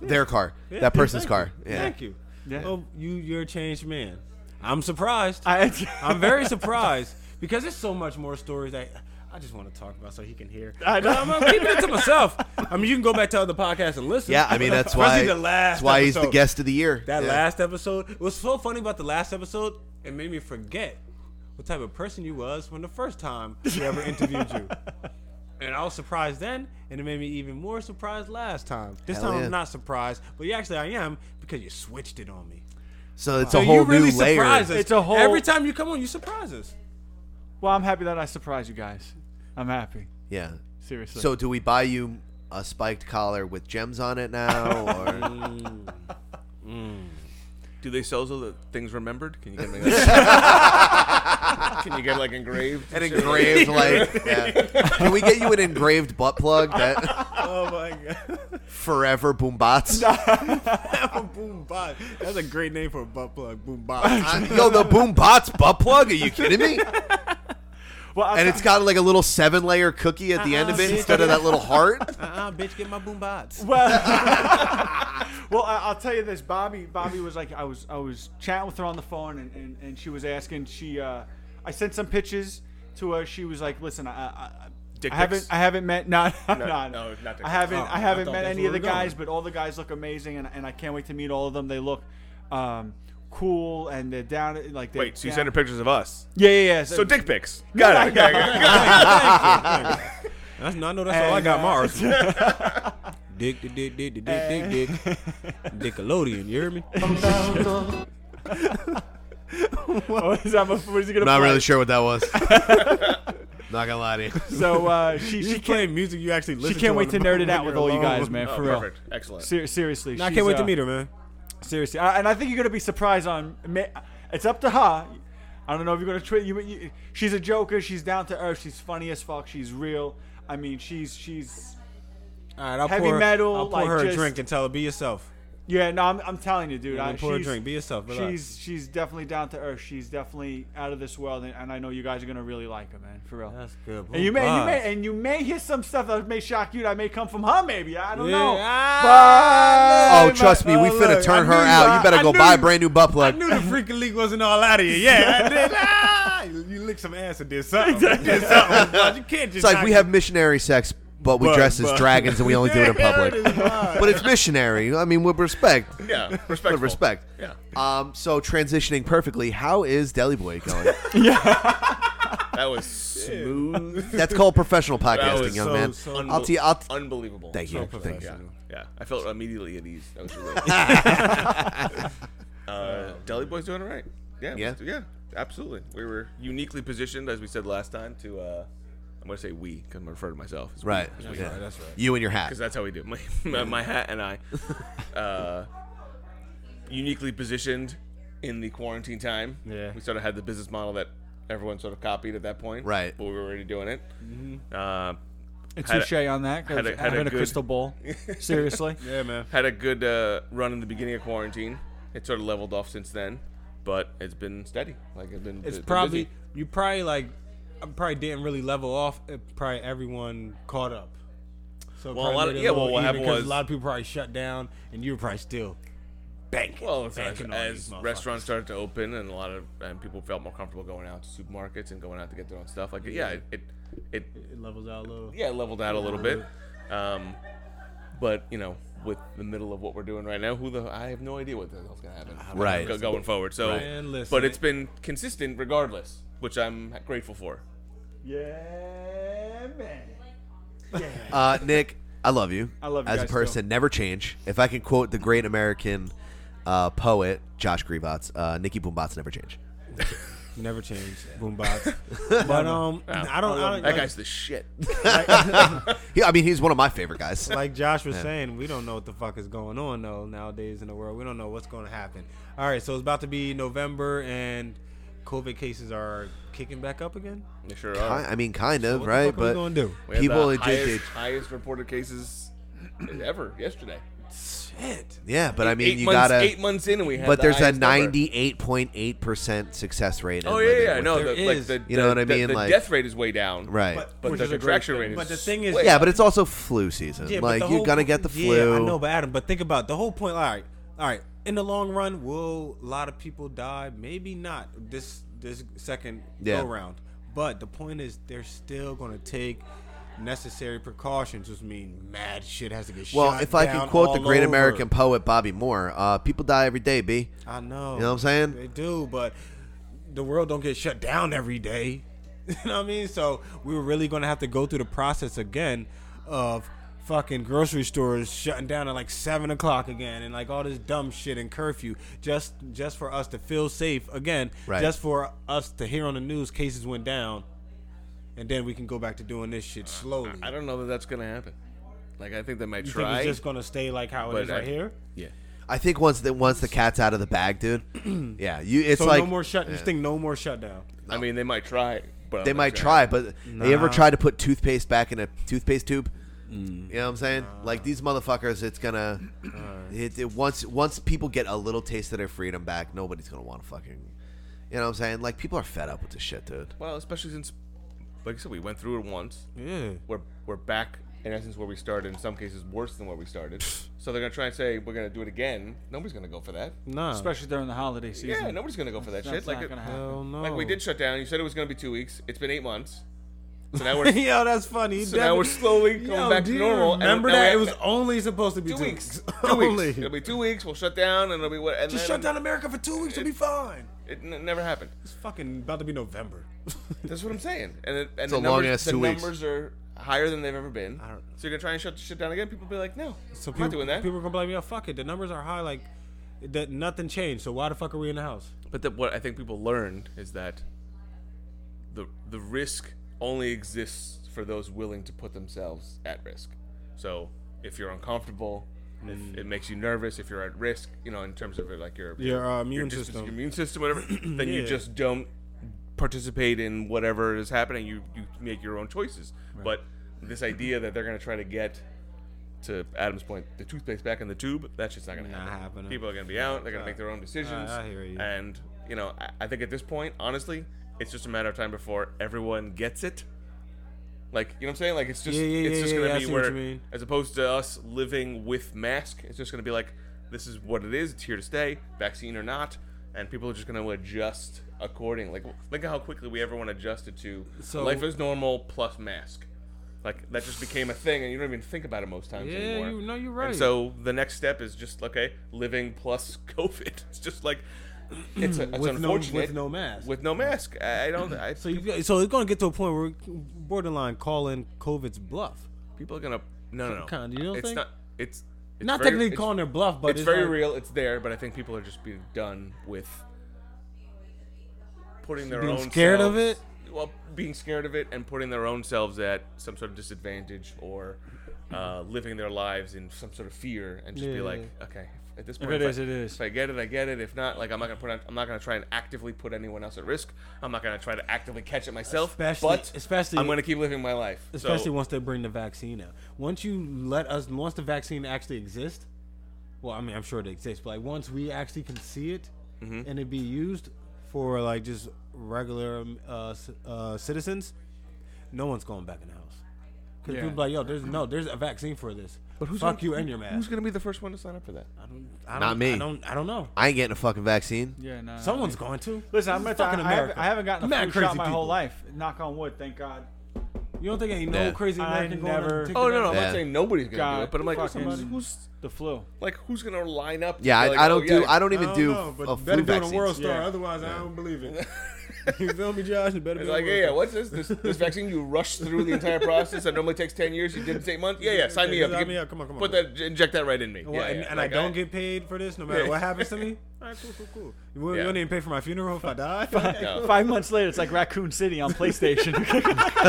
[SPEAKER 1] their car,
[SPEAKER 2] Yeah,
[SPEAKER 1] that person's
[SPEAKER 2] thank
[SPEAKER 1] car.
[SPEAKER 2] you.
[SPEAKER 1] Yeah.
[SPEAKER 2] Thank you.
[SPEAKER 9] Yeah.
[SPEAKER 2] Well, Oh, you you're a changed man. I'm surprised.
[SPEAKER 9] I,
[SPEAKER 2] I'm very surprised because there's so much more stories that I just want to talk about so he can hear.
[SPEAKER 9] I know.
[SPEAKER 2] I'm, I'm keeping it to myself. I mean, you can go back to other podcasts and listen.
[SPEAKER 1] Yeah, I mean that's
[SPEAKER 2] Especially
[SPEAKER 1] why
[SPEAKER 2] the last
[SPEAKER 1] that's why he's the
[SPEAKER 2] episode.
[SPEAKER 1] guest of the year.
[SPEAKER 2] That
[SPEAKER 1] Yeah.
[SPEAKER 2] last episode it was so funny about the last episode. It made me forget what type of person you was when the first time we ever interviewed you. And I was surprised then, and it made me even more surprised last time. This
[SPEAKER 1] Hell
[SPEAKER 2] time
[SPEAKER 1] yeah.
[SPEAKER 2] I'm not surprised, but yeah, actually I am because you switched it on me.
[SPEAKER 1] So it's
[SPEAKER 2] So
[SPEAKER 1] a whole
[SPEAKER 2] you really
[SPEAKER 1] new layer.
[SPEAKER 2] surprise us.
[SPEAKER 9] It's a whole-
[SPEAKER 2] Every time you come on, you surprise us.
[SPEAKER 9] Well, I'm happy that I surprised you guys. I'm happy.
[SPEAKER 1] Yeah.
[SPEAKER 9] Seriously.
[SPEAKER 1] So do we buy you a spiked collar with gems on it now, or
[SPEAKER 3] Do they sell so that things remembered? Can you get like, that? Can you get like engraved?
[SPEAKER 1] an
[SPEAKER 3] and shit?
[SPEAKER 1] engraved like? yeah. Can we get you an engraved butt plug that
[SPEAKER 2] Oh my god.
[SPEAKER 1] forever boombots?
[SPEAKER 2] boom bot. That's a great name for a butt plug. Boom bot.
[SPEAKER 1] Yo, the boombots butt plug? Are you kidding me?
[SPEAKER 9] Well, I,
[SPEAKER 1] And it's got like a little seven layer cookie at the end of it instead of that little heart.
[SPEAKER 2] Uh-uh, bitch, get my boom bots.
[SPEAKER 9] well, I, I'll tell you this. Bobby, Bobby was like, I was, I was chatting with her on the phone, and, and, and she was asking. She, uh, I sent some pictures to her. She was like, listen, I, I, I-
[SPEAKER 3] Dick
[SPEAKER 9] I haven't,
[SPEAKER 3] pics?
[SPEAKER 9] I haven't met, no, no, no,
[SPEAKER 3] no,
[SPEAKER 9] no.
[SPEAKER 3] not dick pics.
[SPEAKER 9] I haven't,
[SPEAKER 2] Oh,
[SPEAKER 9] I
[SPEAKER 2] I
[SPEAKER 9] haven't
[SPEAKER 2] thought
[SPEAKER 9] met
[SPEAKER 2] that's
[SPEAKER 9] any
[SPEAKER 2] where
[SPEAKER 9] of the
[SPEAKER 2] we were going.
[SPEAKER 9] guys, but all the guys look amazing, and, and I can't wait to meet all of them. They look, um, cool, and they're down, like they're
[SPEAKER 3] Wait, so you
[SPEAKER 9] down-
[SPEAKER 3] send her pictures of us?
[SPEAKER 9] Yeah, yeah, yeah.
[SPEAKER 3] So dick pics. Got it. Okay, okay, okay.
[SPEAKER 2] That's no, I know that's all I
[SPEAKER 9] And,
[SPEAKER 2] got in my
[SPEAKER 9] uh,
[SPEAKER 2] arsenal. dick, dick, dick, dick, dick, dick, dick, dick. Nickelodeon, you hear me?
[SPEAKER 9] what is that? What is he gonna?
[SPEAKER 1] Not
[SPEAKER 9] play?
[SPEAKER 1] really sure what that was. Not gonna lie to you.
[SPEAKER 9] So uh, she,
[SPEAKER 2] You
[SPEAKER 9] she
[SPEAKER 2] just playing music you actually listen
[SPEAKER 9] She
[SPEAKER 2] to.
[SPEAKER 9] can't wait
[SPEAKER 2] on
[SPEAKER 9] to
[SPEAKER 2] the
[SPEAKER 9] nerd it
[SPEAKER 2] phone
[SPEAKER 9] out
[SPEAKER 2] when
[SPEAKER 9] with
[SPEAKER 2] you're
[SPEAKER 9] all you guys,
[SPEAKER 2] alone.
[SPEAKER 9] man.
[SPEAKER 3] Oh,
[SPEAKER 9] For real.
[SPEAKER 3] perfect. Excellent.
[SPEAKER 9] Ser- seriously,
[SPEAKER 2] Nah, I
[SPEAKER 9] she's,
[SPEAKER 2] can't wait
[SPEAKER 9] uh,
[SPEAKER 2] to meet her, man.
[SPEAKER 9] Seriously, I, and I think you're gonna be surprised on. ma- It's up to her. I don't know if you're gonna treat you, you. She's a joker. She's down to earth. She's funny as fuck. She's real. I mean, she's she's
[SPEAKER 2] All right, I'll
[SPEAKER 9] Heavy
[SPEAKER 2] pour,
[SPEAKER 9] metal,
[SPEAKER 2] I'll pour
[SPEAKER 9] like,
[SPEAKER 2] her
[SPEAKER 9] just-
[SPEAKER 2] a drink and tell her be yourself.
[SPEAKER 9] Yeah, no, I'm, I'm telling you, dude.
[SPEAKER 2] Yeah,
[SPEAKER 9] I,
[SPEAKER 2] pour a
[SPEAKER 9] she's-
[SPEAKER 2] drink. Be yourself. Relax.
[SPEAKER 9] She's she's definitely down to earth. She's definitely out of this world, and, and I know you guys are gonna really like her, man, for real.
[SPEAKER 2] That's good.
[SPEAKER 9] And you may, you
[SPEAKER 2] Bob.
[SPEAKER 9] may, and you may hear some stuff that may shock you. That may come from her, maybe. I don't
[SPEAKER 2] Yeah.
[SPEAKER 9] know.
[SPEAKER 2] Oh, Ah,
[SPEAKER 1] Oh, trust me, we finna turn her out. You better go buy a brand new butt plug.
[SPEAKER 2] I knew the freaking leak wasn't all out of you. Yeah, I did. Ah, you you licked some ass and did something. Did something, but you can't just.
[SPEAKER 1] It's like
[SPEAKER 2] knock
[SPEAKER 1] we have missionary sex, but we
[SPEAKER 2] But-
[SPEAKER 1] dress as
[SPEAKER 2] but-
[SPEAKER 1] dragons and we only do it in public.
[SPEAKER 2] Yeah, it is wild.
[SPEAKER 1] but it's missionary. I mean, with respect.
[SPEAKER 3] Yeah,
[SPEAKER 1] With
[SPEAKER 3] respectful.
[SPEAKER 1] respect.
[SPEAKER 3] Yeah.
[SPEAKER 1] Um. So transitioning perfectly, how is Deli Boy going?
[SPEAKER 3] That was smooth.
[SPEAKER 1] That's called professional
[SPEAKER 3] That
[SPEAKER 1] podcasting,
[SPEAKER 3] was
[SPEAKER 1] young
[SPEAKER 3] so-
[SPEAKER 1] man.
[SPEAKER 3] so
[SPEAKER 1] I'll
[SPEAKER 3] unbe-
[SPEAKER 1] t- I'll t-
[SPEAKER 3] unbelievable.
[SPEAKER 1] Thank
[SPEAKER 3] So
[SPEAKER 1] you. Thank
[SPEAKER 3] professional.
[SPEAKER 1] you.
[SPEAKER 3] Yeah. yeah, I felt immediately at ease. That was really. uh, Deli Boy's doing it right. Yeah,
[SPEAKER 1] Yeah.
[SPEAKER 3] yeah, absolutely. We were uniquely positioned, as we said last time, to. Uh, I'm gonna say we, because I'm gonna refer to myself. as we,
[SPEAKER 1] Right.
[SPEAKER 3] as
[SPEAKER 1] That's
[SPEAKER 3] we.
[SPEAKER 1] right, that's right. You and your hat.
[SPEAKER 3] Because that's how we do. My, my, my hat and I. Uh, uniquely positioned in the quarantine time.
[SPEAKER 2] Yeah.
[SPEAKER 3] We sort of had the business model that everyone sort of copied at that point.
[SPEAKER 1] Right.
[SPEAKER 3] But we were already doing it.
[SPEAKER 9] Mhm.
[SPEAKER 3] Uh,
[SPEAKER 9] A
[SPEAKER 3] had
[SPEAKER 9] touche on that, 'cause
[SPEAKER 3] had had
[SPEAKER 9] having a crystal ball. Seriously. Yeah, man.
[SPEAKER 3] Had a good uh, run in the beginning of quarantine. It sort of leveled off since then, but it's been steady. Like it's been.
[SPEAKER 2] It's
[SPEAKER 3] been
[SPEAKER 2] probably
[SPEAKER 3] busy.
[SPEAKER 2] you probably like I probably didn't really level off. It probably everyone caught up. So
[SPEAKER 3] Well, a lot
[SPEAKER 2] probably
[SPEAKER 3] of-
[SPEAKER 2] made it
[SPEAKER 3] yeah, well,
[SPEAKER 2] little
[SPEAKER 3] what
[SPEAKER 2] even
[SPEAKER 3] happened
[SPEAKER 2] 'cause
[SPEAKER 3] was-
[SPEAKER 2] a lot of people probably shut down, and you were probably still banking.
[SPEAKER 3] Well, it's as,
[SPEAKER 2] banking on these
[SPEAKER 3] as
[SPEAKER 2] motherfuckers.
[SPEAKER 3] restaurants started to open and a lot of and people felt more comfortable going out to supermarkets and going out to get their own stuff. Like yeah,
[SPEAKER 2] Yeah.
[SPEAKER 3] it it, it
[SPEAKER 2] it levels out a little.
[SPEAKER 3] yeah, it leveled out a little bit. Um, but you know, with the middle of what we're doing right now, who the I have no idea what the hell's gonna happen.
[SPEAKER 1] Right.
[SPEAKER 3] go- going forward. So,
[SPEAKER 2] Right. Man, listen,
[SPEAKER 3] but
[SPEAKER 2] it-
[SPEAKER 3] it's been consistent regardless, which I'm grateful for.
[SPEAKER 9] Yeah, man.
[SPEAKER 1] Uh, Nick, I love you.
[SPEAKER 9] I love you
[SPEAKER 1] as a
[SPEAKER 9] guys,
[SPEAKER 1] person. Never change. If I can quote the great American uh, poet Josh Grievots, uh, Nicky Boombots never change.
[SPEAKER 2] Never change. Boombox. But um, I don't. I don't
[SPEAKER 3] that
[SPEAKER 2] like-
[SPEAKER 3] guy's the shit.
[SPEAKER 1] Yeah, I mean, he's one of my favorite guys.
[SPEAKER 2] Like Josh was
[SPEAKER 1] Yeah.
[SPEAKER 2] saying, we don't know what the fuck is going on though nowadays in the world. We don't know what's going to happen. All right, so it's about to be November and COVID cases are kicking back up again.
[SPEAKER 3] They sure
[SPEAKER 1] Ki-
[SPEAKER 3] are.
[SPEAKER 1] I mean, kind of,
[SPEAKER 2] what the
[SPEAKER 1] right?
[SPEAKER 2] fuck are we
[SPEAKER 1] but
[SPEAKER 2] gonna do?
[SPEAKER 3] We had the
[SPEAKER 1] people, it just,
[SPEAKER 3] highest,
[SPEAKER 1] it,
[SPEAKER 3] highest reported cases ever yesterday.
[SPEAKER 2] Shit.
[SPEAKER 1] yeah. But I
[SPEAKER 3] Eight-
[SPEAKER 1] mean,
[SPEAKER 3] eight
[SPEAKER 1] you
[SPEAKER 3] months-
[SPEAKER 1] gotta
[SPEAKER 3] eight months in, and we had
[SPEAKER 1] But
[SPEAKER 3] the
[SPEAKER 1] there's a
[SPEAKER 3] highest number.
[SPEAKER 1] ninety-eight point eight percent success rate. in
[SPEAKER 3] Oh yeah,
[SPEAKER 1] living
[SPEAKER 3] yeah,
[SPEAKER 1] with
[SPEAKER 3] no,
[SPEAKER 1] it.
[SPEAKER 3] the, like the,
[SPEAKER 1] you know what I
[SPEAKER 3] the-
[SPEAKER 1] mean?
[SPEAKER 3] The
[SPEAKER 1] like
[SPEAKER 3] death rate is way down,
[SPEAKER 1] Right.
[SPEAKER 3] But,
[SPEAKER 2] Which
[SPEAKER 3] the
[SPEAKER 2] is a great
[SPEAKER 3] contraction
[SPEAKER 2] thing.
[SPEAKER 3] rate is
[SPEAKER 2] But the thing is-
[SPEAKER 3] way
[SPEAKER 1] yeah,
[SPEAKER 3] up.
[SPEAKER 1] but it's also flu season.
[SPEAKER 2] Yeah, but
[SPEAKER 1] like
[SPEAKER 2] the
[SPEAKER 1] you're
[SPEAKER 2] whole
[SPEAKER 1] gonna
[SPEAKER 2] point-
[SPEAKER 1] get the
[SPEAKER 2] Yeah,
[SPEAKER 1] flu.
[SPEAKER 2] I know, but Adam, but think about the whole point. All right, all right. In the long run, will a lot of people die? Maybe not this this second
[SPEAKER 1] Yeah.
[SPEAKER 2] go round. But the point is, they're still going to take necessary precautions, which mean mad shit has to get shot.
[SPEAKER 1] Well, if I can
[SPEAKER 2] down
[SPEAKER 1] quote the
[SPEAKER 2] all
[SPEAKER 1] great
[SPEAKER 2] over.
[SPEAKER 1] American poet Bobby Moore, uh, people die every day, B.
[SPEAKER 2] I know.
[SPEAKER 1] You know what I'm saying?
[SPEAKER 2] They do, but the world don't get shut down every day. You know what I mean? So we were really going to have to go through the process again of fucking grocery stores shutting down at like seven o'clock again, and like all this dumb shit and curfew just just for us to feel safe again,
[SPEAKER 1] Right.
[SPEAKER 2] just for us to hear on the news cases went down, and then we can go back to doing this shit slowly.
[SPEAKER 3] Uh, I don't know that that's gonna happen. Like I think they might
[SPEAKER 2] You think
[SPEAKER 3] try.
[SPEAKER 2] it's just going to stay like how it
[SPEAKER 3] but
[SPEAKER 2] is right
[SPEAKER 3] I-
[SPEAKER 2] here?
[SPEAKER 3] Yeah.
[SPEAKER 1] I think once the once the cat's out of the bag, dude. yeah, you. It's
[SPEAKER 2] so
[SPEAKER 1] like
[SPEAKER 2] no more shut. You
[SPEAKER 1] yeah.
[SPEAKER 2] think no more shutdown?
[SPEAKER 3] I mean, they might try, but
[SPEAKER 1] They
[SPEAKER 3] I'm not
[SPEAKER 1] might
[SPEAKER 3] sure.
[SPEAKER 1] try, but they ever
[SPEAKER 2] Nah. Mm.
[SPEAKER 1] try to put toothpaste back in a toothpaste tube? You know what I'm saying? like these motherfuckers, it's gonna. It, it once once people get a little taste of their freedom back, nobody's gonna want to fucking. You know what I'm saying? Like people are fed up with this shit, dude.
[SPEAKER 3] Well, especially since, like I said, we went through it once.
[SPEAKER 2] Yeah.
[SPEAKER 3] We're we're back in essence where we started. In some cases, worse than where we started. so they're gonna try and say we're gonna do it again. Nobody's gonna go for that.
[SPEAKER 2] No.
[SPEAKER 9] Especially during the holiday season.
[SPEAKER 3] Yeah, nobody's gonna go for that
[SPEAKER 9] That's
[SPEAKER 3] shit. Like,
[SPEAKER 9] not
[SPEAKER 3] it-
[SPEAKER 9] gonna happen.
[SPEAKER 3] like we did shut down. You said it was gonna be two weeks. It's been eight months. So now we're
[SPEAKER 2] yo, that's funny.
[SPEAKER 3] So now we're slowly going back to normal. and
[SPEAKER 2] Remember
[SPEAKER 3] now we
[SPEAKER 2] that it
[SPEAKER 3] have-
[SPEAKER 2] was only supposed to be two,
[SPEAKER 3] weeks. Two
[SPEAKER 2] only.
[SPEAKER 3] weeks. It'll be two weeks. We'll shut down, and it'll be what? And
[SPEAKER 2] Just
[SPEAKER 3] then
[SPEAKER 2] shut down America for two weeks. It'll be fine.
[SPEAKER 3] It n- never happened.
[SPEAKER 2] It's fucking about to be November.
[SPEAKER 3] That's what I'm saying. And, it, and
[SPEAKER 1] It's a
[SPEAKER 3] the
[SPEAKER 1] long
[SPEAKER 3] numbers,
[SPEAKER 1] ass
[SPEAKER 3] the
[SPEAKER 1] two weeks.
[SPEAKER 3] numbers are higher than they've ever been. So you're gonna try and shut the shit down again? People be like, no,
[SPEAKER 2] So
[SPEAKER 3] I'm
[SPEAKER 2] people,
[SPEAKER 3] not doing that.
[SPEAKER 2] people are gonna blame me. Oh, fuck it. The numbers are high. Like that, nothing changed. So why the fuck are we in the house?
[SPEAKER 3] But the, what I think people learned is that the the risk only exists for those willing to put themselves at risk. So if you're uncomfortable,
[SPEAKER 2] Hmm.
[SPEAKER 3] if it makes you nervous, if you're at risk, you know, in terms of like your
[SPEAKER 2] Your, uh, immune
[SPEAKER 3] dis-
[SPEAKER 2] system.
[SPEAKER 3] immune system, whatever, then you
[SPEAKER 2] Yeah.
[SPEAKER 3] just don't participate in whatever is happening. You you make your own choices. But this idea that they're gonna try to get to Adam's point, the toothpaste back in the tube, that shit's not gonna happen. People are gonna be out. They're gonna make their own decisions.
[SPEAKER 2] I hear you.
[SPEAKER 3] And you know, I, I think at this point, honestly, it's just a matter of time before everyone gets it. Like you know what I'm saying? Like it's just
[SPEAKER 2] Yeah, yeah,
[SPEAKER 3] it's
[SPEAKER 2] yeah,
[SPEAKER 3] just
[SPEAKER 2] yeah,
[SPEAKER 3] gonna
[SPEAKER 2] yeah, I
[SPEAKER 3] be
[SPEAKER 2] see what
[SPEAKER 3] where
[SPEAKER 2] you mean.
[SPEAKER 3] as opposed to us living with mask, it's just gonna be like this is what it is. It's here to stay, vaccine or not, and people are just gonna adjust according. Like look at how quickly we everyone adjusted to
[SPEAKER 2] So-
[SPEAKER 3] life is normal plus mask. Like that just became a thing, and you don't even think about it most times
[SPEAKER 2] Yeah,
[SPEAKER 3] anymore.
[SPEAKER 2] you- no, you're
[SPEAKER 3] And
[SPEAKER 2] right.
[SPEAKER 3] so the next step is just okay, living plus COVID. It's just like it's, it's
[SPEAKER 2] With no-
[SPEAKER 3] unfortunate
[SPEAKER 2] with no mask.
[SPEAKER 3] With no mask, I I don't. I, so
[SPEAKER 2] Yeah, So it's gonna get to a point where borderline calling COVID's bluff.
[SPEAKER 3] people are gonna no no no.
[SPEAKER 2] Kind of, you don't
[SPEAKER 3] it's
[SPEAKER 2] think?
[SPEAKER 3] not. It's, it's
[SPEAKER 2] Not
[SPEAKER 3] very-
[SPEAKER 2] technically
[SPEAKER 3] it's-
[SPEAKER 2] calling their bluff, but
[SPEAKER 3] it's,
[SPEAKER 2] it's
[SPEAKER 3] very
[SPEAKER 2] like-
[SPEAKER 3] real. It's there, but I think people are just being done with putting their
[SPEAKER 2] Being
[SPEAKER 3] own
[SPEAKER 2] scared of
[SPEAKER 3] selves- Well, being scared of it and putting their own selves at some sort of disadvantage or uh, living their lives in some sort of fear and just be
[SPEAKER 2] Yeah.
[SPEAKER 3] like, okay, at this
[SPEAKER 2] If
[SPEAKER 3] point,
[SPEAKER 2] it
[SPEAKER 3] I-
[SPEAKER 2] is, it is.
[SPEAKER 3] If I get it, I get it. If not, like I'm not gonna put, on, I'm not gonna try and actively put anyone else at risk. I'm not gonna try to actively catch it myself.
[SPEAKER 2] Especially-
[SPEAKER 3] but
[SPEAKER 2] especially-
[SPEAKER 3] I'm gonna keep living my life. So-
[SPEAKER 2] Especially once they bring the vaccine out. Once you let us, once the vaccine actually exists, well, I mean, I'm sure it exists, but like once we actually can see it and it be used for like just regular um, uh, c- uh, citizens, no one's going back in the house. Because
[SPEAKER 3] Yeah.
[SPEAKER 2] people be like, yo, there's no, there's a vaccine for this.
[SPEAKER 3] But who's
[SPEAKER 2] fuck
[SPEAKER 3] gonna-
[SPEAKER 2] you and your
[SPEAKER 3] who-
[SPEAKER 2] mask?
[SPEAKER 3] Who's gonna be the first one to sign up for that?
[SPEAKER 2] I don't. I don't
[SPEAKER 1] Not me.
[SPEAKER 2] I don't. I don't know.
[SPEAKER 1] I ain't getting a fucking vaccine.
[SPEAKER 9] Yeah,
[SPEAKER 3] Uh,
[SPEAKER 9] no.
[SPEAKER 2] Someone's going to.
[SPEAKER 9] Listen,
[SPEAKER 2] This
[SPEAKER 9] I'm
[SPEAKER 2] is
[SPEAKER 9] not. uh, I,
[SPEAKER 2] fucking
[SPEAKER 9] I, haven't,
[SPEAKER 2] America.
[SPEAKER 9] I haven't gotten a
[SPEAKER 2] Mad
[SPEAKER 9] flu
[SPEAKER 2] crazy
[SPEAKER 9] shot my whole
[SPEAKER 2] people.
[SPEAKER 9] life. Knock on wood. Thank God.
[SPEAKER 2] You don't think ain't no
[SPEAKER 9] Yeah.
[SPEAKER 2] crazy
[SPEAKER 9] I
[SPEAKER 2] American going
[SPEAKER 9] never-
[SPEAKER 2] to take
[SPEAKER 3] Oh
[SPEAKER 2] the
[SPEAKER 3] no, no, I'm
[SPEAKER 2] vaccine?
[SPEAKER 3] not saying nobody's gonna do
[SPEAKER 9] God
[SPEAKER 3] it, but I'm like,
[SPEAKER 9] fucking-
[SPEAKER 3] who's, who's
[SPEAKER 9] the flu?
[SPEAKER 3] Like, who's gonna line up? to
[SPEAKER 1] Yeah,
[SPEAKER 3] be
[SPEAKER 1] I-
[SPEAKER 3] like,
[SPEAKER 1] I don't
[SPEAKER 3] oh,
[SPEAKER 1] do-
[SPEAKER 3] yeah.
[SPEAKER 1] I don't even
[SPEAKER 3] I
[SPEAKER 1] do
[SPEAKER 3] know, but
[SPEAKER 1] a
[SPEAKER 3] better
[SPEAKER 1] flu
[SPEAKER 3] do it on
[SPEAKER 1] vaccine.
[SPEAKER 3] World
[SPEAKER 1] Yeah.
[SPEAKER 3] Star.
[SPEAKER 12] Otherwise, I don't believe it. you feel me, Josh? It better
[SPEAKER 3] It's
[SPEAKER 12] be
[SPEAKER 3] like,
[SPEAKER 12] on
[SPEAKER 3] yeah, yeah,
[SPEAKER 12] World
[SPEAKER 3] what's this? this? This vaccine you rushed through the entire process that normally takes ten years. You did it eight months. Yeah, yeah, sign me up.
[SPEAKER 2] Sign
[SPEAKER 3] You can
[SPEAKER 2] me up. Come on, come on.
[SPEAKER 3] Put that, inject that right in me.
[SPEAKER 2] And,
[SPEAKER 3] yeah,
[SPEAKER 2] what- and,
[SPEAKER 3] yeah,
[SPEAKER 2] and
[SPEAKER 3] like,
[SPEAKER 2] I don't get paid for this, no matter what happens to me. All right, cool, cool, cool. You, won't- you
[SPEAKER 3] Yeah.
[SPEAKER 2] don't even pay for my funeral if I die.
[SPEAKER 9] Five,
[SPEAKER 3] No.
[SPEAKER 9] five months later, it's like Raccoon City on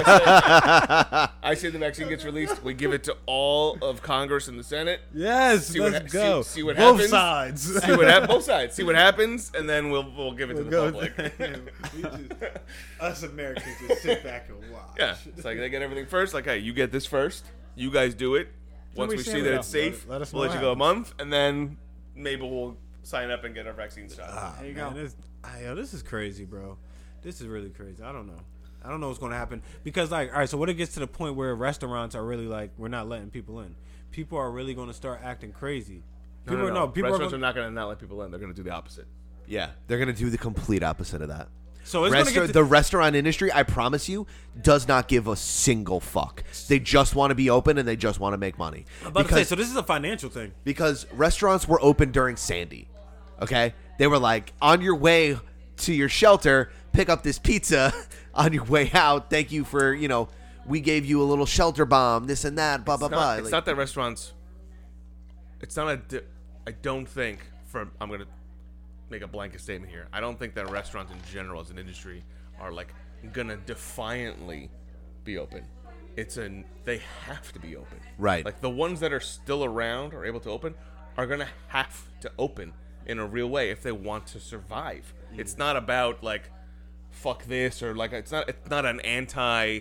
[SPEAKER 9] PlayStation.
[SPEAKER 3] I say the vaccine gets released. We give it to all of Congress and the Senate.
[SPEAKER 2] Yes,
[SPEAKER 3] what
[SPEAKER 2] let's
[SPEAKER 3] ha-
[SPEAKER 2] go.
[SPEAKER 3] See, see what
[SPEAKER 2] Both
[SPEAKER 3] happens.
[SPEAKER 2] sides.
[SPEAKER 3] See what hap- both sides. See what happens, and then we'll we'll give it to
[SPEAKER 2] We'll
[SPEAKER 3] the
[SPEAKER 2] go
[SPEAKER 3] public.
[SPEAKER 12] us Americans just sit back and watch.
[SPEAKER 3] Yeah, it's like they get everything first. Like, hey, you get this first. You guys do it.
[SPEAKER 2] Then
[SPEAKER 3] Once
[SPEAKER 2] we
[SPEAKER 3] we
[SPEAKER 2] see
[SPEAKER 3] see
[SPEAKER 2] it
[SPEAKER 3] that
[SPEAKER 2] out.
[SPEAKER 3] it's safe,
[SPEAKER 2] Let us
[SPEAKER 3] we'll
[SPEAKER 2] know
[SPEAKER 3] let
[SPEAKER 2] what
[SPEAKER 3] you go a month, and then maybe we'll sign up and get our vaccine shot.
[SPEAKER 2] there you go. This, ah, yo, this is crazy, bro. This is really crazy. I don't know. I don't know what's going to happen because, like, all right. So what it gets to the point where restaurants are really like, we're not letting people in. People are really going to start acting crazy.
[SPEAKER 3] No,
[SPEAKER 2] People,
[SPEAKER 3] no,
[SPEAKER 2] no, people
[SPEAKER 3] Restaurants
[SPEAKER 2] are,
[SPEAKER 3] are,
[SPEAKER 2] gonna-
[SPEAKER 3] not going to not let people in. They're going to do the opposite. Yeah.
[SPEAKER 1] They're gonna do the complete opposite of that.
[SPEAKER 3] So it's gonna
[SPEAKER 1] Restaur-
[SPEAKER 3] get to-
[SPEAKER 1] the restaurant industry, I promise you, does not give a single fuck. They just want to be open and they just want to make money.
[SPEAKER 2] I'm about to say. So this is a financial thing.
[SPEAKER 1] because restaurants were open during Sandy. Okay, they were like on your way to your shelter, pick up this pizza on your way out. Thank you for you know we gave you a little shelter bomb, this and that, blah blah
[SPEAKER 3] It's not-
[SPEAKER 1] blah.
[SPEAKER 3] it's
[SPEAKER 1] Like,
[SPEAKER 3] not that restaurants. It's not a. Di- I don't think for. I'm gonna make a blanket statement here. I don't think that restaurants in general, as an industry, are like gonna defiantly be open. It's an. They have to be open.
[SPEAKER 1] Right.
[SPEAKER 3] Like the ones that are still around or able to open are gonna have to open in a real way if they want to survive. It's not about like fuck this or like it's not it's not an anti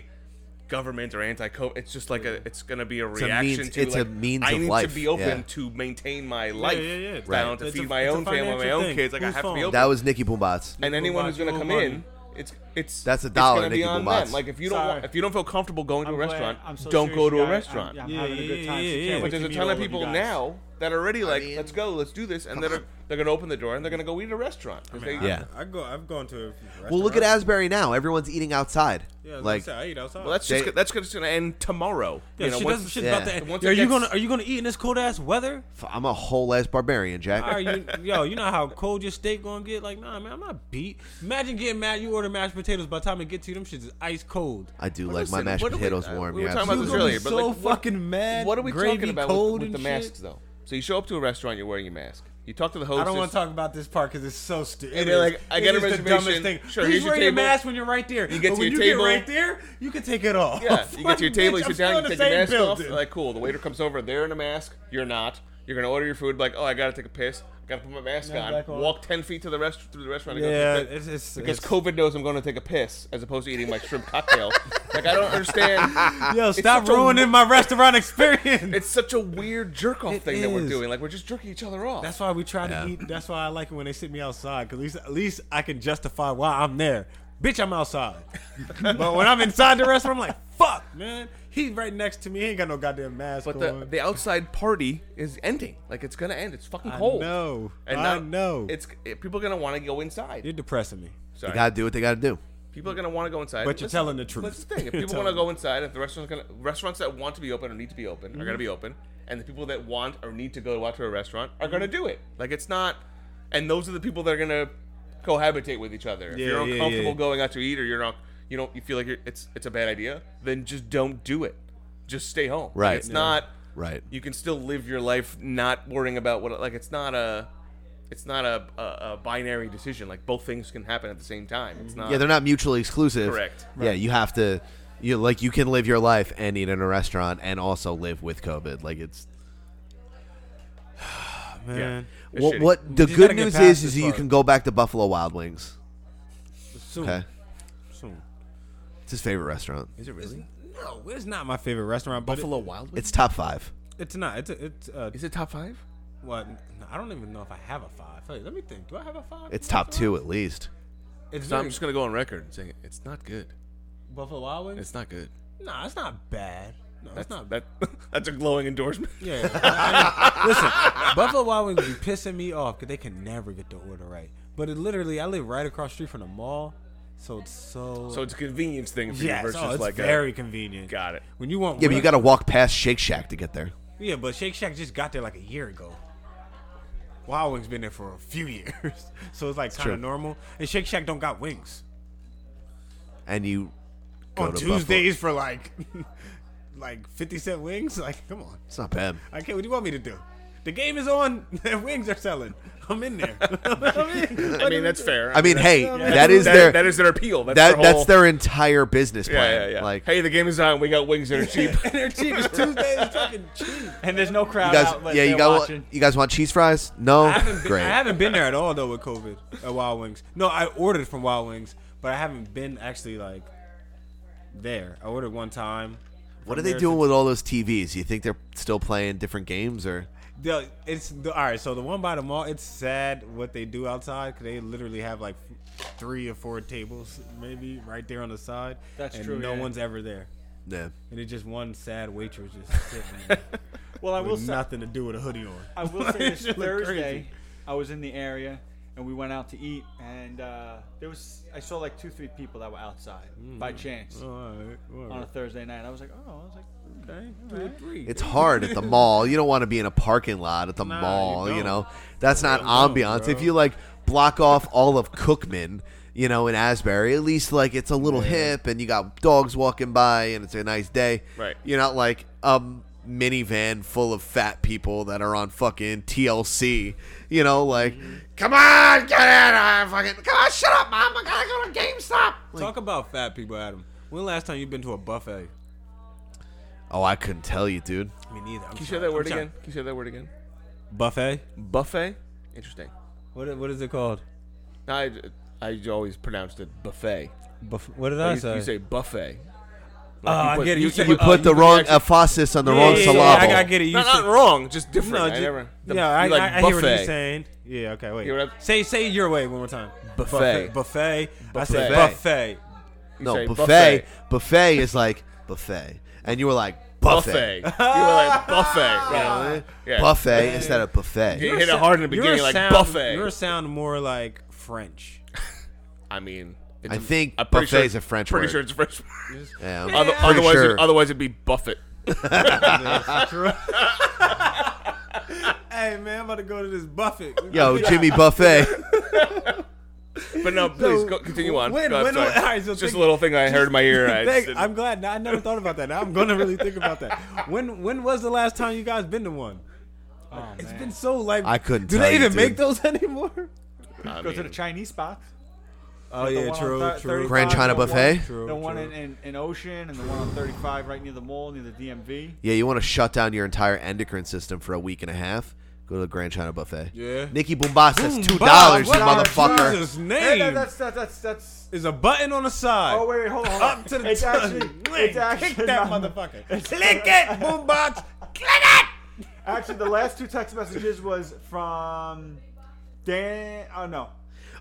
[SPEAKER 3] government or anti co it's just like a it's gonna be a
[SPEAKER 1] It's a
[SPEAKER 3] reaction
[SPEAKER 1] means-
[SPEAKER 3] to
[SPEAKER 1] it's a
[SPEAKER 3] like,
[SPEAKER 1] means
[SPEAKER 3] I
[SPEAKER 1] of
[SPEAKER 3] need
[SPEAKER 1] life,
[SPEAKER 3] to be open
[SPEAKER 1] yeah.
[SPEAKER 3] to maintain my life
[SPEAKER 2] yeah, yeah.
[SPEAKER 3] I don't
[SPEAKER 1] Right.
[SPEAKER 3] have to
[SPEAKER 2] It's
[SPEAKER 3] feed
[SPEAKER 2] a-
[SPEAKER 3] my
[SPEAKER 2] it's a
[SPEAKER 3] own family my
[SPEAKER 2] financial
[SPEAKER 3] own
[SPEAKER 2] thing.
[SPEAKER 3] kids like I
[SPEAKER 2] Who's
[SPEAKER 3] have to be
[SPEAKER 2] phone?
[SPEAKER 3] open
[SPEAKER 1] that was Nicky Bombats.
[SPEAKER 3] and anyone who's gonna
[SPEAKER 2] Who's
[SPEAKER 3] come
[SPEAKER 2] phone?
[SPEAKER 3] in it's it's
[SPEAKER 1] That's a
[SPEAKER 3] it's
[SPEAKER 1] dollar,
[SPEAKER 3] gonna be
[SPEAKER 1] Nickel
[SPEAKER 3] on
[SPEAKER 1] Bots.
[SPEAKER 3] them like if you don't
[SPEAKER 9] Sorry.
[SPEAKER 3] want, if you don't feel comfortable going to a
[SPEAKER 9] glad-
[SPEAKER 3] restaurant
[SPEAKER 9] I'm so
[SPEAKER 3] don't go
[SPEAKER 9] serious,
[SPEAKER 3] to
[SPEAKER 9] you
[SPEAKER 3] a
[SPEAKER 9] guys.
[SPEAKER 3] restaurant
[SPEAKER 9] I'm- I'm Yeah, having a good yeah, time, so yeah, can't yeah. wait
[SPEAKER 3] but
[SPEAKER 9] to
[SPEAKER 3] there's a
[SPEAKER 9] meet
[SPEAKER 3] ton
[SPEAKER 9] all
[SPEAKER 3] of
[SPEAKER 9] of you
[SPEAKER 3] people
[SPEAKER 9] guys.
[SPEAKER 3] now that are already like
[SPEAKER 2] mean-
[SPEAKER 3] let's go let's do this and they're they're gonna open the door and they're gonna go eat at a restaurant 'cause
[SPEAKER 2] I mean,
[SPEAKER 3] they-
[SPEAKER 1] Yeah.
[SPEAKER 2] I, I go. I've gone to. A few
[SPEAKER 1] well, look at
[SPEAKER 2] restaurants.
[SPEAKER 1] Asbury now. Everyone's eating outside.
[SPEAKER 2] Yeah, I was
[SPEAKER 1] like
[SPEAKER 2] gonna say, I eat outside.
[SPEAKER 3] Well, that's
[SPEAKER 1] They-
[SPEAKER 3] just that's just gonna end tomorrow.
[SPEAKER 2] Yeah,
[SPEAKER 3] you know,
[SPEAKER 2] shit
[SPEAKER 3] once-
[SPEAKER 2] doesn't- shit's about to end.
[SPEAKER 3] Once
[SPEAKER 2] Are
[SPEAKER 3] it
[SPEAKER 2] you
[SPEAKER 3] gets-
[SPEAKER 2] gonna Are you gonna eat in this cold ass weather?
[SPEAKER 1] f- I'm a whole ass barbarian, Jack.
[SPEAKER 2] Are you, yo, you know how cold your steak gonna get? Like, nah, man, I'm not beat. Imagine getting mad. You order mashed potatoes. By the time it gets to you, them shits is ice cold.
[SPEAKER 1] I do
[SPEAKER 2] But
[SPEAKER 1] like my
[SPEAKER 2] listen,
[SPEAKER 1] mashed
[SPEAKER 2] what do we-
[SPEAKER 1] potatoes warm.
[SPEAKER 3] we were
[SPEAKER 1] yeah,
[SPEAKER 3] talking about
[SPEAKER 1] absolutely.
[SPEAKER 3] this earlier, but
[SPEAKER 2] so
[SPEAKER 3] like, what-
[SPEAKER 2] fucking mad.
[SPEAKER 3] What are we
[SPEAKER 2] gravy
[SPEAKER 3] talking about
[SPEAKER 2] cold
[SPEAKER 3] with, with
[SPEAKER 2] and
[SPEAKER 3] the masks
[SPEAKER 2] shit?
[SPEAKER 3] though? So you show up to a restaurant, you're wearing your mask. You talk to the hostess.
[SPEAKER 2] I don't want to talk about this part because it's so stupid.
[SPEAKER 3] And they're like, I got a
[SPEAKER 2] the dumbest
[SPEAKER 3] reservation.
[SPEAKER 2] thing.
[SPEAKER 3] Sure,
[SPEAKER 2] Please
[SPEAKER 3] here's your
[SPEAKER 2] wear your
[SPEAKER 3] table.
[SPEAKER 2] mask when you're right there.
[SPEAKER 3] You get
[SPEAKER 2] But
[SPEAKER 3] to
[SPEAKER 2] when
[SPEAKER 3] your
[SPEAKER 2] you
[SPEAKER 3] table.
[SPEAKER 2] get right there, you can take it off.
[SPEAKER 3] Yeah, you get to your
[SPEAKER 2] Like,
[SPEAKER 3] table, you
[SPEAKER 2] bitch,
[SPEAKER 3] sit
[SPEAKER 2] I'm
[SPEAKER 3] down, you
[SPEAKER 2] still in
[SPEAKER 3] take
[SPEAKER 2] the
[SPEAKER 3] your
[SPEAKER 2] same
[SPEAKER 3] mask
[SPEAKER 2] building.
[SPEAKER 3] off. Like, cool. The waiter comes over, they're in a mask, you're not. You're gonna order your food, like, oh, I gotta take a piss. Gotta put my mask
[SPEAKER 2] Yeah,
[SPEAKER 3] on.
[SPEAKER 2] back on.
[SPEAKER 3] Walk ten feet to the rest through the restaurant. to go
[SPEAKER 2] Yeah,
[SPEAKER 3] to the-
[SPEAKER 2] it's- it's-
[SPEAKER 3] because
[SPEAKER 2] it's-
[SPEAKER 3] COVID knows I'm going to take a piss as opposed to eating my shrimp cocktail. like I don't understand.
[SPEAKER 2] Yo,
[SPEAKER 3] It's
[SPEAKER 2] stop
[SPEAKER 3] such a-
[SPEAKER 2] ruining my restaurant experience.
[SPEAKER 3] It's such a weird jerk off thing that we're
[SPEAKER 2] is.
[SPEAKER 3] doing. Like we're just jerking each other off.
[SPEAKER 2] That's why we try
[SPEAKER 3] Yeah.
[SPEAKER 2] to eat. That's why I like it when they sit me outside. Cause at least, at least I can justify why I'm there. Bitch, I'm outside. but when I'm inside the restaurant, I'm like, fuck, man. He's right next to me. He ain't got no goddamn mask
[SPEAKER 3] But
[SPEAKER 2] on.
[SPEAKER 3] the, the outside party is ending. Like it's gonna end. It's fucking
[SPEAKER 2] I
[SPEAKER 3] cold.
[SPEAKER 2] know. I
[SPEAKER 3] know. It's people are gonna want to go inside.
[SPEAKER 2] You're depressing me.
[SPEAKER 3] Sorry.
[SPEAKER 1] They gotta do what they gotta do.
[SPEAKER 3] People are gonna want to go inside.
[SPEAKER 2] But you're telling the truth.
[SPEAKER 3] That's the thing. If
[SPEAKER 2] You're
[SPEAKER 3] people want to
[SPEAKER 2] telling
[SPEAKER 3] go inside, if the restaurants gonna restaurants that want to be open or need to be open are gonna be open, and the people that want or need to go out to a restaurant are gonna do it. Like it's not, and those are the people that are gonna cohabitate with each other. If
[SPEAKER 2] Yeah,
[SPEAKER 3] you're
[SPEAKER 2] yeah,
[SPEAKER 3] uncomfortable
[SPEAKER 2] yeah.
[SPEAKER 3] going out to eat or you're not, you don't, you feel like you're, it's it's a bad idea, then just don't do it. Just stay home. Like,
[SPEAKER 1] Right.
[SPEAKER 3] it's
[SPEAKER 1] Yeah.
[SPEAKER 3] not.
[SPEAKER 1] Right.
[SPEAKER 3] You can still live your life not worrying about what like it's not a. It's not a, a, a binary decision. Like both things can happen at the same time. It's not.
[SPEAKER 1] yeah, they're not mutually exclusive.
[SPEAKER 3] Correct.
[SPEAKER 1] Yeah, you have to. You like you can live your life and eat in a restaurant and also live with COVID. Like it's
[SPEAKER 2] man. It's
[SPEAKER 1] what,
[SPEAKER 2] shitty.
[SPEAKER 1] what the
[SPEAKER 2] You just gotta
[SPEAKER 1] good
[SPEAKER 2] get
[SPEAKER 1] news
[SPEAKER 2] past
[SPEAKER 1] is
[SPEAKER 2] this
[SPEAKER 1] is you
[SPEAKER 2] part.
[SPEAKER 1] can go back to Buffalo Wild Wings.
[SPEAKER 2] Soon.
[SPEAKER 1] Okay,
[SPEAKER 2] Soon.
[SPEAKER 1] it's his favorite restaurant.
[SPEAKER 2] Is it really? No, it's not my favorite restaurant. but
[SPEAKER 1] Buffalo
[SPEAKER 2] it-
[SPEAKER 1] Wild Wings? It's top five.
[SPEAKER 2] It's not. It's. A, it's uh,
[SPEAKER 3] Is it top five?
[SPEAKER 2] What? I don't even know if I have a five. Hey, let me think. Do I have a five?
[SPEAKER 1] It's top two at least.
[SPEAKER 2] It's
[SPEAKER 3] So I'm
[SPEAKER 2] very-
[SPEAKER 3] just gonna go on record and say it's not good.
[SPEAKER 2] Buffalo Wild Wings.
[SPEAKER 3] It's not good.
[SPEAKER 2] Nah, it's not bad. No,
[SPEAKER 3] that's
[SPEAKER 2] it's not.
[SPEAKER 3] that. That's a glowing endorsement.
[SPEAKER 2] Yeah. I- I- listen, Buffalo Wild Wings be pissing me off because they can never get the order right. But it literally, I live right across the street from the mall, so it's so.
[SPEAKER 3] So it's a convenience thing for
[SPEAKER 2] Yes,
[SPEAKER 3] you versus
[SPEAKER 2] oh, it's
[SPEAKER 3] like
[SPEAKER 2] very
[SPEAKER 3] a,
[SPEAKER 2] convenient.
[SPEAKER 3] Got it.
[SPEAKER 2] When you want,
[SPEAKER 1] Yeah, but you
[SPEAKER 2] real-
[SPEAKER 1] got to walk past Shake Shack to get there.
[SPEAKER 2] Yeah, but Shake Shack just got there like a year ago. Wild Wings been there for a few years, so it's like
[SPEAKER 1] It's
[SPEAKER 2] kind of
[SPEAKER 1] true.
[SPEAKER 2] normal. And Shake Shack don't got wings
[SPEAKER 1] And you go
[SPEAKER 2] on
[SPEAKER 1] to
[SPEAKER 2] Tuesdays for like, like fifty cent wings. Like, come on.
[SPEAKER 1] It's not bad.
[SPEAKER 2] I can't. What do you want me to do? The game is on. The wings are selling. I'm in there. I mean,
[SPEAKER 3] I mean, that's fair.
[SPEAKER 1] I mean, hey, that
[SPEAKER 3] that's-
[SPEAKER 1] is
[SPEAKER 3] that-
[SPEAKER 1] their
[SPEAKER 3] that is their appeal. That's
[SPEAKER 1] that
[SPEAKER 3] their
[SPEAKER 1] that's
[SPEAKER 3] whole-
[SPEAKER 1] their entire business
[SPEAKER 3] Yeah,
[SPEAKER 1] plan.
[SPEAKER 3] yeah, yeah.
[SPEAKER 1] Like
[SPEAKER 3] hey, the game is on. We got wings that are cheap.
[SPEAKER 2] and they're cheap. It's Tuesday. It's fucking cheap.
[SPEAKER 9] And there's no
[SPEAKER 1] you
[SPEAKER 9] crowd
[SPEAKER 1] guys,
[SPEAKER 9] out. But
[SPEAKER 1] yeah, you
[SPEAKER 9] they're
[SPEAKER 1] got
[SPEAKER 9] watching.
[SPEAKER 1] you guys want cheese fries? No,
[SPEAKER 2] I haven't been,
[SPEAKER 1] great.
[SPEAKER 2] I haven't been there at all though with COVID at Wild Wings. No, I ordered from Wild Wings, but I haven't been actually like there. I ordered one time.
[SPEAKER 1] what
[SPEAKER 2] from
[SPEAKER 1] are they
[SPEAKER 2] there
[SPEAKER 1] doing with all those TVs? You think they're still playing different games or?
[SPEAKER 2] since- The, it's the, all right. So the one by the mall, it's sad what they do outside because they literally have like three or four tables maybe right there on the side.
[SPEAKER 9] That's
[SPEAKER 2] and
[SPEAKER 9] true,
[SPEAKER 2] No
[SPEAKER 9] yeah.
[SPEAKER 2] one's ever there.
[SPEAKER 1] Yeah.
[SPEAKER 2] And it's just one sad waitress just sitting. there
[SPEAKER 9] Well, I will
[SPEAKER 2] with
[SPEAKER 9] say-
[SPEAKER 2] nothing to do with a hoodie on.
[SPEAKER 9] I will say this
[SPEAKER 2] It's just
[SPEAKER 9] Thursday,
[SPEAKER 2] crazy.
[SPEAKER 9] I was in the area and we went out to eat, and uh, there was I saw like two, three people that were outside
[SPEAKER 1] Hmm.
[SPEAKER 9] by chance
[SPEAKER 1] Oh.
[SPEAKER 2] All right, all
[SPEAKER 9] on a
[SPEAKER 2] right.
[SPEAKER 9] Thursday night. I was like, oh, I was like,
[SPEAKER 2] okay,
[SPEAKER 9] all right.
[SPEAKER 1] It's hard at the mall. You don't want to be in a parking lot at the
[SPEAKER 9] Nah, you
[SPEAKER 1] mall. You,
[SPEAKER 9] don't.
[SPEAKER 1] know, that's not ambiance. if
[SPEAKER 2] bro.
[SPEAKER 1] you like block off all of Cookman, you know, in Asbury, at least like it's a little hip and you got dogs walking by and it's a nice day.
[SPEAKER 3] Right.
[SPEAKER 1] You're not like a minivan full of fat people that are on fucking TLC. You know, like
[SPEAKER 2] Mm-hmm.
[SPEAKER 1] come on, get in, I fucking come on, shut up, mom. I gotta go to GameStop.
[SPEAKER 2] Talk about fat people, Adam. When last time you been to a buffet?
[SPEAKER 1] Oh, I couldn't tell you, dude.
[SPEAKER 2] Me neither. I'm
[SPEAKER 3] Can you say
[SPEAKER 2] trying-
[SPEAKER 3] that
[SPEAKER 2] I'm
[SPEAKER 3] word
[SPEAKER 2] trying-
[SPEAKER 3] again? Can you say that word again?
[SPEAKER 2] Buffet.
[SPEAKER 3] Buffet. Interesting.
[SPEAKER 2] What i- what is it called?
[SPEAKER 3] I I always pronounced it buffet.
[SPEAKER 2] Buff- what did
[SPEAKER 3] Like,
[SPEAKER 2] I
[SPEAKER 3] you, You
[SPEAKER 2] say?
[SPEAKER 3] say buffet.
[SPEAKER 2] Oh, I get it. You
[SPEAKER 1] You,
[SPEAKER 2] say-
[SPEAKER 1] you
[SPEAKER 2] uh,
[SPEAKER 1] put the
[SPEAKER 2] you
[SPEAKER 1] wrong
[SPEAKER 2] actually-
[SPEAKER 1] emphasis on the
[SPEAKER 2] Yeah,
[SPEAKER 1] wrong
[SPEAKER 2] yeah, yeah,
[SPEAKER 1] syllable.
[SPEAKER 2] I, I get it. You
[SPEAKER 3] Not-
[SPEAKER 2] said-
[SPEAKER 3] not wrong, just different. I
[SPEAKER 2] ju-
[SPEAKER 3] never- the-
[SPEAKER 2] yeah, I,
[SPEAKER 3] you like
[SPEAKER 2] I, I hear what you're
[SPEAKER 3] buffet.
[SPEAKER 2] saying. Yeah. Okay. Wait.
[SPEAKER 3] Hear what I'm-
[SPEAKER 2] say say it your way one more time.
[SPEAKER 1] Buffet.
[SPEAKER 2] Buffet. Buffet. I
[SPEAKER 1] Buffet.
[SPEAKER 2] said buffet.
[SPEAKER 1] No, buffet. Buffet is like buffet, and you were like buffet.
[SPEAKER 3] Buffet. you were like buffet. Right? Yeah.
[SPEAKER 1] Buffet instead of buffet.
[SPEAKER 3] You hit it hard in the
[SPEAKER 2] Your
[SPEAKER 3] beginning, like
[SPEAKER 2] sound-
[SPEAKER 3] buffet.
[SPEAKER 2] Your sound more like French.
[SPEAKER 3] I mean,
[SPEAKER 1] I
[SPEAKER 3] a-
[SPEAKER 1] think
[SPEAKER 3] I'm pretty
[SPEAKER 1] buffet
[SPEAKER 3] sure-
[SPEAKER 1] is a French
[SPEAKER 3] Pretty
[SPEAKER 1] word.
[SPEAKER 3] sure it's a French.
[SPEAKER 1] Yes.
[SPEAKER 3] Word.
[SPEAKER 1] Yeah, I'm
[SPEAKER 3] Other-
[SPEAKER 1] pretty
[SPEAKER 3] otherwise,
[SPEAKER 1] sure.
[SPEAKER 3] it, otherwise it'd be Buffett.
[SPEAKER 2] hey man, I'm about to go to this buffet.
[SPEAKER 1] Yo, Jimmy Buffet.
[SPEAKER 3] But no, please go, continue on.
[SPEAKER 2] When,
[SPEAKER 3] Go, I'm
[SPEAKER 2] when,
[SPEAKER 3] sorry.
[SPEAKER 2] all right, so
[SPEAKER 3] just
[SPEAKER 2] think-
[SPEAKER 3] a little thing I heard in my ear. I just
[SPEAKER 2] Thank-
[SPEAKER 3] didn't-
[SPEAKER 2] I'm glad. Now, I never thought about that. Now I'm gonna really think about that. When when was the last time you guys been to one? It's been so like
[SPEAKER 1] I couldn't
[SPEAKER 2] Do
[SPEAKER 1] tell
[SPEAKER 2] they
[SPEAKER 1] you,
[SPEAKER 2] even
[SPEAKER 1] dude.
[SPEAKER 2] make those anymore?
[SPEAKER 3] I
[SPEAKER 9] go to the
[SPEAKER 3] mean,
[SPEAKER 9] Chinese spots.
[SPEAKER 2] Oh,
[SPEAKER 9] Like
[SPEAKER 2] yeah,
[SPEAKER 9] the one on
[SPEAKER 2] true,
[SPEAKER 9] thir-
[SPEAKER 2] true.
[SPEAKER 9] 35,
[SPEAKER 1] Grand China
[SPEAKER 9] the one-
[SPEAKER 1] Buffet?
[SPEAKER 2] True,
[SPEAKER 9] the one
[SPEAKER 2] true.
[SPEAKER 9] in, in, in Ocean, and the one on 35 right near the mall, near the DMV.
[SPEAKER 1] yeah, you want to shut down your entire endocrine system for a week and a half? Go to the Grand China Buffet.
[SPEAKER 12] Yeah.
[SPEAKER 1] Nikki Bombastas,
[SPEAKER 12] Boom,
[SPEAKER 1] two
[SPEAKER 12] bah,
[SPEAKER 1] dollars, you
[SPEAKER 12] what our
[SPEAKER 1] motherfucker.
[SPEAKER 12] Jesus
[SPEAKER 9] Hey,
[SPEAKER 12] name.
[SPEAKER 9] that- that's, that's, that's, that's.
[SPEAKER 12] Is a button on the side.
[SPEAKER 9] Oh, wait, wait, hold on. hold on.
[SPEAKER 12] Up to the
[SPEAKER 9] it's
[SPEAKER 12] tongue.
[SPEAKER 9] actually,
[SPEAKER 12] Click.
[SPEAKER 9] it's actually
[SPEAKER 12] Kick that
[SPEAKER 9] not-
[SPEAKER 12] motherfucker.
[SPEAKER 9] it's-
[SPEAKER 12] Click it, boombox.
[SPEAKER 9] Actually, the last two text messages was from Dan. Oh no.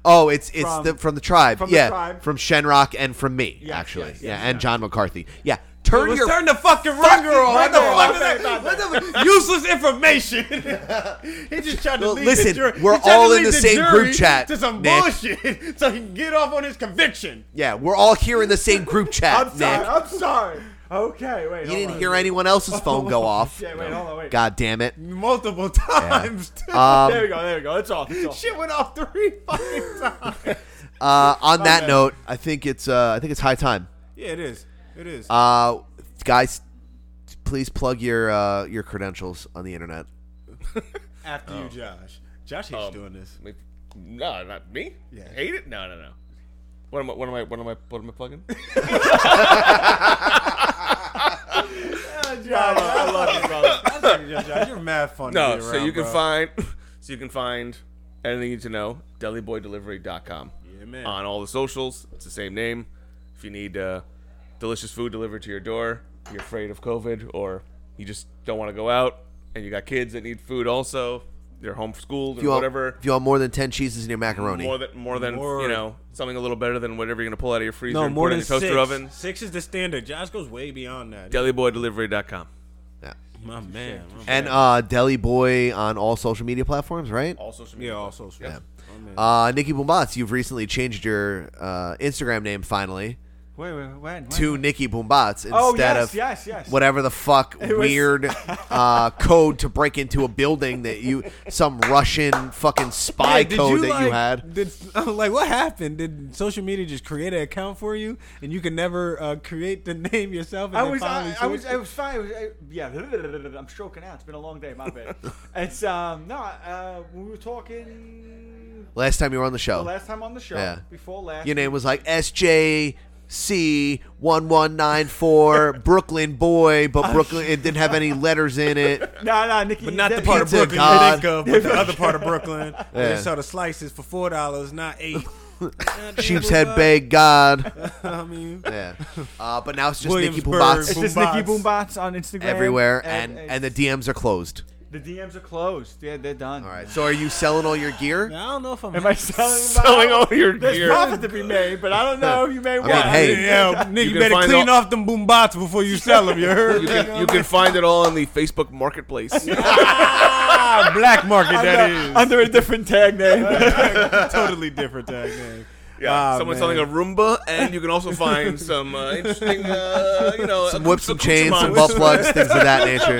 [SPEAKER 1] Oh, it's it's
[SPEAKER 9] From-
[SPEAKER 1] the from the tribe.
[SPEAKER 9] from the
[SPEAKER 1] yeah,
[SPEAKER 9] tribe.
[SPEAKER 1] from Shenrock and from me
[SPEAKER 9] Yes,
[SPEAKER 1] actually.
[SPEAKER 9] yes,
[SPEAKER 1] yeah,
[SPEAKER 9] yes,
[SPEAKER 1] and John McCarthy. Yeah, turn
[SPEAKER 12] Let's
[SPEAKER 1] your
[SPEAKER 12] turn the fucking ringer on. What the fuck is that? What the useless information? he just tried to
[SPEAKER 1] Well,
[SPEAKER 12] lead
[SPEAKER 1] listen,
[SPEAKER 12] the jury.
[SPEAKER 1] we're
[SPEAKER 12] he tried to
[SPEAKER 1] all in
[SPEAKER 12] lead
[SPEAKER 1] the same
[SPEAKER 12] jury
[SPEAKER 1] group chat,
[SPEAKER 12] to some
[SPEAKER 1] Nick.
[SPEAKER 12] bullshit, so he can get off on his conviction.
[SPEAKER 1] yeah, we're all here in the same group chat,
[SPEAKER 9] I'm
[SPEAKER 1] Nick.
[SPEAKER 9] sorry. I'm sorry. Okay, wait.
[SPEAKER 1] You
[SPEAKER 9] hold
[SPEAKER 1] didn't
[SPEAKER 9] on.
[SPEAKER 1] hear anyone else's phone go off.
[SPEAKER 9] Yeah, wait, hold on, wait.
[SPEAKER 1] God damn it.
[SPEAKER 12] Multiple
[SPEAKER 1] times, too.
[SPEAKER 9] there we go. There we go. It's off. It's off.
[SPEAKER 12] Shit went off three fucking times.
[SPEAKER 1] Uh, on
[SPEAKER 12] My
[SPEAKER 1] that
[SPEAKER 12] bad.
[SPEAKER 1] note, I think it's uh, I think it's high time.
[SPEAKER 12] Yeah, it is. It is.
[SPEAKER 1] Uh, guys, please plug your uh, your credentials on the internet.
[SPEAKER 12] After
[SPEAKER 3] Oh.
[SPEAKER 12] you, Josh. Josh hates
[SPEAKER 3] Um,
[SPEAKER 12] doing this.
[SPEAKER 3] me- No, not me.
[SPEAKER 12] Yeah.
[SPEAKER 3] Hate it? No, no, no. What am I? What am I? What am I? What am I plugging?
[SPEAKER 12] Josh, I love you, brother. I love you, Josh. You're mad funny
[SPEAKER 3] No,
[SPEAKER 12] to be
[SPEAKER 3] so
[SPEAKER 12] around,
[SPEAKER 3] you can
[SPEAKER 12] bro.
[SPEAKER 3] find, so you can find anything you need to know. DeliBoyDelivery.com.
[SPEAKER 12] Yeah, man.
[SPEAKER 3] On all the socials, it's the same name. If you need uh, delicious food delivered to your door, you're afraid of COVID, or you just don't want to go out, and you got kids that need food also. They're homeschooled
[SPEAKER 1] If
[SPEAKER 3] or
[SPEAKER 1] you want,
[SPEAKER 3] whatever.
[SPEAKER 1] if you want more than ten cheeses in your macaroni,
[SPEAKER 3] More than more than
[SPEAKER 2] More.
[SPEAKER 3] you know, something a little better than whatever you're gonna pull out of your freezer.
[SPEAKER 2] No,
[SPEAKER 3] and
[SPEAKER 2] more
[SPEAKER 3] put
[SPEAKER 2] than
[SPEAKER 3] in your toaster
[SPEAKER 2] six.
[SPEAKER 3] oven.
[SPEAKER 2] Six is the standard. Josh goes way beyond that.
[SPEAKER 3] Deliboydelivery.com.
[SPEAKER 1] Yeah.
[SPEAKER 2] My man. my
[SPEAKER 1] and
[SPEAKER 2] man.
[SPEAKER 1] uh, Deli Boy on all social media platforms, right?
[SPEAKER 3] All social media.
[SPEAKER 2] Yeah, all social.
[SPEAKER 1] Yeah.
[SPEAKER 2] Oh, man.
[SPEAKER 1] Uh, Nikki Boombatz, you've recently changed your uh, Instagram name finally
[SPEAKER 9] Wait, wait, when? when?
[SPEAKER 1] to Nikki Boombatz instead
[SPEAKER 9] Oh, yes,
[SPEAKER 1] of
[SPEAKER 9] yes, yes.
[SPEAKER 1] whatever the fuck
[SPEAKER 9] It was-
[SPEAKER 1] weird uh, code to break into a building that you some Russian fucking spy
[SPEAKER 2] Yeah, did
[SPEAKER 1] code that
[SPEAKER 2] like,
[SPEAKER 1] you had.
[SPEAKER 2] Did, like, what happened? Did social media just create an account for you, and you can never uh, create the name yourself? And
[SPEAKER 9] I
[SPEAKER 2] then
[SPEAKER 9] was,
[SPEAKER 2] finally
[SPEAKER 9] I, I was,
[SPEAKER 2] switch it?
[SPEAKER 9] I was fine. I was, I, yeah, I'm stroking out. It's been a long day. My bad. it's um, no, uh, we were talking
[SPEAKER 1] Last time you were on the show.
[SPEAKER 9] The last time on the show, before last
[SPEAKER 1] Your name was like SJC one one nine four Brooklyn boy, but Brooklyn it didn't have any letters in it.
[SPEAKER 9] No, no, Nikki. But
[SPEAKER 2] not the part of
[SPEAKER 1] Pizza
[SPEAKER 2] Brooklyn
[SPEAKER 1] God.
[SPEAKER 2] you think of, but the other part of Brooklyn. where
[SPEAKER 1] Yeah.
[SPEAKER 2] They sell the slices for four dollars, not eight. Goddamn,
[SPEAKER 1] Sheep's
[SPEAKER 2] boy.
[SPEAKER 1] head bag God.
[SPEAKER 2] I mean,
[SPEAKER 1] Yeah. Uh, but now it's just Nikki
[SPEAKER 2] Williamsburg,
[SPEAKER 1] Boombots.
[SPEAKER 9] It's just Nikki Boombots on Instagram.
[SPEAKER 1] everywhere and, and the DMs are closed.
[SPEAKER 9] the DMs are closed. Yeah, they're done. All right.
[SPEAKER 1] So are you selling all your gear?
[SPEAKER 2] I don't know if I'm.
[SPEAKER 9] Am I selling,
[SPEAKER 1] Selling all your
[SPEAKER 9] There's
[SPEAKER 1] gear.
[SPEAKER 9] profit to be made, but I don't know. You may
[SPEAKER 1] I
[SPEAKER 9] want.
[SPEAKER 1] mean, hey.
[SPEAKER 2] Yeah, nigga,
[SPEAKER 3] You can
[SPEAKER 2] you better
[SPEAKER 3] find
[SPEAKER 2] clean
[SPEAKER 3] all-
[SPEAKER 2] off them boom bots before you sell them. You heard?
[SPEAKER 3] You can, you can find it all on the Facebook Marketplace.
[SPEAKER 2] ah, black market that is
[SPEAKER 9] under a different tag name.
[SPEAKER 2] totally different tag name.
[SPEAKER 3] Yeah,
[SPEAKER 2] Ah,
[SPEAKER 3] someone's
[SPEAKER 2] man.
[SPEAKER 3] selling a Roomba, and you can also find some uh, interesting, uh, you know,
[SPEAKER 1] Some whips, some chains, some
[SPEAKER 3] accoutrements.
[SPEAKER 1] butt plugs, things of that nature.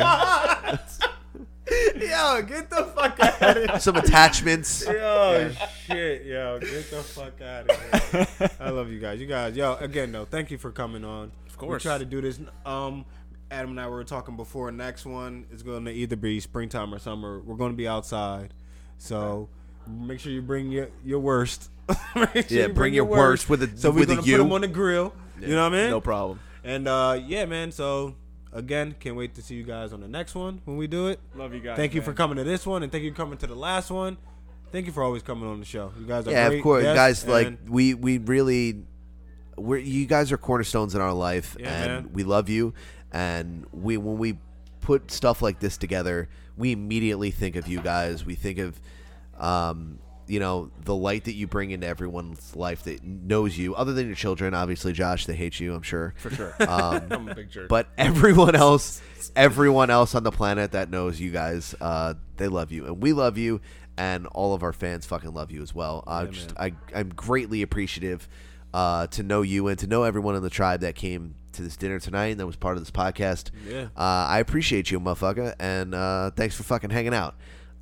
[SPEAKER 2] Yo, get the fuck out of here.
[SPEAKER 1] Some attachments.
[SPEAKER 2] Yo, shit, yo, get the fuck out of here. I love you guys. You guys, yo, again though, thank you for coming on. Of
[SPEAKER 3] course.
[SPEAKER 2] we try to do this. Um, Adam and I were talking before. Next one is going to either be springtime or summer. We're going to be outside, so make sure you bring your your worst. Make sure
[SPEAKER 1] Yeah,
[SPEAKER 2] you
[SPEAKER 1] bring your worst with a-
[SPEAKER 2] so we're
[SPEAKER 1] with a
[SPEAKER 2] gonna
[SPEAKER 1] U.
[SPEAKER 2] put them on the grill. You know what I mean?
[SPEAKER 3] No problem.
[SPEAKER 2] And uh, yeah, man. So again, can't wait to see you guys on the next one when we do it.
[SPEAKER 9] Love you guys,
[SPEAKER 2] Thank you
[SPEAKER 9] man.
[SPEAKER 2] for coming to this one, and thank you for coming to the last one. Thank you for always coming on the show. You guys are
[SPEAKER 1] yeah,
[SPEAKER 2] great
[SPEAKER 1] of course,
[SPEAKER 2] guests,
[SPEAKER 1] guys. Like
[SPEAKER 2] and
[SPEAKER 1] we we really, we're you guys are cornerstones in our life,
[SPEAKER 2] Yeah,
[SPEAKER 1] and
[SPEAKER 2] man.
[SPEAKER 1] we love you. And we when we put stuff like this together, we immediately think of you guys. We think of, um, you know, the light that you bring into everyone's life that knows you, other than your children, obviously. Josh, they hate you, I'm sure.
[SPEAKER 3] For sure.
[SPEAKER 1] Um,
[SPEAKER 3] I'm a big jerk.
[SPEAKER 1] But everyone else, everyone else on the planet that knows you guys, uh, they love you, and we love you, and all of our fans fucking love you as well. I just, I, I'm greatly appreciative uh, to know you and to know everyone in the tribe that came to this dinner tonight and that was part of this podcast.
[SPEAKER 2] Yeah.
[SPEAKER 1] uh, I appreciate you, motherfucker, and uh, thanks for fucking hanging out.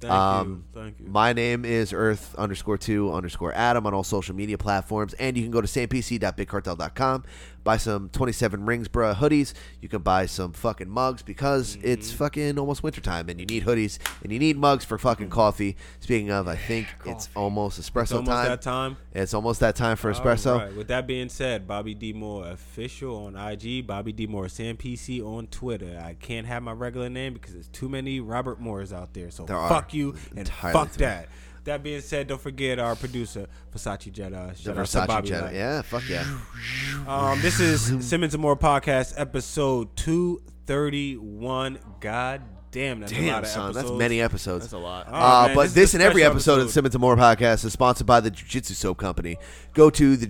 [SPEAKER 1] Um,
[SPEAKER 2] Thank you. Thank you.
[SPEAKER 1] My name is Earth underscore two underscore Adam on all social media platforms, and you can go to sampc.bigcartel.com. buy some 27 Rings Bruh hoodies. You can buy some fucking mugs because it's
[SPEAKER 2] Mm-hmm.
[SPEAKER 1] fucking almost wintertime and you need hoodies and you need mugs for fucking coffee. Speaking of, I think it's almost espresso
[SPEAKER 2] Mm. It's almost
[SPEAKER 1] time.
[SPEAKER 2] that time.
[SPEAKER 1] It's almost that time for espresso.
[SPEAKER 2] All right. With that being said, Bobby D Moore official on IG, Bobby D Moore Sam PC on Twitter. I can't have my regular name because there's too many Robert Moores out there. So
[SPEAKER 1] There are.
[SPEAKER 2] fuck you and
[SPEAKER 1] Entirely
[SPEAKER 2] fuck
[SPEAKER 1] too many.
[SPEAKER 2] that. That being said, don't forget our producer Versace Jedi. Shout out to
[SPEAKER 1] Versace
[SPEAKER 2] Bobby
[SPEAKER 1] Jedi.
[SPEAKER 2] Light.
[SPEAKER 1] Yeah, fuck yeah.
[SPEAKER 2] Um, this is Simmons and Moore podcast episode two thirty one. God damn, that's a lot
[SPEAKER 1] Damn,
[SPEAKER 2] of
[SPEAKER 1] son, that's
[SPEAKER 2] episodes.
[SPEAKER 1] many episodes.
[SPEAKER 2] That's a lot.
[SPEAKER 1] Uh,
[SPEAKER 2] Oh, man,
[SPEAKER 1] but
[SPEAKER 2] is
[SPEAKER 1] this,
[SPEAKER 2] a
[SPEAKER 1] and every
[SPEAKER 2] special
[SPEAKER 1] episode, of the Simmons and More podcast is sponsored by the Jiu Jitsu Soap Company. Go to the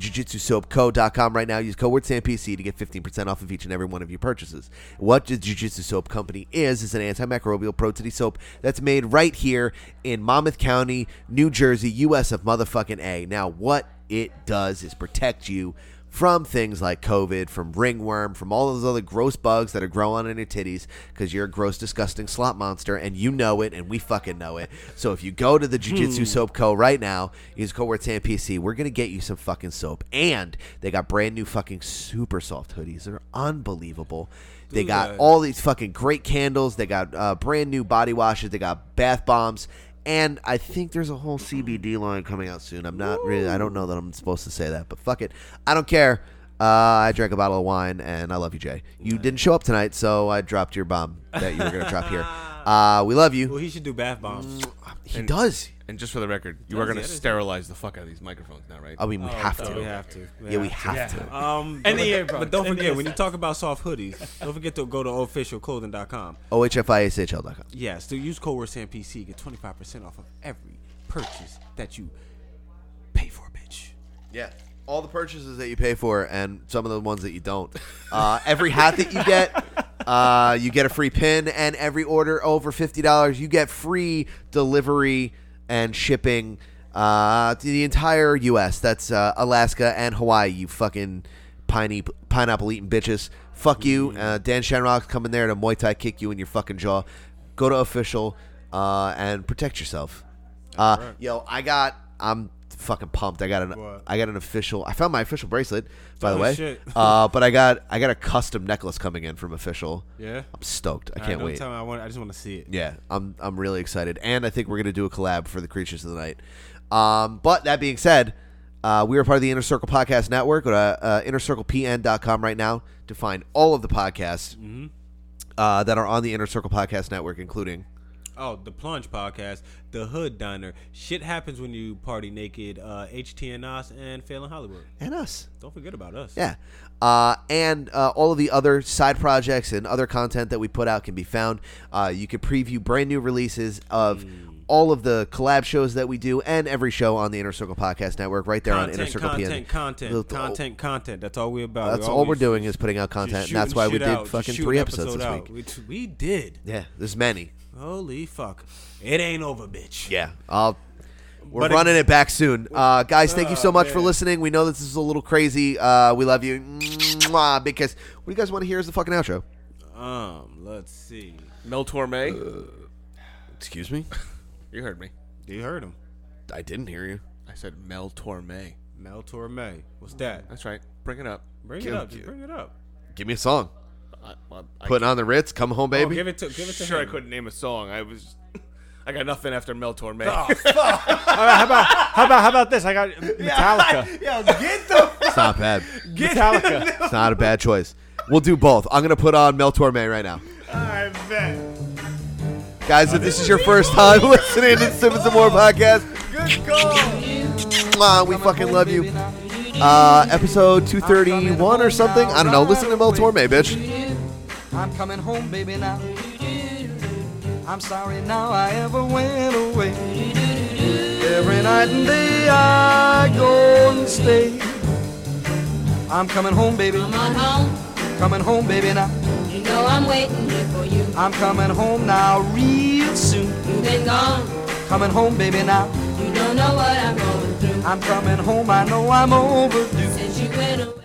[SPEAKER 1] jujitsusoapco.com right now. Use code word SAMPC to get 15% off of each and every one of your purchases. What the Jiu Jitsu Soap Company is, is an antimicrobial protein soap that's made right here in Monmouth County, New Jersey, U.S. of motherfucking A. Now, what it does is protect you from things like COVID, from ringworm, from all those other gross bugs that are growing on your titties because you're a gross, disgusting slot monster and you know it and we fucking know it. So if you go to the Jiu Jitsu
[SPEAKER 15] Hmm.
[SPEAKER 1] Soap Co. right now, use code word SAMPC, we're going to get you some fucking soap. And they got brand new fucking super soft hoodies. They're unbelievable. They
[SPEAKER 15] Do
[SPEAKER 1] got
[SPEAKER 15] that.
[SPEAKER 1] all these fucking great candles. They got uh, brand new body washes. They got bath bombs. And I think there's a whole CBD line coming out soon. I'm not really, I don't know that I'm supposed to say that, but fuck it. I don't care. Uh, I drank a bottle of wine and I love you, Jay. You didn't show up tonight, so I dropped your bomb that you were going to drop here. Uh, we love you.
[SPEAKER 2] Well, he should do bath
[SPEAKER 1] Mm,
[SPEAKER 2] bombs.
[SPEAKER 1] He does.
[SPEAKER 3] And just for the record, you
[SPEAKER 2] Does
[SPEAKER 3] are going
[SPEAKER 2] he?
[SPEAKER 3] to
[SPEAKER 2] I didn't-
[SPEAKER 3] sterilize the fuck out of these microphones now, right?
[SPEAKER 1] I mean, we have to.
[SPEAKER 2] oh, we have to.
[SPEAKER 1] Yeah, we have to.
[SPEAKER 2] Um,
[SPEAKER 3] End
[SPEAKER 2] but-
[SPEAKER 3] the year, bro.
[SPEAKER 2] but don't
[SPEAKER 3] End the
[SPEAKER 2] forget
[SPEAKER 3] year.
[SPEAKER 2] when you talk about soft hoodies, don't forget to go to officialclothing.com.
[SPEAKER 1] OHFISHL.com.
[SPEAKER 2] Yes, to use code word SAMPC, get twenty five percent off of every purchase that you pay for, bitch.
[SPEAKER 1] Yeah. All the purchases that you pay for and some of the ones that you don't. Uh, every hat that you get, uh, you get a free pin, and every order over $50, you get free delivery and shipping uh, to the entire U.S. That's uh, Alaska and Hawaii, you fucking piney, pineapple eating bitches. Fuck you. Uh, Dan Shanrock's coming there to Muay Thai kick you in your fucking jaw. Go to official uh, and protect yourself. Uh, Yo, I got. I'm fucking pumped. I got an. I got an official. I found my official bracelet, by the
[SPEAKER 2] Oh,
[SPEAKER 1] way.
[SPEAKER 2] shit.
[SPEAKER 1] uh, but I got. I got a custom necklace coming in from official.
[SPEAKER 2] Yeah?
[SPEAKER 1] I'm stoked. I
[SPEAKER 2] All right,
[SPEAKER 1] can't
[SPEAKER 2] don't
[SPEAKER 1] wait.
[SPEAKER 2] tell me, I want. I just want to see it.
[SPEAKER 1] Yeah, I'm I'm really excited, and I think we're gonna do a collab for the Creatures of the Night. Um, but that being said, uh, we are part of the Inner Circle Podcast Network. Go to uh, innercirclepn.com right now to find all of the podcasts
[SPEAKER 2] Mm-hmm.
[SPEAKER 1] uh, that are on the Inner Circle Podcast Network, including
[SPEAKER 2] Oh, the Plunge Podcast, The Hood Diner. Shit happens when you party naked. Uh, HTN us and Failing Hollywood.
[SPEAKER 1] And us.
[SPEAKER 2] Don't forget about us.
[SPEAKER 1] Yeah. Uh, and uh, all of the other side projects and other content that we put out can be found. Uh, you can preview brand new releases of
[SPEAKER 2] Hmm.
[SPEAKER 1] all of the collab shows that we do and every show on the Inner Circle Podcast Network right there on Inner
[SPEAKER 2] Content,
[SPEAKER 1] Circle
[SPEAKER 2] content,
[SPEAKER 1] PN.
[SPEAKER 2] content,
[SPEAKER 1] The- the-
[SPEAKER 2] content, content. That's all we're about.
[SPEAKER 1] That's all we're doing is putting out content, and that's why we did fucking three episodes this week.
[SPEAKER 2] Which we did.
[SPEAKER 1] Yeah, there's many.
[SPEAKER 2] Holy fuck. It ain't over, bitch.
[SPEAKER 1] Yeah. I'll, we're
[SPEAKER 2] But it-
[SPEAKER 1] running it, back soon. Uh, guys, thank you so
[SPEAKER 2] Oh,
[SPEAKER 1] much for
[SPEAKER 2] man.
[SPEAKER 1] listening. We know this is a little crazy. Uh, we love you. Mwah, big kiss. What do you guys want to hear as the fucking outro?
[SPEAKER 2] Um, let's see.
[SPEAKER 3] Mel Torme.
[SPEAKER 1] excuse me?
[SPEAKER 3] you heard me.
[SPEAKER 2] You heard him.
[SPEAKER 1] I didn't hear you.
[SPEAKER 3] I said Mel Torme.
[SPEAKER 2] Mel Torme. What's that?
[SPEAKER 3] That's right. Bring it up.
[SPEAKER 2] Bring
[SPEAKER 1] Give-
[SPEAKER 2] it up. Just bring it up.
[SPEAKER 1] Give me a song.
[SPEAKER 3] I, well, I
[SPEAKER 1] Putting
[SPEAKER 3] can't- Oh,
[SPEAKER 1] on the Ritz, come home, baby.
[SPEAKER 3] give it
[SPEAKER 2] to give it to
[SPEAKER 3] sure
[SPEAKER 2] him.
[SPEAKER 3] I couldn't name a song. I was I got nothing after Mel Torme.
[SPEAKER 9] All right, how about how about how about this? I got Metallica.
[SPEAKER 3] Yo, get the
[SPEAKER 1] It's not bad.
[SPEAKER 9] Metallica.
[SPEAKER 1] It's not a bad choice. We'll do both. I'm gonna put on Mel Torme right now.
[SPEAKER 9] I bet.
[SPEAKER 1] Guys, if this is your first time listening to the Simmons and More podcast,
[SPEAKER 9] Good call.
[SPEAKER 1] mwah, we fucking love you. Uh, episode 231 or something. I don't know. Listen to Mel Torme, bitch.
[SPEAKER 16] I'm coming home, baby, now. I'm sorry now I ever went away. Every night and day I go and stay. I'm coming home, baby. Come on home. Coming home, baby, now.
[SPEAKER 17] You know I'm waiting here for you.
[SPEAKER 16] I'm coming home now real soon.
[SPEAKER 17] You've been gone.
[SPEAKER 16] Coming home, baby, now.
[SPEAKER 17] You don't know what I'm going
[SPEAKER 16] I'm coming home, I know I'm overdue.
[SPEAKER 17] since you went away.